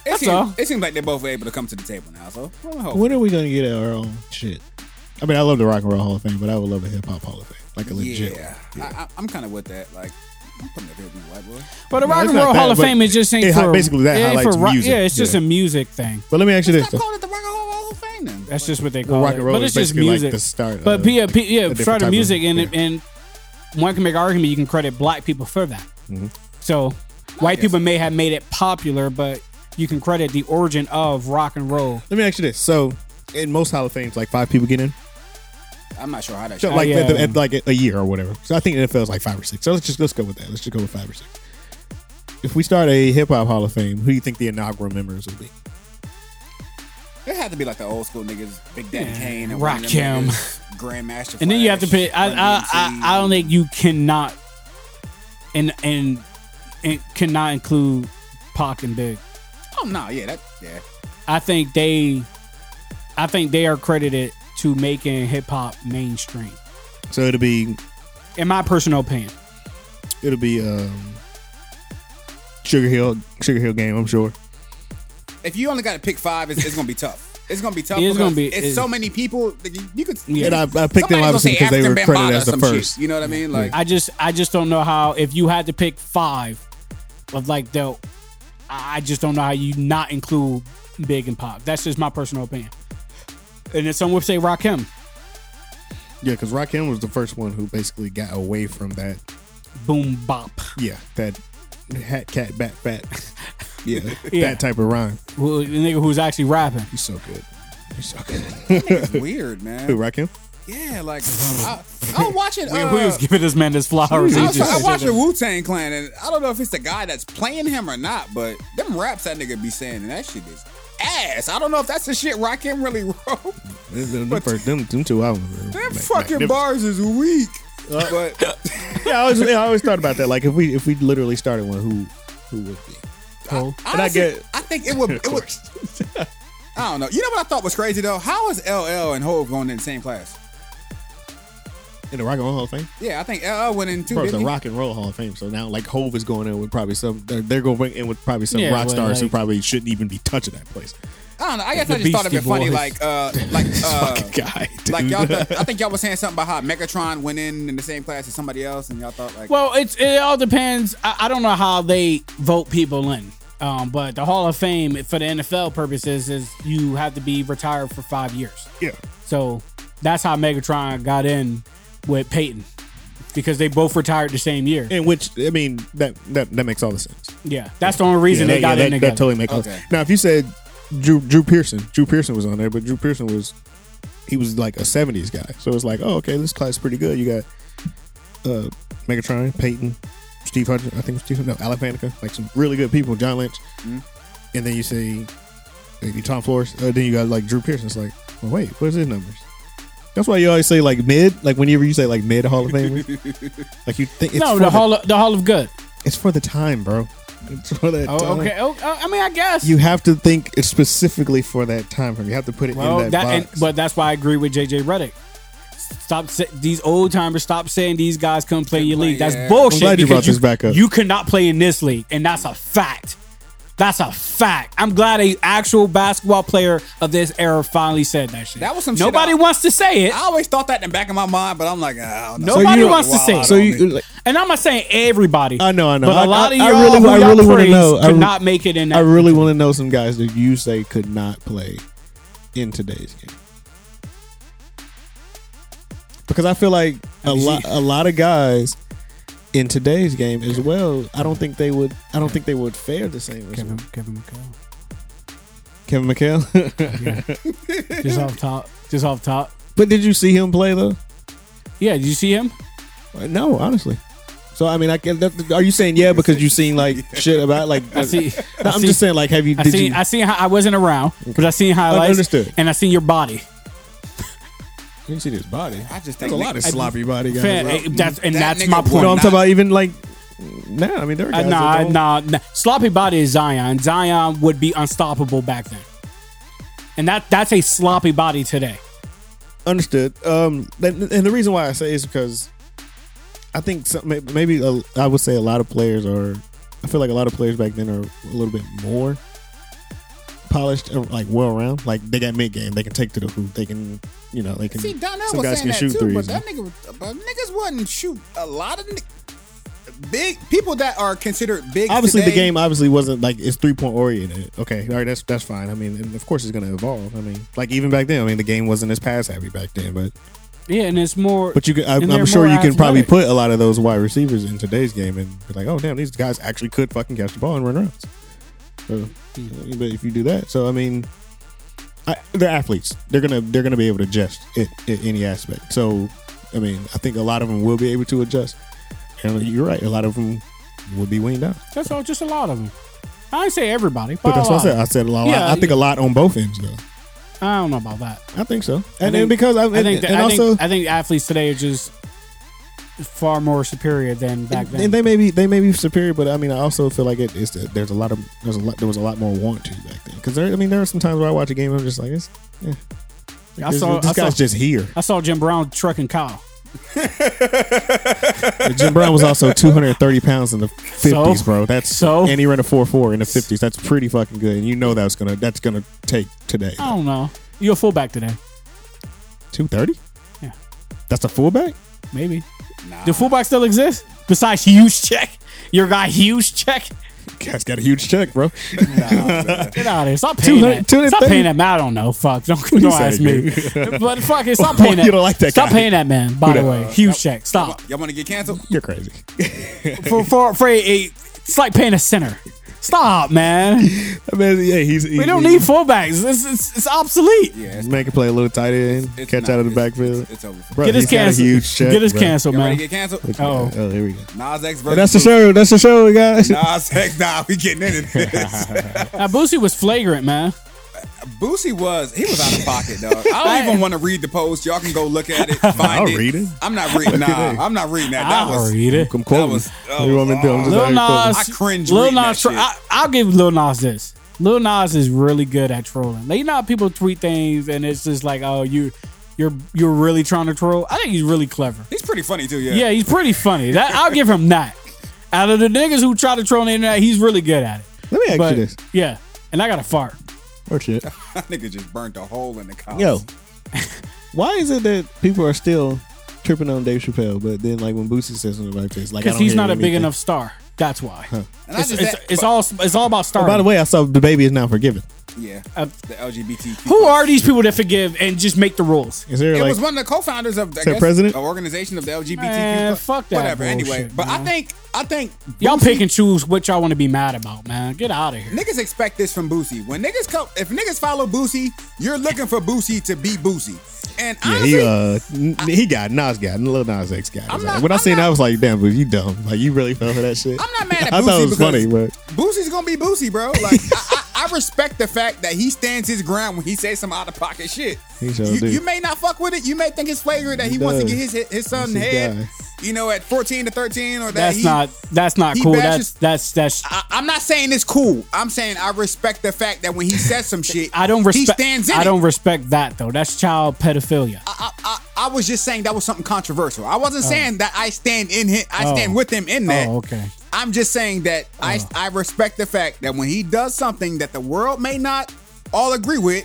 B: it seems,
A: all.
B: It seems like they both were able to come to the table now. So well, I hope.
C: When are we gonna get our own shit? I mean, I love the Rock and Roll Hall of Fame, but I would love a Hip Hop Hall of Fame, like a legit.
B: yeah,
C: one. Yeah.
B: I, I, I'm kind of with that. Like, I'm putting it here, you white boy.
A: But the
C: No,
A: Rock
C: it's
A: and
C: not
A: Roll
C: that,
A: Hall of
C: but
A: Fame is just ain't
C: it hi-
A: for
C: basically that
A: it ain't
C: highlights
A: for rock-
C: music.
A: Yeah, it's just
C: Yeah.
A: a music thing.
C: But let me ask you this:
B: Stop
C: though.
B: calling it the Rock and Roll Hall of Fame then.
A: That's
B: Like,
A: just what they call
C: Well, rock
A: it.
C: and roll
A: but
C: is
A: it's just
C: basically like
A: music.
C: the start
A: But
C: of
A: yeah,
C: the-
A: p- yeah,
C: a different
A: start
C: type
A: of
C: of-
A: music, and
C: yeah.
A: and one can make an argument you can credit black people for that.
C: Mm-hmm.
A: So white people may have made it popular, but you can credit the origin of rock and roll.
C: Let me ask you this: So, in most Hall of Fames, like five people get in,
B: I'm not sure how that.
C: so
B: shit-
C: like
A: Uh, yeah.
C: at the, at like a year or whatever. So I think NFL is like five or six. So let's just let's go with that. Let's just go with five or six. If we start a Hip Hop Hall of Fame, who do you think the inaugural members will be?
B: It had to be like the old school niggas, Big Daddy
A: Yeah,
B: Kane, and one of
A: Rakim.
B: them niggas, Grandmaster.
A: And then you have to
B: Flash,
A: pay. I,
B: Run
A: I, I,
B: DMC.
A: I don't think you cannot and and and cannot include Pac and Big.
B: Hell no, Oh, yeah, that yeah.
A: I think they, I think they are credited to making hip hop mainstream.
C: So it'll be
A: In my personal opinion,
C: it'll be um, Sugar Hill Sugar Hill game. I'm sure.
B: If you only got to pick five, it's, it's gonna be tough. It's gonna be tough.
A: It's gonna
B: because
A: be-
B: it's,
A: it's-
B: so many people. that You, you could
A: Yeah.
C: And I, I
B: somebody's
C: picked them
B: gonna
C: obviously
B: say
C: because they were
B: African
C: credited
B: Bambaataa
C: as the
B: some shit,
C: first.
B: you know what I mean? Like
A: I just, I just don't know how if you had to pick five of like the, I I just don't know how you not include Big and Pop. That's just my personal opinion. And then some would say Rakim,
C: Yeah, because Rakim was the first one who basically got away from that.
A: Boom Bop.
C: Yeah, that hat cat bat fat. Yeah,
A: Yeah.
C: that type of rhyme.
A: Well, the nigga who's actually rapping.
C: He's so good. He's so good.
B: it's weird,
C: Who
B: man.
C: Rakim?
B: Yeah, like I, I'm watching. Uh,
A: Man, we was giving this man his flowers.
C: Who's-
A: He
B: I,
C: I
B: was,
A: just-
B: I watched the Wu Tang Clan, and I don't know if it's the guy that's playing him or not, but them raps that nigga be saying, and that shit is ass. I don't know if that's the shit Rakim really wrote.
C: Them, them, first, them, them two albums. were
B: Them
C: mag-
B: fucking
C: magnificent.
B: bars is weak.
C: Uh,
B: But
C: Yeah, I always, I always thought about that. Like if we if we literally started one, who who would be?
B: honestly,
C: And I
B: I
C: get-
B: think it would. It would I don't know. You know what I thought was crazy though? How is LL and Hove going in the same class?
C: in the Rock and Roll Hall of Fame.
B: Yeah, I think LL went in too.
C: First,
B: didn't
C: the
B: he?
C: Rock and Roll Hall of Fame. So now, like Hove is going in with probably some. They're, they're going in with probably some
A: Yeah,
C: rock
A: but,
C: stars who
A: like-
C: probably shouldn't even be touching that place.
B: I don't know. I guess I
A: The
B: just thought it'd be
A: Beastie
B: funny,
A: Boys.
B: like, uh, like, uh,
C: fucking guy.
B: like
C: dude.
B: y'all. Th- I think y'all was saying something about how Megatron went in in the same class as somebody else, and y'all thought like,
A: Well, it's it all depends. I, I don't know how they vote people in, um, but the Hall of Fame for the NFL purposes is you have to be retired for five years.
C: yeah.
A: So that's how Megatron got in with Peyton because they both retired the same year.
C: And which I mean that that that makes all the sense.
A: Yeah, that's the only reason
C: Yeah,
A: they
C: that-
A: got
C: yeah,
A: in
C: that, that
A: together.
C: totally makes all-
B: Okay.
C: Now, if you said Drew Drew Pearson, Drew Pearson was on there, but Drew Pearson was he was like a '70s guy, so it's like, oh, okay, this class is pretty good. You got uh, Megatron, Peyton, Steve Hunter, I think it was Steve, no, Alec Panica, like some really good people, John Lynch,
A: Mm-hmm.
C: and then you say maybe Tom Flores, uh, then you got like Drew Pearson. It's like, well, wait, what is his numbers? That's why you always say like mid, like whenever you say like mid Hall of Famers, like you think it's
A: no,
C: for
A: the Hall of, the Hall of Good.
C: it's for the time, bro. It's for that time
A: Oh, okay. Oh, oh, I mean, I guess.
C: you have to think it's specifically for that time frame. You have to put it
A: Well,
C: in that,
A: that, and,
C: box.
A: but that's why I agree with JJ Reddick. Stop sa- these old timers. Stop saying these guys couldn't play in your league. That's
B: Yeah.
A: bullshit.
C: I'm glad you
A: because
C: brought this back up.
A: You cannot play in this league, and that's a fact. That's a fact. I'm glad a actual basketball player of this era finally said that shit.
B: That was some shit
A: nobody
B: I-
A: wants to say it,
B: I always thought that in the back of my mind, but I'm like, ah, I don't know.
A: Nobody
B: Somebody
A: wants to
B: wild
A: say it.
B: out
C: so
B: on
C: you,
B: me.
C: like,
A: and I'm not saying everybody.
C: I know, I know.
A: But
C: I-
A: a lot of
C: I- I
A: y'all
C: really-
A: who
C: I
A: y'all
C: really wanna
A: praised
C: know. I
A: could
C: re-
A: not make it in that.
C: I really want to know some guys that you say could not play in today's game because I feel like a lot, a lot of guys in today's game as well. I don't think they would. I don't think they would fare the same. As Kevin,
A: Kevin
C: Kevin McHale.
A: McHale. just off top. Just off top.
C: but did you see him play though?
A: Yeah, did you see him?
C: No, honestly. So I mean, I can, that, are you saying yeah because you seen like shit about like
A: I see.
C: No,
A: I
C: I'm
A: see-
C: just saying like have you
A: I
C: did
A: seen.
C: you
A: I seen. How, I wasn't around, but I seen highlights.
C: Understood.
A: And I seen your body.
C: You see his body.
B: I just
C: There's
B: think
C: a lot of
B: niggas-
C: sloppy body guys.
A: Fan,
C: out
A: eh, that's and
B: That
A: that's
B: nigga
A: my
B: would
A: point.
C: No, I'm
B: not-
C: talking about even like now. I mean, there are
A: Uh,
C: guys. that
A: nah,
C: don't-
A: nah, nah. Sloppy body is Zion. Zion would be unstoppable back then. And that that's a sloppy body today.
C: Understood. Um, and and the reason why I say is because I think some, may- maybe a, I would say a lot of players are. I feel like a lot of players back then are a little bit more polished, or like well round. Like they got mid game, they can take to the hoop, they can, you know, they can.
B: See, Donnell
C: some
B: was
C: guys
B: saying
C: can
B: that
C: shoot
B: too,
C: threes.
B: but that nigga, was- but niggas wouldn't shoot a lot of ni- big people that are considered big.
C: obviously the
B: today-
C: game obviously wasn't like it's three point oriented. Okay, all right, that's that's fine. I mean, and of course it's gonna evolve. I mean, like even back then, I mean the game wasn't as pass heavy back then, but
A: Yeah, and it's more.
C: but you can, I,
A: and they're
C: I'm sure
A: more
C: you can probably
A: athletic.
C: put a lot of those wide receivers in today's game and be like, oh damn, these guys actually could fucking catch the ball and run routes. So, But if you do that, so I mean, I, they're athletes. They're gonna they're gonna be able to adjust at, at any aspect. So I mean, I think a lot of them will be able to adjust. And you're right, a lot of them will be weaned out.
A: That's all. Just a lot of them. I ain't say everybody, but,
C: But that's
A: a
C: what I
A: lot.
C: said. I said a lot.
A: Yeah,
C: I think a lot on both ends, though.
A: I don't know about that.
C: I think so.
A: I
C: And,
A: think-
C: and because I,
A: I think. That,
C: and
A: I
C: also
A: think. I think athletes today are just far more superior than back then.
C: And they may be they may be superior, but I mean I also feel like it is there's a lot of there's a lot there was a lot more want to back then because there I mean there are some times where I watch a game and I'm just like it's yeah.
A: I
C: This-
A: saw-
C: this
A: I saw-
C: guy's just here.
A: I saw Jim Brown trucking Kyle.
C: Jim Brown was also 230 pounds in the 50s, bro. That's
A: so?
C: and he ran a 4.4 in the 50s. That's pretty fucking good, and you know that's gonna that's gonna take today.
A: I don't know. You're a fullback today,
C: 230.
A: Yeah.
C: that's a fullback.
A: maybe. Do
C: Uh-huh.
A: fullbacks still exist besides Huge Check? Your guy Huge Check.
C: Guy's got a huge check, bro.
A: Get out of here. Stop paying
C: 200
A: that. Stop
C: 230.
A: paying that man. I don't know. Fuck. Don't,
C: you
A: don't
C: say,
A: ask me.
C: dude?
A: but fuck it. Stop paying that.
C: You don't like that
A: Stop
C: guy.
A: paying that man. By the
C: that-
A: way, huge check. Stop
B: Y'all want to get canceled?
C: You're crazy.
A: for for for a, a- It's like paying a sinner. Stop, man.
C: I mean, yeah, he's
A: We don't need fullbacks. It's it's, it's obsolete.
B: Yeah,
C: This
B: it's,
C: man can play a little tight end,
B: it's
C: catch
B: not-
C: out of the
B: it's-
C: backfield.
B: It's, it's over. For.
C: Bro,
A: Get us
C: he's got a
A: canceled.
C: huge check,
A: Get us
C: bro.
A: canceled,
B: Y'all want to
A: man.
B: get canceled?
A: Oh.
C: Oh, there we go.
B: Nas X versus
C: And that's the show. That's the show, guys.
B: Nas X. Nah, we getting into this.
A: Now, Boosie was flagrant, man.
B: Boosie was he was out of pocket, dog. I don't even want to read the post. Y'all can go look at it. Find
C: I'll
B: it.
C: read it.
B: I'm not reading. Nah,
C: at that.
B: I'm not reading that. That
A: I'll
B: was
A: read it.
C: I'm quoting.
B: was- that
C: What do you
B: was
C: want me to do? I'm just
A: Lil
C: out here
A: Nas,
C: quoting.
B: I cringe
A: Lil
B: reading
A: Nas,
B: that shit.
A: I, I'll give Lil Nas this. Lil Nas is really good at trolling. Like, you know, how people tweet things and it's just like, oh, you, you're, you're really trying to troll. I think he's really clever.
B: He's pretty funny too. Yeah.
A: Yeah, he's pretty funny. That I'll give him that. Out of the niggas who try to troll the internet, he's really good at it.
C: Let me ask
A: But
C: you this.
A: yeah, and I got a fart.
C: Or Oh, shit.
B: That nigga just burnt a hole in the couch.
C: Yo, why is it that people are still tripping on Dave Chappelle, but then like when Boosie says something like this, like I
A: Because
C: don't
A: he's
C: hear
A: not a big
C: anything.
A: enough star. That's why.
B: And I
A: It's,
B: just
A: it's,
B: had-
A: it's all it's all about stardom.
C: By the way, I saw the baby is now forgiven.
B: yeah.
A: Uh,
B: the LGBTQ.
A: who are these people that forgive and just make the rules?
C: Is there
B: It
C: like
B: was one of the co-founders of I
C: the
B: guess,
C: president?
B: an organization of the LGBTQ.
A: Man, fuck that
B: Whatever. anyway,
A: bullshit,
B: but I
A: man.
B: think I think
A: Y'all pick and choose what y'all want to be mad about, man. Get out of here.
B: niggas expect this from Boosie. When niggas come, if niggas follow Boosie, you're looking for Boosie to be Boosie. And
C: yeah,
B: honestly,
C: he uh n- he got Nas got Lil Nas X got.
B: I'm
C: Like,
B: not-
C: when I
B: I'm
C: seen, that,
B: not-
C: I was like, damn, but you dumb. Like you really fell for that shit.
B: I'm not mad at
C: I thought
B: Boosie
C: it was funny,
B: because-
C: but
B: Boosie's gonna be Boosie, bro. Like I, I, I respect the fact that he stands his ground when he says some out of pocket shit.
C: He sure
B: you,
C: do.
B: you may not fuck with it. You may think it's flagrant that he,
C: He
B: wants to
C: does.
B: get his his son
C: That's his
B: head.
C: guy.
B: You know, at 14 to 13, or that
A: That's
B: he,
A: not that's not
B: he
A: cool.
B: bashes-
A: that's that's that's
B: I, I'm not saying it's cool. I'm saying I respect the fact that when he says some shit,
A: I don't respect.
B: He stands in
A: I
B: it. Uh,
A: don't respect that though. That's child pedophilia.
B: I, I, I was just saying that was something controversial. I wasn't saying that I stand in him. I
A: Oh.
B: stand with him in that.
A: Oh, okay.
B: I'm just saying that I I respect the fact that when he does something that the world may not all agree with,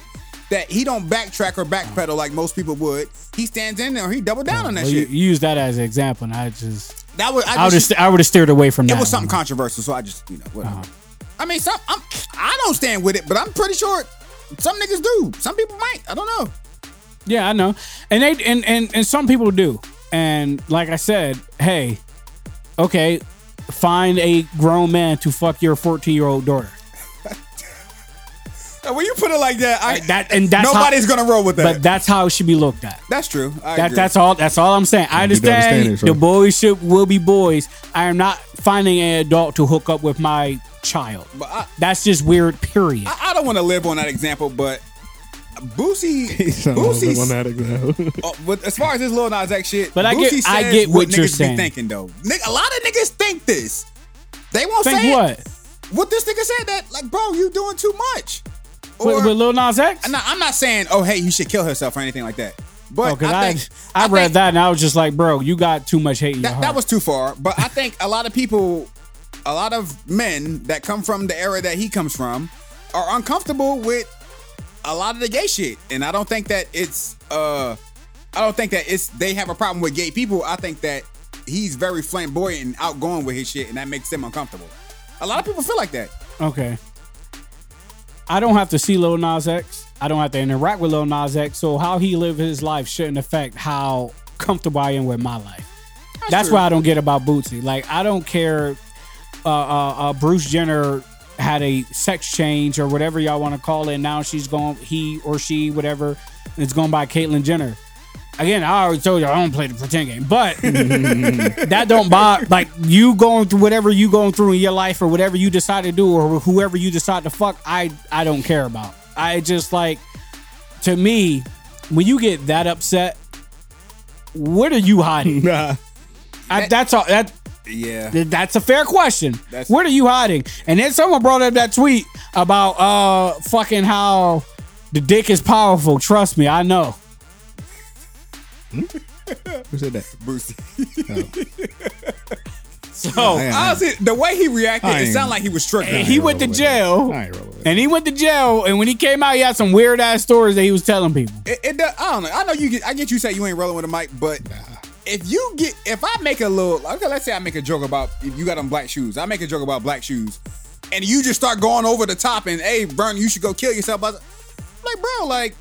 B: that he don't backtrack or backpedal like most people would. He stands in there. He double down on that
A: Well, you,
B: shit.
A: you use that as an example, and I just
B: that was
A: I
B: I
A: would
B: just, Uh-huh.
A: have I would have steered away from that.
B: it was something
A: one.
B: controversial. So I just you know whatever. I mean some I'm I don't stand with it, but I'm pretty sure some niggas do. Some people might. I don't know.
A: Yeah, I know. And they and, and and some people do. And like I said, hey, okay, find a grown man to fuck your 14 year old daughter.
B: When you put it like that, I,
A: That and that's
B: nobody's
A: how,
B: gonna roll with that.
A: But that's how it should be looked at.
B: that's true. I
A: That
B: agree.
A: that's all. That's all I'm saying. I
C: You don't
A: understand,
C: understand
A: the
C: it, sir.
A: boys should will be boys. I am not finding an adult to hook up with my child.
B: But I,
A: That's just weird. Period.
B: I, I don't want to live on that example, but Boosie,
C: one
B: Boosie's,
C: that example.
B: uh, with, as far as this Lil Nas X shit,
A: But I get-
B: Boosie
A: I
B: says
A: get what
B: niggas
A: you're
B: be
A: saying.
B: thinking though. Nick, a lot of niggas think this. They won't say
A: Think
B: it.
A: what?
B: What this nigga said that like, bro, you doing too much. Or
A: With, with Lil Nas X?
B: Nah, I'm not saying, oh hey, you should kill herself or anything like that.
A: Oh,
B: But
A: 'cause
B: I,
A: I,
B: think,
A: I, read
B: think
A: that and I was just like, bro, you got too much hate in your
B: that,
A: heart.
B: that was too far. But I think a lot of people, a lot of men that come from the era that he comes from, are uncomfortable with a lot of the gay shit, and I don't think that it's. uh I don't think that it's they have a problem with gay people. I think that he's very flamboyant and outgoing with his shit, and that makes them uncomfortable. A lot of people feel like that.
A: Okay. I don't have to see Lil Nas X. I don't have to interact with Lil Nas X. So how he live his life shouldn't affect how comfortable I am with my life. That's,
B: true.
A: what I don't get about Bootsy. Like I don't care. Uh, uh, uh, Bruce Jenner had a sex change or whatever y'all want to call it. Now she's going he or she whatever. It's going by Caitlyn Jenner. Again, I already told you I don't play the pretend game, but that don't bother like you going through whatever you going through in your life or whatever you decide to do or whoever you decide to fuck i i don't care about i just like to me when you get that upset what are you hiding
C: nah,
A: I, that's all. That
B: Yeah.
A: that's a fair question.
B: That's-
A: What are you hiding? And then someone brought up that tweet about uh fucking how the dick is powerful. Trust me, I know.
C: Who said that?
B: Bruce.
A: So
C: I ain't-
B: Honestly, the way he reacted,
C: I
B: it
C: ain't-
B: sounded like he was triggered.
A: And he went to jail.
C: I ain't rolling with it.
A: And he went to jail, and when he came out, he had some weird ass stories that he was telling people.
B: It, it does, I don't know. I know you. Get, I get you say you ain't rolling with a mic, but if you get, if I make a little, okay, let's say I make a joke about if you got on black shoes. I make a joke about black shoes, and you just start going over the top and hey, Burn, you should go kill yourself. I was like, bro, like.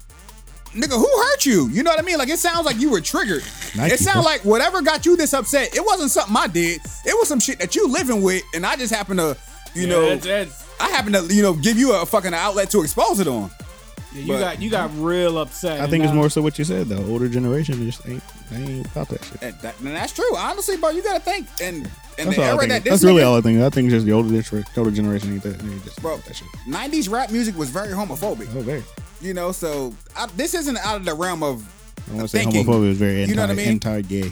B: Nigga, who hurt you? You know what I mean? Like it sounds like you were triggered.
C: Nike,
B: it sounds
C: bro.
B: like whatever got you this upset, it wasn't something I did. It was some shit that you living with, and I just happen to, you know, I happen to, you know, give you a fucking outlet to expose it on.
A: you
B: but-
A: got you got real upset.
C: I
A: and
C: think it's
B: uh,
A: now-
C: more so what you said though. Older generation just ain't they ain't about that shit.
B: And, that, and that's true. Honestly, bro, you gotta think. And and
C: That's
B: the
C: all I
B: era
C: think.
B: that this
C: That's really
B: nigga-
C: all I think. I think just the older gener- older generation ain't that. Ain't just
B: bro,
C: about that shit.
B: 90s rap music was very homophobic.
C: Oh, very.
B: You know, so I, this isn't out of the realm of
C: I want to say
B: thinking.
C: homophobia is very anti,
B: You know what I mean?
C: anti-gay.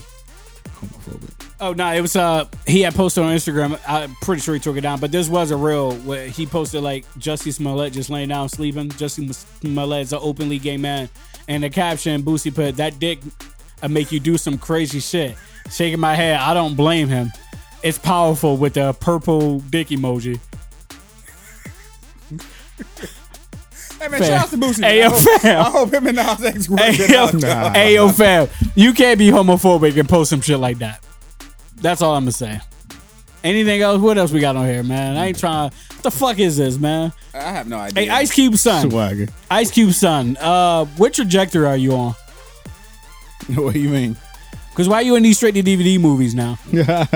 C: Homophobic.
A: Oh no, it was uh he had posted on Instagram. I'm pretty sure he took it down, but this was a real. Where he posted like Jussie Smollett just laying down sleeping. Jussie Smollett is an openly gay man, and the caption Boosie put that dick uh, make you do some crazy shit. Shaking my head, I don't blame him. It's powerful with the purple dick emoji.
B: Hey man,
A: Fam.
B: shout out to Boosie.
A: Hey,
B: I,
A: yo,
B: hope,
A: fam.
B: I hope him and Nas X work
A: Hey
B: it
A: yo,
B: out, dog.
A: hey, yo, fam, you can't be homophobic and post some shit like that. That's all I'm gonna say. Anything else? What else we got on here, man? I ain't trying. What the fuck is this, man?
B: I have no idea.
A: Hey, Ice Cube son,
C: Swagger.
A: Ice Cube son. Uh, what trajectory are you on?
C: what do you mean?
A: Cause why you in these straight to DVD movies now?
C: That's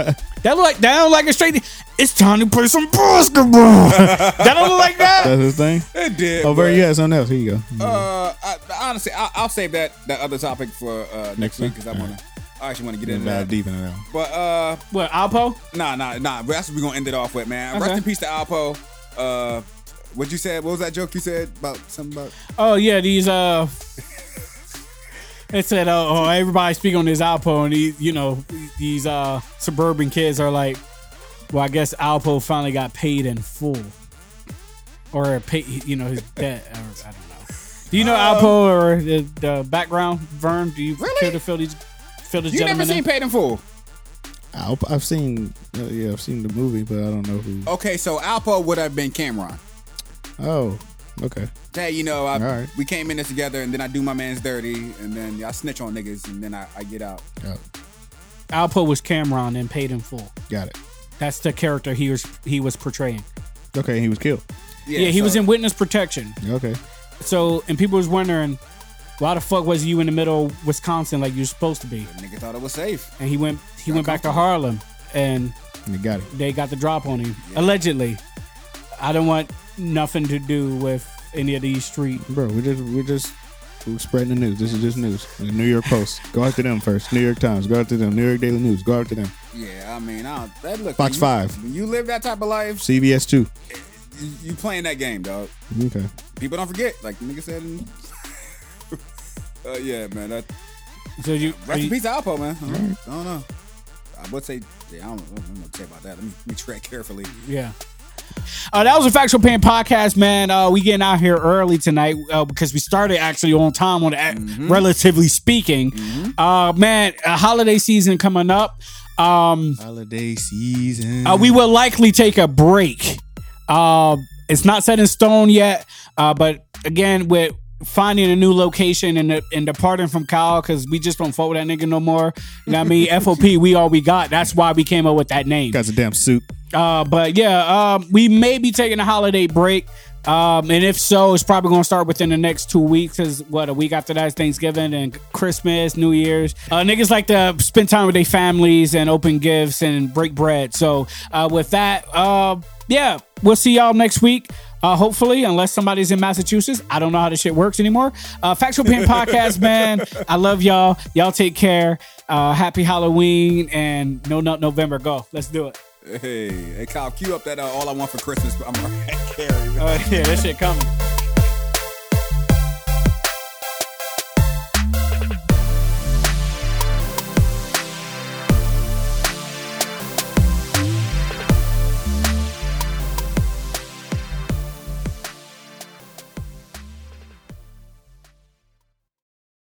A: That look like that don't look like a straight. to- it's time to play some basketball. that don't look like that.
C: his thing.
B: It did.
C: Oh, very.
B: but,
C: Yeah, it's something else. Here you go.
B: Uh, I, honestly, I, I'll save that that other topic for uh, next
C: Next
B: week
C: one?
B: because I wanna. I actually want to get
C: Didn't
B: into
C: dive
B: that.
C: deep into that. one.
B: But uh,
A: What Alpo?
B: nah, nah, nah. That's what we're gonna end it off with, man.
A: Okay.
B: Rest in peace to Alpo. Uh, what you said? What was that joke you said about something about?
A: Oh yeah, these uh. It said, uh, "Oh, everybody speak on this Alpo," and these, you know, these uh suburban kids are like, "Well, I guess Alpo finally got paid in full, or pay, you know, his debt, or I don't know." Do you know Alpo or the, the background, Vern? Do you
B: Um, Really?
A: care to fill these fill this
B: You never
A: gentleman
B: seen
A: in?
B: Paid in Full?
C: Alp- I've seen, uh, yeah, I've seen the movie, but I don't know who.
B: Okay, so Alpo would have been Cameron.
C: Oh, okay.
B: Hey, you know, I,
C: All right.
B: we came in this together, and then I do my man's dirty, and then I snitch on niggas, and then I, I get out.
C: Oh,
A: Alpo was Cameron and paid in full.
C: got it.
A: That's the character he was he was portraying.
C: Okay, he was killed.
A: Yeah, he
B: so-
A: was in witness protection.
C: Okay.
A: So, and people was wondering, why the fuck was you in the middle of Wisconsin like you're supposed to be?
B: Nigga thought it was safe.
A: And he went, he went back to Harlem, and
C: And he got it.
A: they got the drop on him allegedly. I don't want nothing to do with any of these street.
C: Bro, we're just we're just we're spreading the news. This is just news. The New York Post. Go after them first. New York Times. Go after them. New York Daily News. Go after them.
B: Yeah, I mean, I don't, that look.
C: Fox
B: you,
C: Five.
B: When you live that type of life,
C: CBS two.
B: you, you playing that game, dog.
C: Okay.
B: People don't forget, like the nigga said. In, uh, yeah, man. That,
A: So you, are
B: rest in
A: you-
B: peace to Alpo, man. I don't, I don't know. I would say, yeah, I don't, I don't know what to say about that. Let me, let me tread carefully.
A: yeah. Uh, that was a factual pain podcast, man. Uh, we getting out here early tonight uh, because we started actually on time on the
B: Mm-hmm.
A: relatively speaking. Uh, man, uh, holiday season coming up. Um,
C: Holiday season.
A: Uh, we will likely take a break. Uh, it's not set in stone yet, uh, but again, with finding a new location and and departing from Kyle because we just don't fuck with that nigga no more. You know what I mean? FOP, we all we got. That's why we came up with that name.
C: got the damn suit.
A: Uh, but yeah, um, we may be taking a holiday break. Um, and if so, it's probably going to start within the next two weeks. Cause what a week after that is Thanksgiving and Christmas, New Year's. Uh, niggas like to spend time with their families and open gifts and break bread. So uh, with that, uh, yeah, we'll see y'all next week. Uh, hopefully, unless somebody's in Massachusetts, I don't know how this shit works anymore. Uh, Factual Pen Podcast, man, I love y'all. Y'all take care. Uh, happy Halloween and no nut November. Go, let's do it.
B: Hey, hey, Kyle, cue up that uh, "All I Want for Christmas." I'm all right, Carrie. man.
A: Oh yeah, that shit coming.